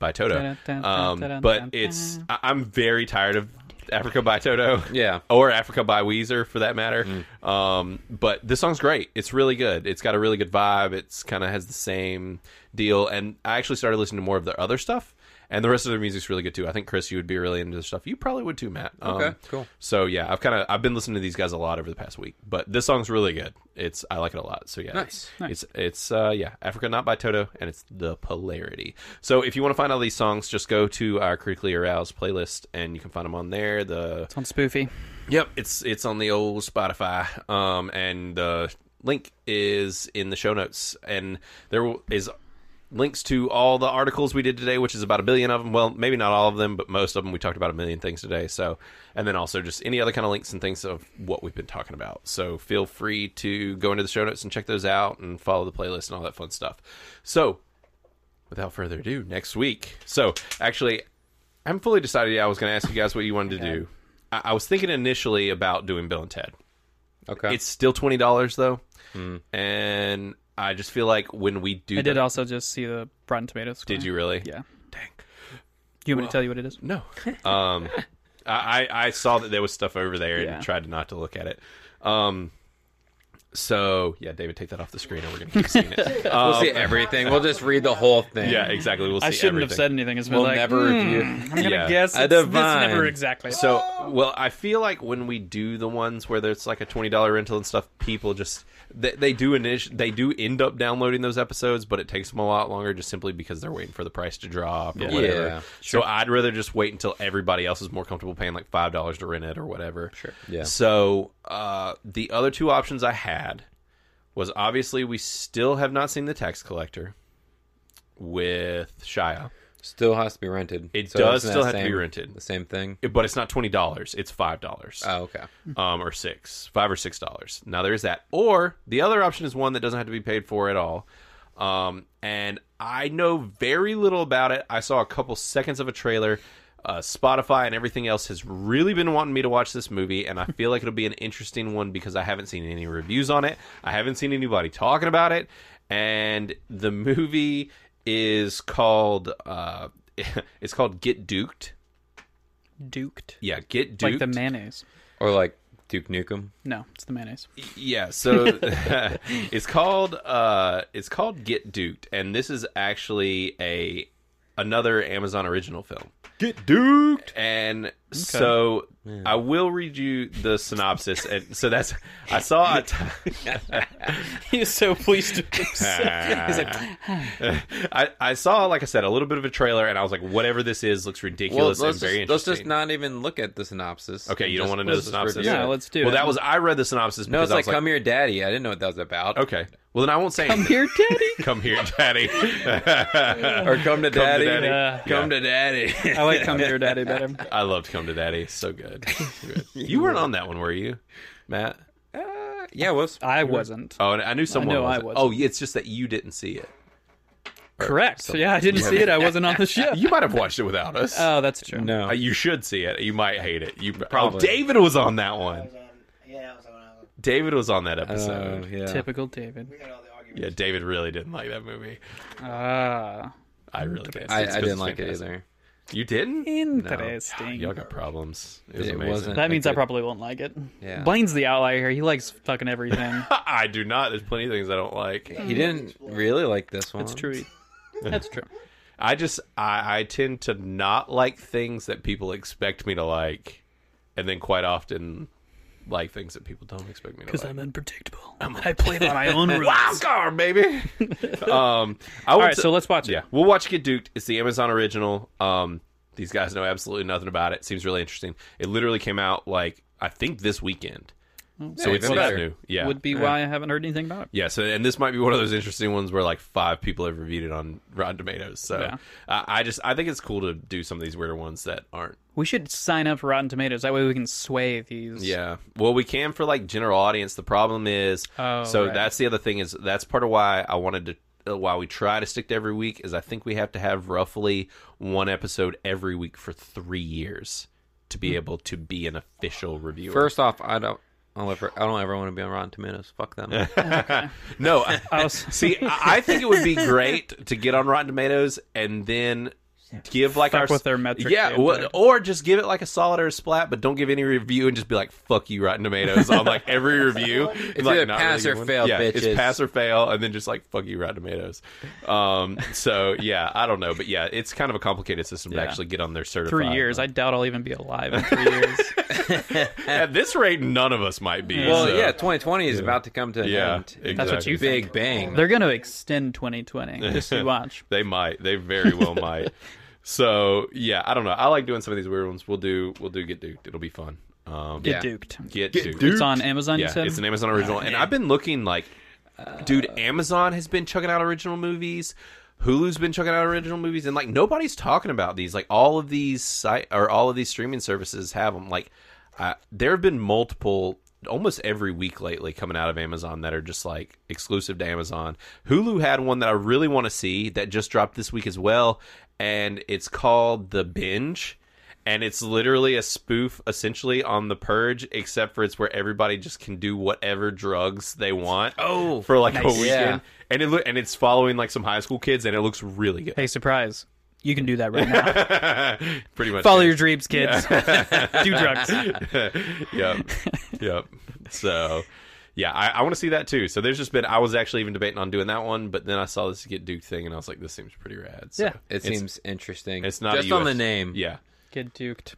by Toto, um, but it's I- I'm very tired of Africa by Toto.
Yeah.
Or Africa by Weezer, for that matter. Um, but this song's great. It's really good. It's got a really good vibe. It's kind of has the same deal. And I actually started listening to more of their other stuff, and the rest of their music's really good too. I think Chris, you would be really into this stuff. You probably would too, Matt. Um,
Okay, cool.
So yeah, I've kind of I've been listening to these guys a lot over the past week, but this song's really good. It's I like it a lot. So yeah,
Nice.
It's it's uh, yeah, Africa Not by Toto, and it's the Polarity. So if you want to find all these songs, just go to our critically aroused playlist, and you can find them on there. The
It's on Spoofy.
Yep, it's it's on the old Spotify, um, and the link is in the show notes, and there will- is links to all the articles we did today, which is about a billion of them. Well, maybe not all of them, but most of them. We talked about a million things today, so and then also just any other kind of links and things of what we've been talking about. So feel free to go into the show notes and check those out, and follow the playlist and all that fun stuff. So without further ado, next week. So actually, I haven't fully decided yet. I was going to ask you guys what you wanted
[laughs]
to do. I, I was thinking initially about doing Bill and Ted.
Okay.
It's still twenty dollars though, and I just feel like when we do,
Hmm. I did
that-
also just see the Rotten Tomatoes. Score.
Did you really?
Yeah.
Dang.
Do you want me to tell you what it is? [laughs]
No. Um, I I I saw that there was stuff over there
Yeah.
and tried not to look at it. Um. So yeah, David, take that off the screen, and we're gonna keep seeing
[laughs]
it. Um,
we'll see everything. We'll just read the whole thing.
yeah, hmm. exactly. We'll see.
I shouldn't have
everything.
said anything. It's been
We'll
like,
never review.
I'm gonna
Yeah.
guess
I
it's, it's
divine.
never exactly.
So, well, I feel like when we do the ones where there's like a twenty dollar rental and stuff, people just they, they do init- they do end up downloading those episodes, but it takes them a lot longer just simply because they're waiting for the price to drop or whatever.
Yeah,
So I'd rather just wait until everybody else is more comfortable paying like five dollars to rent it or whatever. Sure.
Yeah.
So uh, the other two options I had was obviously we still have not seen the tax collector with Shia.
Still has to be rented.
It
So
does
isn't
still
that
have to be
same-
rented.
The same thing.
But it's not twenty dollars; it's five dollars
Oh, okay.
um, or six, five or six dollars. Now there is that, or the other option is one that doesn't have to be paid for at all. Um, and I know very little about it. I saw a couple seconds of a trailer. Uh, Spotify and everything else has really been wanting me to watch this movie,
[laughs]
and I feel like it'll be an interesting one because I haven't seen any reviews on it. I haven't seen anybody talking about it, and the movie is called uh, [laughs] it's called Get Duked.
duked.
Yeah, Get Duked.
Like the mayonnaise.
Or like Duke Nukem.
No, it's the [laughs] mayonnaise.
Yeah, so [laughs] it's called uh, it's called Get Duked, and this is actually a another Amazon original film.
Get duked.
And so I will read you the synopsis. And so that's I saw a t-
He's so pleased
[laughs]
with [laughs] himself. [laughs] He's like,
I, I saw, like I said, a little bit of a trailer, and I was like, whatever this is looks
Well,
ridiculous
let's
and very
just, let's
interesting.
just not even look at the synopsis.
okay, you don't
Just-
want to know the
let's just
synopsis?
review
No,
it.
let's do
well,
it.
that was I read the synopsis.
No,
Because
it's
I
like,
was like,
come here, daddy. I didn't know what that was about.
Okay, well then I won't say.
I'm
anything.
here, daddy.
Come here, daddy.
Or come to daddy.
daddy.
Yeah.
Come to daddy.
I like
[laughs]
Come Here, Daddy better.
I loved Come to Daddy. So good. So good. You weren't on that one, were you, Matt?
Uh, yeah, it was.
[laughs]
I wasn't.
Oh, and I knew someone.
know I
was.
wasn't.
Oh, yeah, it's just that you didn't see it.
Correct. Yeah, I didn't see it. I wasn't on
[laughs]
the show.
You might have watched it without us.
Oh, that's true.
No.
Uh, you should see it. You might hate it. You probably.
Probably.
Oh, David was on that
I
one.
was on. Yeah, I was on. I was on.
David was on that
Uh,
episode.
yeah.
Typical David.
We got all the arguments.
yeah, David really didn't like that movie.
Ah,
I really did.
I,
It's 'cause
I didn't
it's
like it
fantastic.
either.
You didn't?
interesting.
Y'all got problems. It was
It
amazing.
wasn't.
That means
I
I
could-
probably won't like it.
Yeah.
Blaine's the outlier here. He likes
[laughs]
fucking everything.
[laughs] I do not. There's plenty of things I don't like.
He didn't really like this one.
That's true. That's true.
I just I, I tend to not like things that people expect me to like, and then quite often like things that people don't expect me to like.
unpredictable. I play by my own
[laughs]
rules.
Wild card,
[laughs]
baby. um, I
All right, so let's watch it.
yeah, we'll watch Get Duked. It's the Amazon original. Um, these guys know absolutely nothing about it. Seems really interesting. It literally came out like I think this weekend, so
Yeah,
it's
even
like
better.
new. Yeah,
Would be why I haven't heard anything about it.
Yeah, so and this might be one of those interesting ones where like five people have reviewed it on Rotten Tomatoes. So
Yeah.
I, I just I think it's cool to do some of these weirder ones that aren't.
We should sign up for Rotten Tomatoes. That way we can sway these.
Yeah, well, we can for like general audience. The problem is,
Oh,
so
right.
that's the other thing is that's part of why I wanted to uh, why we try to stick to every week is I think we have to have roughly one episode every week for three years to
Hmm.
be able to be an official reviewer.
First off, I don't. I'll ever, I don't ever want to be on Rotten Tomatoes. Fuck
[laughs]
them.
no, I-
Oh, s-
[laughs]
[laughs]
See, I I think it would be great to get on Rotten Tomatoes and then give like
Fuck
our
with their metric
yeah,
they
wha-
employ.
or just give it like a solid or a splat, but don't give any review and just be like "fuck you, Rotten Tomatoes" on
[laughs]
like every review. It's
either pass or fail,
yeah,
bitches.
It's pass or fail, and then just like "fuck you, Rotten Tomatoes." Um, so yeah, I don't know, but yeah, it's kind of a complicated system to
Yeah.
actually get on their certified.
three years. I doubt I'll even be alive in three
[laughs]
years.
At this rate, none of us might be.
Well,
so-
yeah, 2020 is about to come to an
uh, Yeah,
end.
That's what exactly. you
Big Bang.
They're going to
[laughs]
extend 2020. Just you watch.
They might. They very well
[laughs]
might. So yeah, I don't know. I like doing some of these weird ones. We'll do. We'll do. Get duked. It'll be fun. Um,
Get
Yeah.
duped.
Get, duked.
It's on Amazon, you
Yeah,
said?
it's an Amazon original, and I've been looking like, dude, Amazon has been chucking out original movies. Hulu's been chucking out original movies, and like nobody's talking about these. Like all of these site or all of these streaming services have them. Like uh, there have been multiple, almost every week lately, coming out of Amazon that are just like exclusive to Amazon. Hulu had one that I really want to see that just dropped this week as well, and it's called The Binge and it's literally a spoof essentially on the purge except for it's where everybody just can do whatever drugs they want
Oh,
for like a
nice.
weekend
Yeah.
and it lo- and it's following like some high school kids and it looks really good
Hey, surprise. You can do that right now.
[laughs] pretty much
Follow
it.
your dreams, kids. [laughs] do drugs.
[laughs]
[laughs]
yep yep so yeah i, I want to see that too so there's just been i was actually even debating on doing that one but then i saw this get duke thing and i was like this seems pretty rad so
Yeah.
It
it's-
seems interesting.
it's not
just
a
on the
US
name.
yeah
Get duked.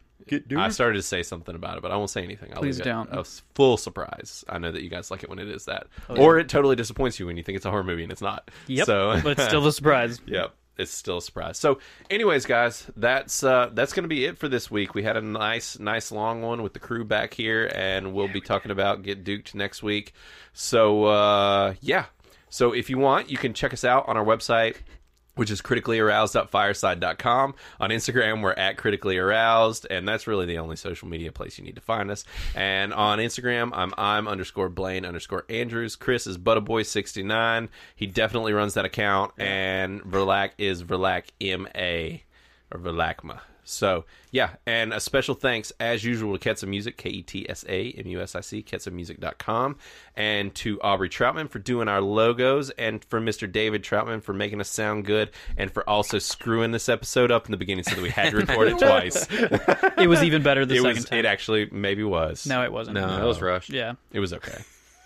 I started to say something about it, but I won't say anything. I'll
Please
leave
don't.
It a s- full surprise. I know that you guys like it when it is that, or it totally disappoints you when you think it's a horror movie and it's not.
Oh, Yep.
So,
[laughs]
[laughs]
but still the surprise.
yep, it's still a surprise. So, anyways, guys, that's uh, that's gonna be it for this week. We had a nice, nice long one with the crew back here, and we'll be talking about Get Duked next week. So, uh, yeah. So, if you want, you can check us out on our website which is criticallyaroused.fireside.com. On Instagram, we're at critically aroused, and that's really the only social media place you need to find us. And on Instagram, I'm I'm underscore Blaine underscore Andrews. Chris is buttaboy69. He definitely runs that account, and Verlac is Verlac M A or Verlacma. So yeah, and a special thanks as usual to Ketsa Music, K E T S A M U S I C, ketsamusic.com, and to Aubrey Troutman for doing our logos, and for Mr. David Troutman for making us sound good, and for also screwing this episode up in the beginning so that we had to
[laughs]
record it twice.
It was even better the
it
second
was
time.
it actually maybe was.
no, it wasn't.
No, that was rushed.
Yeah.
Um, It was
[laughs]
okay.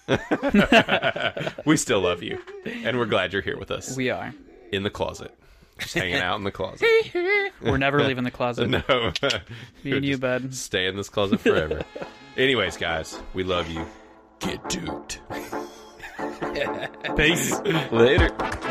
[laughs] we still love you. And we're glad you're here with us
We are.
in the closet. Just hanging out in the
[laughs]
closet.
We're never leaving the closet.
No. [laughs]
Me and you, bud.
stay in this
[laughs] [laughs]
closet forever. Anyways, guys, we love you. Get duped.
Peace.
[laughs] Later.